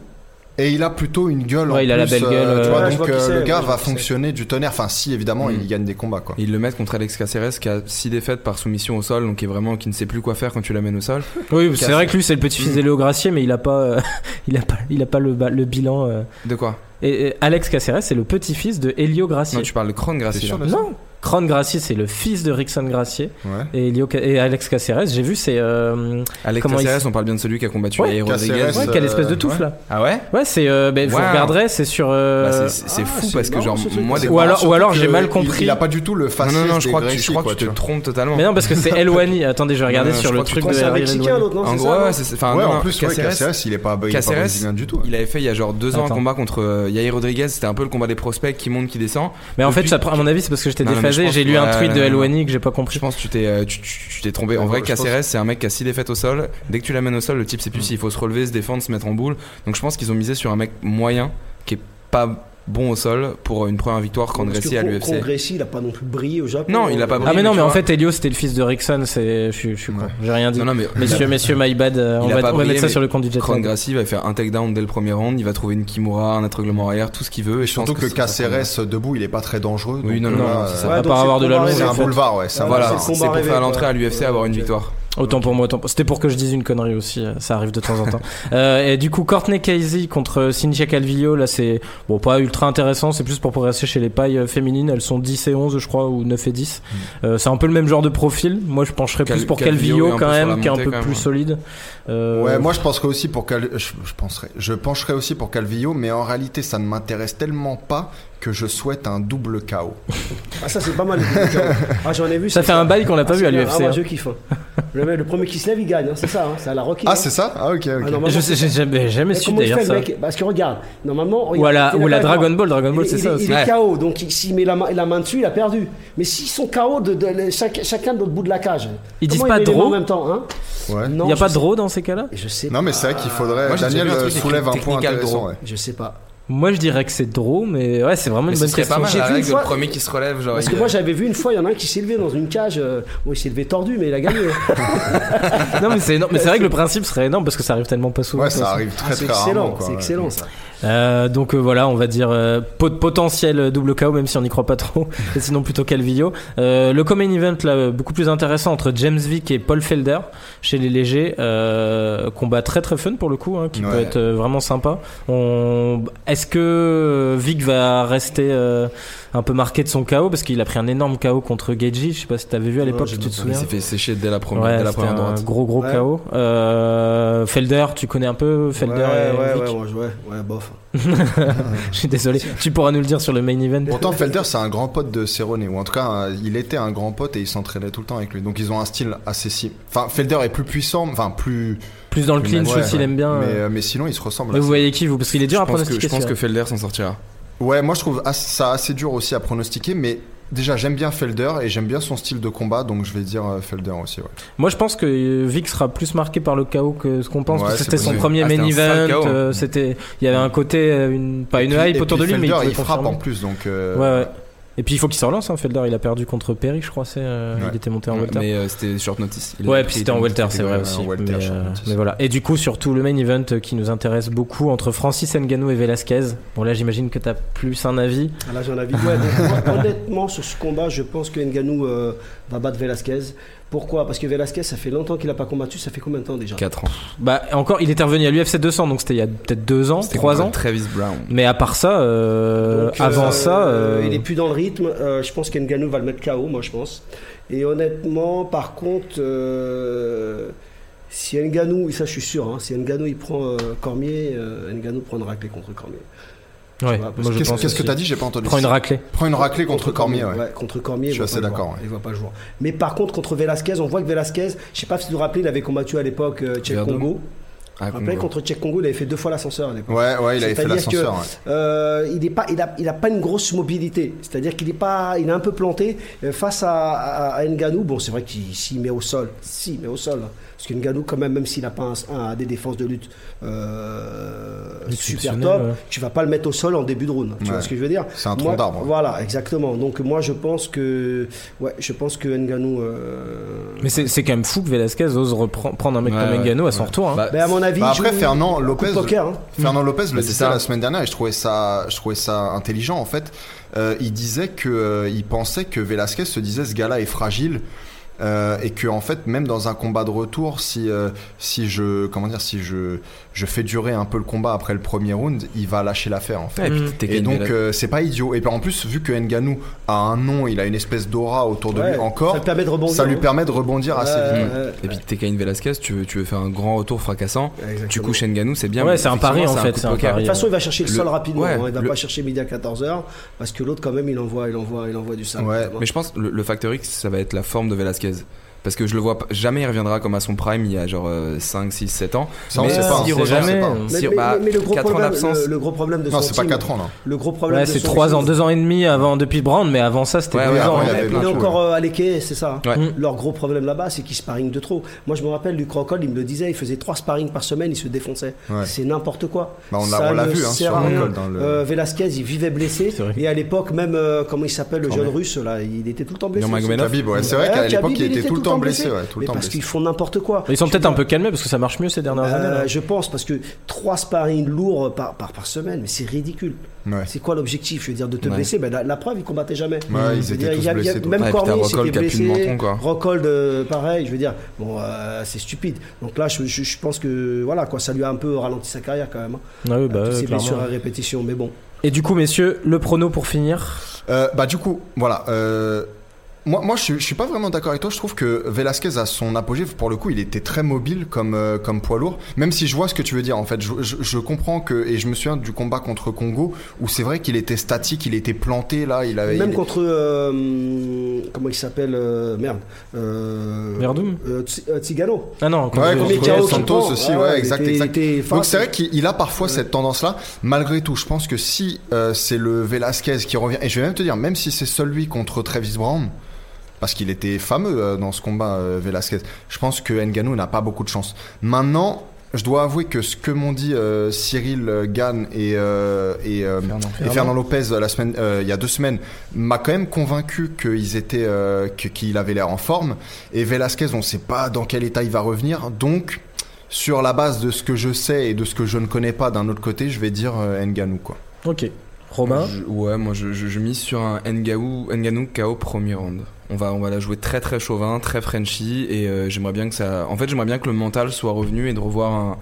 [SPEAKER 3] Et il a plutôt une gueule.
[SPEAKER 1] Ouais,
[SPEAKER 3] en
[SPEAKER 1] il a la
[SPEAKER 3] plus,
[SPEAKER 1] belle
[SPEAKER 3] euh,
[SPEAKER 1] gueule,
[SPEAKER 3] tu
[SPEAKER 1] euh,
[SPEAKER 3] vois,
[SPEAKER 2] Ouais, je
[SPEAKER 3] donc
[SPEAKER 2] vois qui
[SPEAKER 3] euh, le
[SPEAKER 2] c'est,
[SPEAKER 3] gars
[SPEAKER 2] ouais, je
[SPEAKER 3] va
[SPEAKER 2] vois qui c'est.
[SPEAKER 3] fonctionner du tonnerre. Enfin, si évidemment,
[SPEAKER 4] Mm.
[SPEAKER 3] il gagne des combats, quoi.
[SPEAKER 4] Et Ils le mettent contre Alex Caceres qui a 6 défaites par soumission au sol, donc qui est vraiment qui ne sait plus quoi faire quand tu l'amènes au sol.
[SPEAKER 1] Oui, c'est
[SPEAKER 4] Caceres.
[SPEAKER 1] vrai que lui c'est le
[SPEAKER 4] Mm.
[SPEAKER 1] petit-fils d'Elio Gracier, mais il a pas, euh, il a pas, il a pas le, ba- le bilan. euh.
[SPEAKER 4] De quoi
[SPEAKER 1] Et, et Alex Caceres, c'est le petit-fils de Elio Gracier.
[SPEAKER 4] Non, tu parles de Kron
[SPEAKER 3] T'es
[SPEAKER 4] Gracie.
[SPEAKER 3] sûr
[SPEAKER 4] là.
[SPEAKER 3] de ça
[SPEAKER 1] Non. Cron Gracier, c'est le fils de Rickson Gracier.
[SPEAKER 3] Ouais.
[SPEAKER 1] Et, Elio Ca- et Alex Caceres, j'ai vu, c'est. Euh,
[SPEAKER 4] Alex
[SPEAKER 1] Comment il
[SPEAKER 4] Caceres,
[SPEAKER 1] s-
[SPEAKER 4] on parle bien de celui qui a combattu
[SPEAKER 1] Ouais,
[SPEAKER 4] Yair Rodriguez.
[SPEAKER 3] Caceres,
[SPEAKER 1] ouais,
[SPEAKER 3] euh,
[SPEAKER 1] quelle espèce de touffe là
[SPEAKER 4] Ah ouais
[SPEAKER 1] Ouais, c'est. Euh, ben, vous
[SPEAKER 4] Wow.
[SPEAKER 1] regarderez, c'est sur. euh,
[SPEAKER 4] Bah, c'est- C'est c'est
[SPEAKER 2] ah,
[SPEAKER 4] fou
[SPEAKER 2] c'est
[SPEAKER 4] parce que
[SPEAKER 2] marrant,
[SPEAKER 4] genre
[SPEAKER 2] ce truc.
[SPEAKER 4] moi des
[SPEAKER 1] Ou alors-
[SPEAKER 3] Surtout
[SPEAKER 1] alors,
[SPEAKER 3] que
[SPEAKER 1] j'ai mal
[SPEAKER 3] il-
[SPEAKER 1] compris.
[SPEAKER 3] Il, a pas du tout le
[SPEAKER 4] Non,
[SPEAKER 3] faciès
[SPEAKER 4] non, non, je
[SPEAKER 3] des
[SPEAKER 4] crois que tu,
[SPEAKER 3] Gracie,
[SPEAKER 4] je crois
[SPEAKER 3] quoi,
[SPEAKER 4] que tu te
[SPEAKER 3] vois.
[SPEAKER 4] trompes totalement.
[SPEAKER 1] Mais non, parce que c'est El Wani. Attendez, je vais regarder
[SPEAKER 4] Non, non,
[SPEAKER 1] sur
[SPEAKER 4] je
[SPEAKER 1] le
[SPEAKER 4] crois que
[SPEAKER 1] truc
[SPEAKER 4] tu
[SPEAKER 1] de.
[SPEAKER 4] crois
[SPEAKER 2] C'est un Mexicain l'autre, non
[SPEAKER 4] en
[SPEAKER 2] c'est
[SPEAKER 4] gros,
[SPEAKER 2] ça, non
[SPEAKER 4] ouais, c'est- c'est- enfin,
[SPEAKER 3] ouais,
[SPEAKER 4] Ah, non,
[SPEAKER 3] en plus, ouais,
[SPEAKER 4] Caceres,
[SPEAKER 3] Caceres, il est pas, il est pas
[SPEAKER 4] Caceres,
[SPEAKER 3] brésilien du tout. hein. ouais.
[SPEAKER 4] il avait fait il y a genre 2 ans un
[SPEAKER 1] Attends.
[SPEAKER 4] combat contre euh, Yair Rodriguez. C'était un peu le combat des prospects qui monte, qui descend.
[SPEAKER 1] Mais en fait,
[SPEAKER 4] Depuis-
[SPEAKER 1] ça, prend- à mon avis, c'est parce que j'étais
[SPEAKER 4] Non, non, mais je
[SPEAKER 1] déphasé.
[SPEAKER 4] pense
[SPEAKER 1] J'ai
[SPEAKER 4] que-
[SPEAKER 1] lu un
[SPEAKER 4] ouais,
[SPEAKER 1] tweet
[SPEAKER 4] non,
[SPEAKER 1] de
[SPEAKER 4] non, non.
[SPEAKER 1] Elwani que j'ai pas
[SPEAKER 4] Je
[SPEAKER 1] compris.
[SPEAKER 4] pense que tu t'es euh, tu- tu- tu t'es trompé. En
[SPEAKER 3] Ouais,
[SPEAKER 4] vrai,
[SPEAKER 3] je pense-
[SPEAKER 4] Caceres, c'est un mec qui a 6 défaites au sol. Dès que tu l'amènes au sol, le type sait plus s'il faut se relever, se défendre, se mettre en boule. Donc je pense qu'ils ont misé sur un mec moyen qui est pas bon au sol pour une première victoire contre
[SPEAKER 2] Parce que
[SPEAKER 4] Gracie à
[SPEAKER 2] Con-
[SPEAKER 4] l'UFC.
[SPEAKER 2] Congressy, il a pas non plus brillé au Japon. Euh,
[SPEAKER 4] Non, il a pas
[SPEAKER 1] Ah, mais
[SPEAKER 4] mais
[SPEAKER 1] non,
[SPEAKER 4] tu
[SPEAKER 1] mais en
[SPEAKER 4] vois-
[SPEAKER 1] fait, Elio, c'était le fils de Rickson. C'est, je suis, je suis con.
[SPEAKER 3] Ouais.
[SPEAKER 1] J'ai rien dit.
[SPEAKER 4] Non, non, mais
[SPEAKER 1] Messieurs, messieurs, my bad. euh,
[SPEAKER 4] Il
[SPEAKER 1] on
[SPEAKER 4] a
[SPEAKER 1] va,
[SPEAKER 4] pas
[SPEAKER 1] on va
[SPEAKER 4] brillé,
[SPEAKER 1] mettre ça
[SPEAKER 4] mais
[SPEAKER 1] sur le compte du jet
[SPEAKER 4] Kron
[SPEAKER 1] lag.
[SPEAKER 4] Gracie va faire un takedown dès le premier round, il va trouver une Kimura, un attraglement arrière, tout ce qu'il veut. Et je pense
[SPEAKER 3] Surtout que
[SPEAKER 4] c'est ça sera-
[SPEAKER 3] Caceres debout, il est pas très dangereux.
[SPEAKER 4] Oui,
[SPEAKER 3] donc
[SPEAKER 4] non, non,
[SPEAKER 3] là,
[SPEAKER 4] non,
[SPEAKER 3] euh,
[SPEAKER 4] c'est ça.
[SPEAKER 1] À
[SPEAKER 2] donc
[SPEAKER 1] part
[SPEAKER 2] c'est
[SPEAKER 1] avoir de
[SPEAKER 2] pour
[SPEAKER 1] la
[SPEAKER 2] arrêter
[SPEAKER 3] C'est
[SPEAKER 1] longue, en
[SPEAKER 3] un
[SPEAKER 1] fait.
[SPEAKER 3] boulevard, ouais. c'est un
[SPEAKER 2] Voilà,
[SPEAKER 4] Voilà,
[SPEAKER 2] c'est le
[SPEAKER 4] c'est
[SPEAKER 2] combat
[SPEAKER 4] pour
[SPEAKER 2] rêvé,
[SPEAKER 4] faire l'entrée
[SPEAKER 2] quoi.
[SPEAKER 4] à l'UFC, avoir une victoire.
[SPEAKER 1] Autant pour moi, autant pour- c'était pour que je dise une connerie aussi, euh, ça arrive de temps en temps. Euh, et du coup, Courtney Casey contre Cynthia Calvillo, là c'est bon, pas ultra intéressant, c'est plus pour progresser chez les pailles euh, féminines, elles sont 10 et 11 je crois, ou 9 et 10. Euh, c'est un peu le même genre de profil, moi je pencherais
[SPEAKER 4] Cal-
[SPEAKER 1] plus pour
[SPEAKER 4] Calvillo
[SPEAKER 1] Calvillo
[SPEAKER 4] est un
[SPEAKER 1] quand
[SPEAKER 4] peu sur la
[SPEAKER 1] même, qui est un
[SPEAKER 4] montée,
[SPEAKER 1] peu
[SPEAKER 4] quand même,
[SPEAKER 1] plus
[SPEAKER 4] ouais.
[SPEAKER 1] solide. Euh,
[SPEAKER 3] Ouais, moi je pense que aussi pour Cal... je, je penserais, je pencherais aussi pour Calvillo, mais en réalité ça ne m'intéresse tellement pas que je souhaite un double KO.
[SPEAKER 2] Ah, ça, c'est pas mal. ah, j'en ai vu.
[SPEAKER 1] ça
[SPEAKER 2] c'est
[SPEAKER 1] fait un bail qu'on l'a pas
[SPEAKER 2] Ah,
[SPEAKER 1] vu
[SPEAKER 2] c'est
[SPEAKER 1] à
[SPEAKER 2] bien. Ah,
[SPEAKER 1] l'UFC.
[SPEAKER 2] moi, je kiffe. hein. Le, mec- le premier qui se lève, il gagne. hein, C'est ça, hein, c'est à la Rocky.
[SPEAKER 3] Ah
[SPEAKER 2] hein.
[SPEAKER 3] c'est ça Ah ok ok.
[SPEAKER 2] Ah, normalement,
[SPEAKER 1] Je sais, j'ai jamais, jamais
[SPEAKER 2] Mais
[SPEAKER 1] su
[SPEAKER 2] comment il
[SPEAKER 1] d'ailleurs
[SPEAKER 2] fait, le
[SPEAKER 1] ça.
[SPEAKER 2] mec Bah, Parce que regarde, normalement.
[SPEAKER 1] Ou à la,
[SPEAKER 2] il a
[SPEAKER 1] ou la
[SPEAKER 2] pas le
[SPEAKER 1] Dragon
[SPEAKER 2] droit.
[SPEAKER 1] Ball, Dragon Ball
[SPEAKER 2] Il-
[SPEAKER 1] c'est
[SPEAKER 2] il-
[SPEAKER 1] ça aussi.
[SPEAKER 2] Il est
[SPEAKER 4] Ouais.
[SPEAKER 2] KO, donc il- s'il met la main, la main dessus, il a perdu. Mais s'ils sont KO, de, de- le- chaque- chacun de l'autre bout de la cage.
[SPEAKER 1] Ils
[SPEAKER 2] comment
[SPEAKER 1] disent
[SPEAKER 2] il
[SPEAKER 1] pas
[SPEAKER 2] met les mains
[SPEAKER 1] draw
[SPEAKER 2] en même temps, hein
[SPEAKER 3] Ouais.
[SPEAKER 1] Il
[SPEAKER 2] Non,
[SPEAKER 1] n'y a
[SPEAKER 2] je
[SPEAKER 1] pas de
[SPEAKER 2] sais-
[SPEAKER 1] draw dans ces cas-là
[SPEAKER 2] Je sais
[SPEAKER 3] Non mais
[SPEAKER 2] pas.
[SPEAKER 3] c'est vrai qu'il faudrait.
[SPEAKER 4] Moi, j'ai déjà
[SPEAKER 3] Daniel
[SPEAKER 4] vu un
[SPEAKER 3] euh,
[SPEAKER 4] truc
[SPEAKER 3] soulève un point
[SPEAKER 4] technical
[SPEAKER 3] intéressant.
[SPEAKER 4] draw.
[SPEAKER 3] ouais.
[SPEAKER 2] Je sais pas.
[SPEAKER 1] Moi je dirais que c'est draw, mais ouais, c'est vraiment
[SPEAKER 4] Mais
[SPEAKER 1] une
[SPEAKER 4] ce
[SPEAKER 1] bonne
[SPEAKER 4] serait
[SPEAKER 1] question.
[SPEAKER 4] pas mal
[SPEAKER 2] J'ai
[SPEAKER 4] la
[SPEAKER 2] vu une
[SPEAKER 4] règle,
[SPEAKER 2] fois-
[SPEAKER 4] le premier qui se relève, genre.
[SPEAKER 2] Parce que
[SPEAKER 4] il-
[SPEAKER 2] moi j'avais vu une fois, il y en a un qui s'est levé dans une cage. euh, Bon, il s'est levé tordu, mais il a gagné. hein.
[SPEAKER 1] Non, mais c'est énorme. Mais c'est vrai que le principe serait énorme parce que ça arrive tellement pas souvent.
[SPEAKER 3] Ouais,
[SPEAKER 1] de toute
[SPEAKER 3] ça
[SPEAKER 1] façon.
[SPEAKER 3] arrive très
[SPEAKER 2] Ah, c'est
[SPEAKER 3] très rarement.
[SPEAKER 2] excellent,
[SPEAKER 3] quoi,
[SPEAKER 2] c'est
[SPEAKER 3] ouais.
[SPEAKER 2] excellent ça.
[SPEAKER 1] Euh, donc euh, voilà, on va dire euh, pot- potentiel double KO, même si on n'y croit pas trop. et sinon plutôt Calvillo. Euh, le common event là, euh, beaucoup plus intéressant entre James Vick et Paul Felder chez les légers. Euh, combat très très fun pour le coup, hein, qui peut
[SPEAKER 3] Ouais.
[SPEAKER 1] être euh, vraiment sympa. On... Est-ce que euh, Vick va rester euh, un peu marqué de son KO parce qu'il a pris un énorme KO contre Gaethje. Je sais pas si t'avais vu à
[SPEAKER 2] Non,
[SPEAKER 1] l'époque,
[SPEAKER 2] je
[SPEAKER 1] tu
[SPEAKER 2] me
[SPEAKER 1] te
[SPEAKER 4] Il
[SPEAKER 1] souviens
[SPEAKER 4] s'est fait sécher dès la première,
[SPEAKER 1] Ouais,
[SPEAKER 4] dès la
[SPEAKER 1] c'était
[SPEAKER 4] première
[SPEAKER 1] un
[SPEAKER 4] droite.
[SPEAKER 1] gros gros
[SPEAKER 2] Ouais.
[SPEAKER 1] KO. Euh, Felder, tu connais un peu Felder
[SPEAKER 2] ouais,
[SPEAKER 1] et
[SPEAKER 2] ouais,
[SPEAKER 1] Vick
[SPEAKER 2] ouais, moi, je- ouais, ouais, bof.
[SPEAKER 1] Je suis désolé. Tu pourras nous le dire sur le main event.
[SPEAKER 3] Pourtant Felder c'est un grand pote de Cerrone ou en tout cas un- il était un grand pote et il s'entraînait tout le temps avec lui. Donc ils ont un style assez sim. Enfin Felder est plus puissant, enfin plus.
[SPEAKER 1] Plus dans le
[SPEAKER 4] Plus
[SPEAKER 1] clean
[SPEAKER 4] mal-
[SPEAKER 1] shoot,
[SPEAKER 3] ouais,
[SPEAKER 1] il aime bien.
[SPEAKER 3] Mais,
[SPEAKER 1] euh.
[SPEAKER 3] euh, mais sinon ils se ressemblent.
[SPEAKER 1] Mais vous
[SPEAKER 3] assez.
[SPEAKER 1] voyez qui vous Parce qu'il est dur
[SPEAKER 4] Je
[SPEAKER 1] à
[SPEAKER 4] pense, que,
[SPEAKER 1] pronostiquer.
[SPEAKER 4] je pense que
[SPEAKER 1] celui-là.
[SPEAKER 4] Felder s'en sortira.
[SPEAKER 3] Ouais, moi je trouve as- ça assez dur aussi à pronostiquer, mais déjà j'aime bien Felder et j'aime bien son style de combat, donc je vais dire euh, Felder aussi. Ouais.
[SPEAKER 1] Moi, je pense que euh, Vic sera plus marqué par le chaos que ce qu'on pense.
[SPEAKER 3] Ouais,
[SPEAKER 1] parce que
[SPEAKER 3] c'est
[SPEAKER 1] c'était son
[SPEAKER 3] possible.
[SPEAKER 1] premier
[SPEAKER 4] Ah,
[SPEAKER 1] main
[SPEAKER 4] c'était un sale
[SPEAKER 1] event.
[SPEAKER 4] KO, hein.
[SPEAKER 1] euh, C'était, il y avait un côté, euh, une, pas une
[SPEAKER 3] Et puis-
[SPEAKER 1] hype
[SPEAKER 3] et
[SPEAKER 1] autour de
[SPEAKER 3] puis
[SPEAKER 1] lui, mais
[SPEAKER 3] Felder,
[SPEAKER 1] il,
[SPEAKER 3] il,
[SPEAKER 1] pouvait
[SPEAKER 3] frappe en
[SPEAKER 1] confirmer.
[SPEAKER 3] plus, donc. euh,
[SPEAKER 1] Ouais, ouais. Et puis il faut qu'il se relance. Hein, Felder, il a perdu contre Perry, je crois. C'est, euh,
[SPEAKER 3] Ouais.
[SPEAKER 1] il était monté en welter.
[SPEAKER 4] Mais euh, c'était short notice. Il
[SPEAKER 1] Ouais,
[SPEAKER 4] avait
[SPEAKER 1] puis
[SPEAKER 4] pris
[SPEAKER 1] c'était en
[SPEAKER 4] une
[SPEAKER 1] welter,
[SPEAKER 4] petite
[SPEAKER 1] c'est vrai
[SPEAKER 4] catégorie,
[SPEAKER 1] aussi.
[SPEAKER 3] en welter,
[SPEAKER 1] mais,
[SPEAKER 3] je
[SPEAKER 1] euh,
[SPEAKER 3] pense.
[SPEAKER 1] mais voilà. Et du coup, surtout le main event euh, qui nous intéresse beaucoup entre Francis Ngannou et Velasquez. Bon là, j'imagine que t'as plus un avis.
[SPEAKER 2] Ah, Là, j'en avais. Ouais, donc, moi, honnêtement, sur ce combat, je pense que Nganou euh, va battre Velasquez. Pourquoi Parce que Velasquez, ça fait longtemps qu'il n'a pas combattu. Ça fait combien de temps déjà
[SPEAKER 4] 4 ans.
[SPEAKER 1] Bah encore, il était revenu à l'UFC 200, donc c'était il y a peut-être deux ans,
[SPEAKER 4] C'était
[SPEAKER 1] trois
[SPEAKER 4] contre
[SPEAKER 1] ans.
[SPEAKER 4] Travis Brown.
[SPEAKER 1] Mais à part ça, euh,
[SPEAKER 2] Donc,
[SPEAKER 1] avant
[SPEAKER 2] euh,
[SPEAKER 1] ça, euh,
[SPEAKER 2] il est plus dans le rythme. Euh, je pense qu'Enganou va le mettre KO, moi je pense. Et honnêtement, par contre, euh, si Nganou, et ça je suis sûr, hein, si Nganou il prend euh, Cormier, euh, Ngannou prend une raclée contre Cormier.
[SPEAKER 1] ouais,
[SPEAKER 2] parce
[SPEAKER 1] moi, je
[SPEAKER 3] Qu'est-ce
[SPEAKER 1] pense
[SPEAKER 3] qu'est-ce Bah, que
[SPEAKER 1] aussi.
[SPEAKER 3] t'as dit J'ai pas entendu.
[SPEAKER 1] Prends une raclée.
[SPEAKER 3] Prends une raclée contre Cormier. ouais.
[SPEAKER 2] contre Cormier,
[SPEAKER 3] Je suis
[SPEAKER 2] il voit
[SPEAKER 3] assez
[SPEAKER 2] pas le
[SPEAKER 3] d'accord,
[SPEAKER 2] joueur.
[SPEAKER 3] ouais.
[SPEAKER 2] Il voit pas le joueur. Mais par contre, contre Velasquez, on voit que Velasquez, je sais pas si vous vous rappelez, il avait combattu à l'époque euh, Tchèque
[SPEAKER 4] Verdun.
[SPEAKER 2] Congo.
[SPEAKER 4] Ah,
[SPEAKER 2] Vous vous rappelez,
[SPEAKER 4] Congo.
[SPEAKER 2] contre Tchèque Congo, il avait fait deux fois l'ascenseur à l'époque.
[SPEAKER 3] Ouais, ouais, il avait fait
[SPEAKER 2] C'est-à-dire
[SPEAKER 3] l'ascenseur.
[SPEAKER 2] que,
[SPEAKER 3] ouais.
[SPEAKER 2] euh, il n'est pas, il a, il a pas une grosse mobilité. C'est-à-dire qu'il est pas, il est un peu planté Euh, face à, à, à Ngannou. Bon, c'est vrai qu'il s'y met au sol, s'y met au sol. hein. Parce que Ngannou, quand même, même s'il n'a pas un, un- des défenses de lutte euh, super
[SPEAKER 1] Exceptionnel,
[SPEAKER 2] top,
[SPEAKER 1] ouais.
[SPEAKER 2] tu vas pas le mettre au sol en début de round. Tu
[SPEAKER 3] Ouais.
[SPEAKER 2] vois ce que je veux dire
[SPEAKER 3] C'est un tronc
[SPEAKER 2] Moi-
[SPEAKER 3] d'arbre.
[SPEAKER 2] Voilà, exactement. Donc moi, je pense que, ouais, je pense que Ngannou. euh,
[SPEAKER 1] Mais c'est c'est quand même fou que Velasquez ose reprendre prendre un mec
[SPEAKER 4] Ouais,
[SPEAKER 1] comme
[SPEAKER 4] ouais.
[SPEAKER 1] Ngannou à son
[SPEAKER 4] Ouais.
[SPEAKER 1] retour. hein.
[SPEAKER 4] Bah,
[SPEAKER 2] ben, à mon avis,
[SPEAKER 3] Bah,
[SPEAKER 2] il
[SPEAKER 3] après,
[SPEAKER 2] joue
[SPEAKER 3] Fernand
[SPEAKER 2] coup de
[SPEAKER 3] Lopez-
[SPEAKER 2] poker, hein.
[SPEAKER 3] Fernand Lopez le
[SPEAKER 4] c'est
[SPEAKER 3] disait
[SPEAKER 4] ça.
[SPEAKER 3] la semaine dernière et je trouvais ça, je trouvais ça intelligent en fait. Euh, il disait que euh, il pensait que Velasquez se disait ce gars-là est fragile. euh, et que en fait même dans un combat de retour si euh, si je comment dire si je je fais durer un peu le combat après le premier round il va lâcher l'affaire en fait
[SPEAKER 4] Ouais, et puis
[SPEAKER 1] Mm.
[SPEAKER 4] t'es
[SPEAKER 3] et
[SPEAKER 4] gagné
[SPEAKER 3] donc
[SPEAKER 4] la-
[SPEAKER 3] euh, c'est pas idiot et puis en plus vu que Nganou a un nom il a une espèce d'aura autour de
[SPEAKER 2] Ouais,
[SPEAKER 3] lui encore
[SPEAKER 2] Ça
[SPEAKER 3] ça,
[SPEAKER 2] lui permet de rebondir.
[SPEAKER 3] lui
[SPEAKER 2] hein.
[SPEAKER 3] permet de rebondir assez
[SPEAKER 2] Ouais,
[SPEAKER 3] Ah, vite
[SPEAKER 4] Mm.
[SPEAKER 2] ouais, ouais.
[SPEAKER 4] Et puis TKN Velasquez, tu veux, tu veux faire un grand retour fracassant, tu
[SPEAKER 2] Exactement.
[SPEAKER 4] couches Nganou, c'est bien.
[SPEAKER 1] Ouais,
[SPEAKER 4] mais
[SPEAKER 1] c'est un pari,
[SPEAKER 4] effectivement,
[SPEAKER 1] en
[SPEAKER 4] c'est
[SPEAKER 1] fait,
[SPEAKER 4] coup de
[SPEAKER 1] c'est un
[SPEAKER 4] poker.
[SPEAKER 1] pari.
[SPEAKER 2] De toute façon, il va chercher le,
[SPEAKER 4] Le-
[SPEAKER 2] sol rapidement.
[SPEAKER 4] ouais,
[SPEAKER 2] hein. il va
[SPEAKER 4] le-
[SPEAKER 2] pas chercher midi à 14h parce que l'autre, quand même, il envoie, il envoie, il envoie du sang.
[SPEAKER 3] Ouais,
[SPEAKER 2] Vraiment.
[SPEAKER 4] Mais je pense que le, le facteur X, ça va être la forme de Velasquez. Parce que je le vois pas- jamais, il reviendra comme à son prime il y a genre euh, 5, 6, 7 ans.
[SPEAKER 3] Ça, on
[SPEAKER 4] Mais
[SPEAKER 3] sait pas.
[SPEAKER 4] si
[SPEAKER 3] on sait
[SPEAKER 1] jamais.
[SPEAKER 3] pas.
[SPEAKER 2] Mais,
[SPEAKER 4] Si-
[SPEAKER 2] mais-
[SPEAKER 4] bah,
[SPEAKER 2] mais le gros
[SPEAKER 4] quatre ans
[SPEAKER 2] problème,
[SPEAKER 4] d'absence.
[SPEAKER 2] le, le gros problème de
[SPEAKER 3] Non,
[SPEAKER 2] son
[SPEAKER 3] c'est pas
[SPEAKER 2] team,
[SPEAKER 3] 4 ans là.
[SPEAKER 2] Le gros problème
[SPEAKER 1] Ouais,
[SPEAKER 2] de
[SPEAKER 1] c'est
[SPEAKER 2] son
[SPEAKER 1] 3
[SPEAKER 2] team-
[SPEAKER 1] ans, 2 ans et demi avant depuis Brown, mais avant ça, c'était
[SPEAKER 4] Ouais,
[SPEAKER 1] 2
[SPEAKER 4] ouais,
[SPEAKER 1] ans.
[SPEAKER 4] avant, il y
[SPEAKER 1] hein.
[SPEAKER 4] avait
[SPEAKER 2] Il
[SPEAKER 3] plein
[SPEAKER 2] est
[SPEAKER 3] de
[SPEAKER 2] encore euh, à l'équerre, c'est ça.
[SPEAKER 4] Ouais.
[SPEAKER 1] Mm.
[SPEAKER 2] Leur gros problème là-bas, c'est qu'ils sparring de trop. Moi, je me rappelle, Luc Rockhold, il me le disait, il faisait trois sparring par semaine, il se défonçait.
[SPEAKER 3] Ouais.
[SPEAKER 2] C'est n'importe quoi.
[SPEAKER 3] Bah, on l'a-
[SPEAKER 2] Ça
[SPEAKER 3] on l'a
[SPEAKER 2] ne
[SPEAKER 3] vu, hein,
[SPEAKER 2] sert
[SPEAKER 3] sur
[SPEAKER 2] à rien.
[SPEAKER 3] Rockhold, dans le-
[SPEAKER 2] Euh, Velasquez, il vivait blessé.
[SPEAKER 1] C'est vrai.
[SPEAKER 2] Et à l'époque, même, euh, comment il s'appelle, le jeune
[SPEAKER 4] Khabib.
[SPEAKER 2] russe, là, il était tout le temps blessé.
[SPEAKER 4] Nurmagomedov.
[SPEAKER 2] aussi.
[SPEAKER 3] Khabib, ouais, c'est vrai
[SPEAKER 2] Ouais,
[SPEAKER 3] qu'à l'époque,
[SPEAKER 2] Khabib,
[SPEAKER 3] il était tout le temps blessé, ouais, tout le
[SPEAKER 2] Mais
[SPEAKER 3] temps
[SPEAKER 2] parce
[SPEAKER 3] blessé.
[SPEAKER 2] qu'ils font n'importe quoi.
[SPEAKER 1] Ils sont
[SPEAKER 2] Tu
[SPEAKER 1] peut-être
[SPEAKER 2] vois,
[SPEAKER 1] un peu calmés parce que ça marche mieux ces dernières années.
[SPEAKER 2] euh,
[SPEAKER 1] là.
[SPEAKER 2] je pense, parce que trois sparring lourds par, par, par semaine, mais c'est ridicule.
[SPEAKER 3] Ouais.
[SPEAKER 2] C'est quoi l'objectif Je veux dire, de te
[SPEAKER 4] Ouais.
[SPEAKER 2] blesser ben, la, la preuve, ils combattaient jamais.
[SPEAKER 3] Ouais, ils
[SPEAKER 2] Je veux dire,
[SPEAKER 3] étaient tous
[SPEAKER 2] il y a- il y a-
[SPEAKER 3] blessés, Ah, toi.
[SPEAKER 2] Même
[SPEAKER 4] Ouais, putain,
[SPEAKER 2] Cormier,
[SPEAKER 4] Rockhold
[SPEAKER 2] c'était
[SPEAKER 4] qui a plus
[SPEAKER 2] blessé.
[SPEAKER 4] de menton, quoi.
[SPEAKER 2] Rockhold, euh, pareil, je veux dire, bon, euh, c'est stupide. Donc là, je, je- je pense que voilà, quoi, ça lui a un peu ralenti sa carrière quand même. hein.
[SPEAKER 1] Ah oui, bah,
[SPEAKER 2] Toutes
[SPEAKER 1] ouais,
[SPEAKER 2] ces
[SPEAKER 1] clairement.
[SPEAKER 2] blessures à répétition, mais bon.
[SPEAKER 1] Et du coup, messieurs, le prono pour finir.
[SPEAKER 3] Euh, bah du coup, voilà. euh, moi, moi je, suis- je suis pas vraiment d'accord avec toi. Je trouve que Velasquez à son apogée, pour le coup, il était très mobile comme euh, comme poids lourd. Même si je vois ce que tu veux dire, en fait, je, je- je comprends que et je me souviens du combat contre Congo où c'est vrai qu'il était statique, il était planté là, il avait.
[SPEAKER 2] même
[SPEAKER 3] il-
[SPEAKER 2] contre. euh, comment il s'appelle euh, Merde. Euh,
[SPEAKER 1] Verdoum
[SPEAKER 2] euh, Tsi- euh, Tsigano.
[SPEAKER 1] Ah non,
[SPEAKER 3] Ouais,
[SPEAKER 1] contre-
[SPEAKER 2] Premier
[SPEAKER 3] contre
[SPEAKER 2] chaos qu'il
[SPEAKER 3] Santos
[SPEAKER 2] prend.
[SPEAKER 3] aussi,
[SPEAKER 2] Ah
[SPEAKER 3] ouais,
[SPEAKER 2] ouais,
[SPEAKER 3] exact,
[SPEAKER 2] il était-
[SPEAKER 3] exact.
[SPEAKER 2] il était
[SPEAKER 3] Donc
[SPEAKER 2] fort,
[SPEAKER 3] c'est vrai qu'il il a parfois cette tendance-là. Malgré tout, je pense que si euh, c'est le Velasquez qui revient, et je vais même te dire, même si c'est celui contre Travis Brown, parce qu'il était fameux euh, dans ce combat euh, Velasquez, je pense que Ngannou n'a pas beaucoup de chance. Maintenant, je dois avouer que ce que m'ont dit euh, Cyril euh, Gann et, euh, et, euh, et Fernand Lopez euh, la semaine, euh, il y a deux semaines m'a quand même convaincu qu'ils étaient, euh, que- qu'il avait l'air en forme. Et Velasquez, on ne sait pas dans quel état il va revenir. Donc, sur la base de ce que je sais et de ce que je ne connais pas d'un autre côté, je vais dire euh, Ngannou quoi.
[SPEAKER 1] Ok. Robin
[SPEAKER 4] Je- ouais, moi je, je, je mise sur un Nganou, Nganou KO premier round. On va, on va la jouer très très chauvin, très Frenchy et euh, j'aimerais bien que ça. En fait, j'aimerais bien que le mental soit revenu et de revoir un.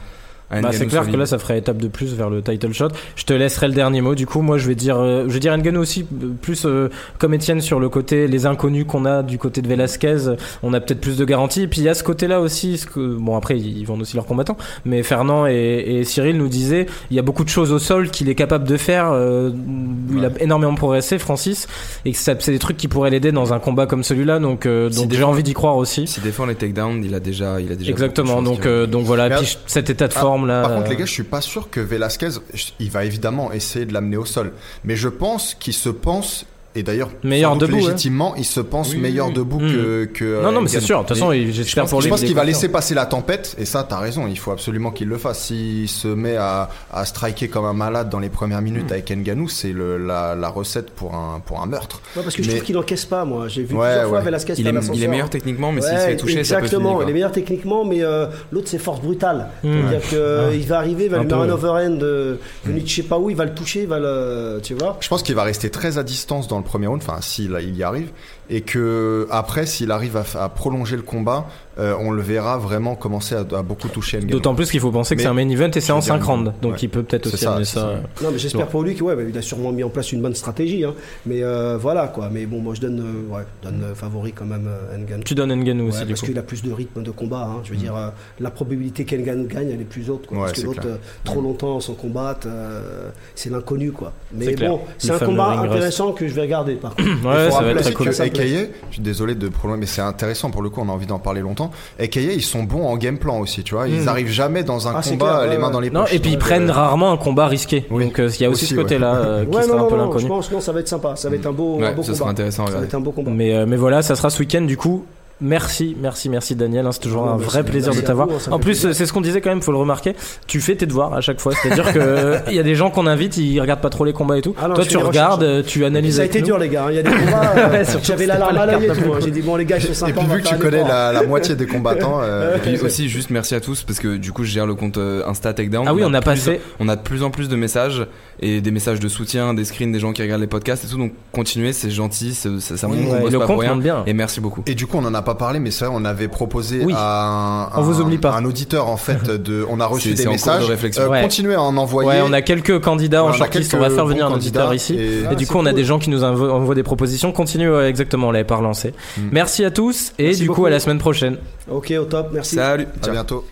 [SPEAKER 4] un
[SPEAKER 1] Bah,
[SPEAKER 4] Ngannou
[SPEAKER 1] c'est clair
[SPEAKER 4] solide.
[SPEAKER 1] que là ça ferait étape de plus vers le title shot. Je te laisserai le dernier mot. Du coup, moi je vais dire, euh, je vais dire Ngannou aussi euh, plus euh, comme Étienne sur le côté les inconnus qu'on a du côté de Velasquez, euh, on a peut-être plus de garanties. Et puis il y a ce côté-là aussi, ce que bon après ils ils vendent aussi leurs combattants, mais Fernand et, et Cyril nous disaient, il y a beaucoup de choses au sol qu'il est capable de faire. euh, où Il a
[SPEAKER 3] Ouais.
[SPEAKER 1] énormément progressé, Francis, et que ça- c'est des trucs qui pourraient l'aider dans un combat comme celui-là. Donc, euh,
[SPEAKER 4] Si
[SPEAKER 1] donc
[SPEAKER 4] des-
[SPEAKER 1] j'ai envie d'y croire aussi.
[SPEAKER 4] S'il défend les takedowns, il a déjà. Il a déjà
[SPEAKER 1] Exactement.
[SPEAKER 4] beaucoup de choses
[SPEAKER 1] Donc,
[SPEAKER 4] qui-
[SPEAKER 1] euh, donc voilà.
[SPEAKER 3] Mais
[SPEAKER 1] Puis
[SPEAKER 3] à-
[SPEAKER 1] je- cet état de
[SPEAKER 3] Ah,
[SPEAKER 1] forme là.
[SPEAKER 3] Par contre, les gars, je suis pas sûr que Velasquez, je- il va évidemment essayer de l'amener au sol, mais je pense qu'il se pense et d'ailleurs
[SPEAKER 1] Meilleur
[SPEAKER 3] sans doute
[SPEAKER 1] debout, hein. Hmm.
[SPEAKER 3] légitimement, il se pense
[SPEAKER 4] Oui,
[SPEAKER 3] meilleur
[SPEAKER 4] oui, oui.
[SPEAKER 3] debout que, que euh,
[SPEAKER 1] Non, non, mais c'est
[SPEAKER 3] Ngannou.
[SPEAKER 1] sûr. De toute façon, il-
[SPEAKER 3] Je
[SPEAKER 1] j'espère
[SPEAKER 3] pense,
[SPEAKER 1] pour
[SPEAKER 3] je
[SPEAKER 1] lui.
[SPEAKER 3] pense
[SPEAKER 1] les
[SPEAKER 3] qu'il va
[SPEAKER 1] confiance.
[SPEAKER 3] laisser passer la tempête, et ça, t'as raison, il faut absolument qu'il le fasse. S'il se met à, à striker comme un malade dans les premières
[SPEAKER 1] Hmm.
[SPEAKER 3] minutes avec Nganou, c'est le- la, la recette pour un, pour un meurtre.
[SPEAKER 2] Ouais, parce que je
[SPEAKER 3] Mais-
[SPEAKER 2] trouve qu'il encaisse pas, moi. J'ai vu
[SPEAKER 3] Ouais,
[SPEAKER 2] plusieurs fois
[SPEAKER 3] ouais.
[SPEAKER 2] Velasquez
[SPEAKER 4] il,
[SPEAKER 2] faire
[SPEAKER 4] est, il est
[SPEAKER 2] l'ascenseur.
[SPEAKER 4] meilleur techniquement, mais s'il se
[SPEAKER 2] Ouais,
[SPEAKER 4] fait toucher,
[SPEAKER 2] exactement,
[SPEAKER 4] ça peut
[SPEAKER 2] il est
[SPEAKER 4] finir.
[SPEAKER 2] meilleur techniquement, mais euh, l'autre c'est force brutale.
[SPEAKER 1] Mm.
[SPEAKER 2] C'est-à-dire que
[SPEAKER 1] Ouais.
[SPEAKER 2] il va arriver, il va
[SPEAKER 1] Un
[SPEAKER 2] lui mettre
[SPEAKER 1] peu,
[SPEAKER 2] un
[SPEAKER 1] ouais. Hmm.
[SPEAKER 2] overhand euh, venu de je sais pas où, il va le toucher, il va le, tu vois.
[SPEAKER 3] Je pense qu'il va rester très à distance dans le premier round, enfin, s'il il y arrive, et que après, s'il arrive à, f- à prolonger le combat, euh, on le verra vraiment commencer à, à beaucoup toucher Nganou.
[SPEAKER 1] D'autant plus qu'il faut penser que
[SPEAKER 3] Mais-
[SPEAKER 1] c'est un main event et c'est en
[SPEAKER 3] veux dire,
[SPEAKER 1] 5 rounds. Donc
[SPEAKER 3] ouais.
[SPEAKER 1] il peut peut-être
[SPEAKER 3] C'est
[SPEAKER 1] aussi
[SPEAKER 3] ça,
[SPEAKER 1] amener
[SPEAKER 3] c'est
[SPEAKER 1] ça.
[SPEAKER 3] ça.
[SPEAKER 1] euh,
[SPEAKER 2] Non, mais j'espère
[SPEAKER 1] Lourd.
[SPEAKER 2] pour lui que ouais, bah, il a sûrement mis en place une bonne stratégie. hein. Mais euh, voilà quoi. Mais bon, moi je donne, euh, ouais, je donne euh, favori quand même euh, Ngannou.
[SPEAKER 1] Tu donnes Ngannou
[SPEAKER 2] Ouais,
[SPEAKER 1] aussi, du
[SPEAKER 2] parce
[SPEAKER 1] coup. Hmm.
[SPEAKER 2] qu'il a plus de rythme de combat. hein. Je veux dire, euh, la probabilité qu'Engan gagne, elle est plus haute. Quoi,
[SPEAKER 3] Ouais,
[SPEAKER 2] parce que
[SPEAKER 3] c'est
[SPEAKER 2] l'autre,
[SPEAKER 3] clair.
[SPEAKER 2] euh,
[SPEAKER 1] Hmm.
[SPEAKER 2] trop longtemps sans combattre, euh, c'est l'inconnu. quoi.
[SPEAKER 1] C'est
[SPEAKER 2] Mais
[SPEAKER 1] clair.
[SPEAKER 2] bon, c'est
[SPEAKER 1] Le
[SPEAKER 2] un
[SPEAKER 1] fameux
[SPEAKER 2] combat
[SPEAKER 1] ring rust.
[SPEAKER 2] intéressant que je vais regarder par contre.
[SPEAKER 1] Ouais,
[SPEAKER 3] Il faut
[SPEAKER 1] ça va être
[SPEAKER 3] rappeler
[SPEAKER 1] très cool.
[SPEAKER 3] que
[SPEAKER 2] Ça me plaît.
[SPEAKER 3] AKA, je suis désolé de prolonger, mais c'est intéressant pour le coup, on a envie d'en parler longtemps. AKA, ils sont bons en game plan aussi, tu vois. Ils
[SPEAKER 1] Mm.
[SPEAKER 3] arrivent jamais dans un
[SPEAKER 2] Ah, c'est
[SPEAKER 3] combat
[SPEAKER 2] clair,
[SPEAKER 3] les
[SPEAKER 2] ouais,
[SPEAKER 3] mains
[SPEAKER 2] ouais.
[SPEAKER 3] dans les
[SPEAKER 1] Non,
[SPEAKER 3] poches.
[SPEAKER 1] et puis ils prennent rarement un combat risqué.
[SPEAKER 3] Oui.
[SPEAKER 1] Donc euh, il y a aussi,
[SPEAKER 3] Aussi,
[SPEAKER 1] ce
[SPEAKER 3] ouais.
[SPEAKER 1] côté-là euh, qui
[SPEAKER 2] euh, Ouais,
[SPEAKER 1] sera
[SPEAKER 2] non,
[SPEAKER 1] un peu
[SPEAKER 2] non, non, je
[SPEAKER 1] l'inconnu.
[SPEAKER 2] pense non, ça va être sympa. Ça va être un beau, un
[SPEAKER 4] Ouais,
[SPEAKER 2] beau
[SPEAKER 4] ce
[SPEAKER 2] combat.
[SPEAKER 4] sera intéressant à
[SPEAKER 2] ça va
[SPEAKER 4] regarder.
[SPEAKER 2] être un beau combat.
[SPEAKER 1] Mais, euh, mais voilà, ça sera ce week-end du coup. Merci, merci, merci Daniel. hein, c'est toujours
[SPEAKER 2] Ouais,
[SPEAKER 1] un
[SPEAKER 2] bah,
[SPEAKER 1] vrai
[SPEAKER 2] c'est-
[SPEAKER 1] plaisir de
[SPEAKER 2] merci à
[SPEAKER 1] t'avoir.
[SPEAKER 2] vous, hein, ça
[SPEAKER 1] En
[SPEAKER 2] fait
[SPEAKER 1] plus,
[SPEAKER 2] plaisir.
[SPEAKER 1] euh, c'est ce qu'on disait quand même, faut le remarquer. Tu fais tes devoirs à chaque fois. C'est-à-dire que euh, il y a des gens qu'on invite, ils regardent pas trop les combats et tout.
[SPEAKER 2] Ah non,
[SPEAKER 1] Toi,
[SPEAKER 2] je
[SPEAKER 1] tu
[SPEAKER 2] fais les
[SPEAKER 1] regardes,
[SPEAKER 2] recherches.
[SPEAKER 1] euh, tu analyses.
[SPEAKER 2] Ça a
[SPEAKER 1] avec
[SPEAKER 2] été
[SPEAKER 1] nous.
[SPEAKER 2] dur, les gars. hein. Il y a des combats. euh,
[SPEAKER 1] surtout que
[SPEAKER 2] J'avais
[SPEAKER 1] c'était
[SPEAKER 2] la larme
[SPEAKER 1] pas
[SPEAKER 2] à
[SPEAKER 1] la
[SPEAKER 2] l'œil et
[SPEAKER 1] carte
[SPEAKER 2] tout,
[SPEAKER 1] la
[SPEAKER 2] hein.
[SPEAKER 1] plus
[SPEAKER 2] J'ai dit, bon, les gars, je suis
[SPEAKER 3] Et
[SPEAKER 2] sympa.
[SPEAKER 3] puis
[SPEAKER 2] on va
[SPEAKER 3] vu que
[SPEAKER 2] faire
[SPEAKER 3] tu
[SPEAKER 2] un
[SPEAKER 3] connais
[SPEAKER 2] effort.
[SPEAKER 3] la, la moitié des combattants, euh,
[SPEAKER 4] Et puis aussi, juste merci à tous parce que du coup, je gère le compte euh, Insta Takedown.
[SPEAKER 1] Ah oui, on a
[SPEAKER 4] plus-
[SPEAKER 1] passé.
[SPEAKER 4] On a de plus en plus de messages et des messages de soutien, des screens, des gens qui regardent les podcasts et tout. Donc continuez, c'est gentil, c'est- ça, ça montre qu'on
[SPEAKER 1] Ouais,
[SPEAKER 4] bosse
[SPEAKER 1] le
[SPEAKER 4] pas
[SPEAKER 1] compte
[SPEAKER 4] pour rien.
[SPEAKER 1] monte bien.
[SPEAKER 4] Et merci beaucoup.
[SPEAKER 3] Et du coup, on en a pas parlé, mais c'est vrai, on avait proposé
[SPEAKER 1] Oui.
[SPEAKER 3] à un,
[SPEAKER 1] On vous
[SPEAKER 3] un-
[SPEAKER 1] oublie pas.
[SPEAKER 3] un auditeur en fait de, on a reçu
[SPEAKER 4] C'est-
[SPEAKER 3] des
[SPEAKER 4] c'est en cours de
[SPEAKER 3] messages.
[SPEAKER 4] réflexion.
[SPEAKER 3] Euh,
[SPEAKER 1] Ouais.
[SPEAKER 3] Continuez à en envoyer.
[SPEAKER 1] Ouais, on a quelques candidats
[SPEAKER 3] On
[SPEAKER 1] en
[SPEAKER 3] a
[SPEAKER 1] shortlist. On
[SPEAKER 3] quelques
[SPEAKER 1] va faire
[SPEAKER 3] bons
[SPEAKER 1] venir un
[SPEAKER 3] candidats
[SPEAKER 1] auditeur ici.
[SPEAKER 3] et-
[SPEAKER 1] Et du coup, on a des gens qui nous invo- envoient des propositions. Continue, ouais, exactement, on l'avait pas relancé.
[SPEAKER 3] Mm.
[SPEAKER 1] Merci à tous et
[SPEAKER 2] Merci
[SPEAKER 1] du coup,
[SPEAKER 2] beaucoup.
[SPEAKER 1] à la semaine prochaine.
[SPEAKER 2] Ok, au top. Merci.
[SPEAKER 4] Salut.
[SPEAKER 3] À
[SPEAKER 4] Ciao.
[SPEAKER 3] bientôt.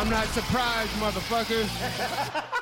[SPEAKER 5] I'm not surprised, motherfuckers.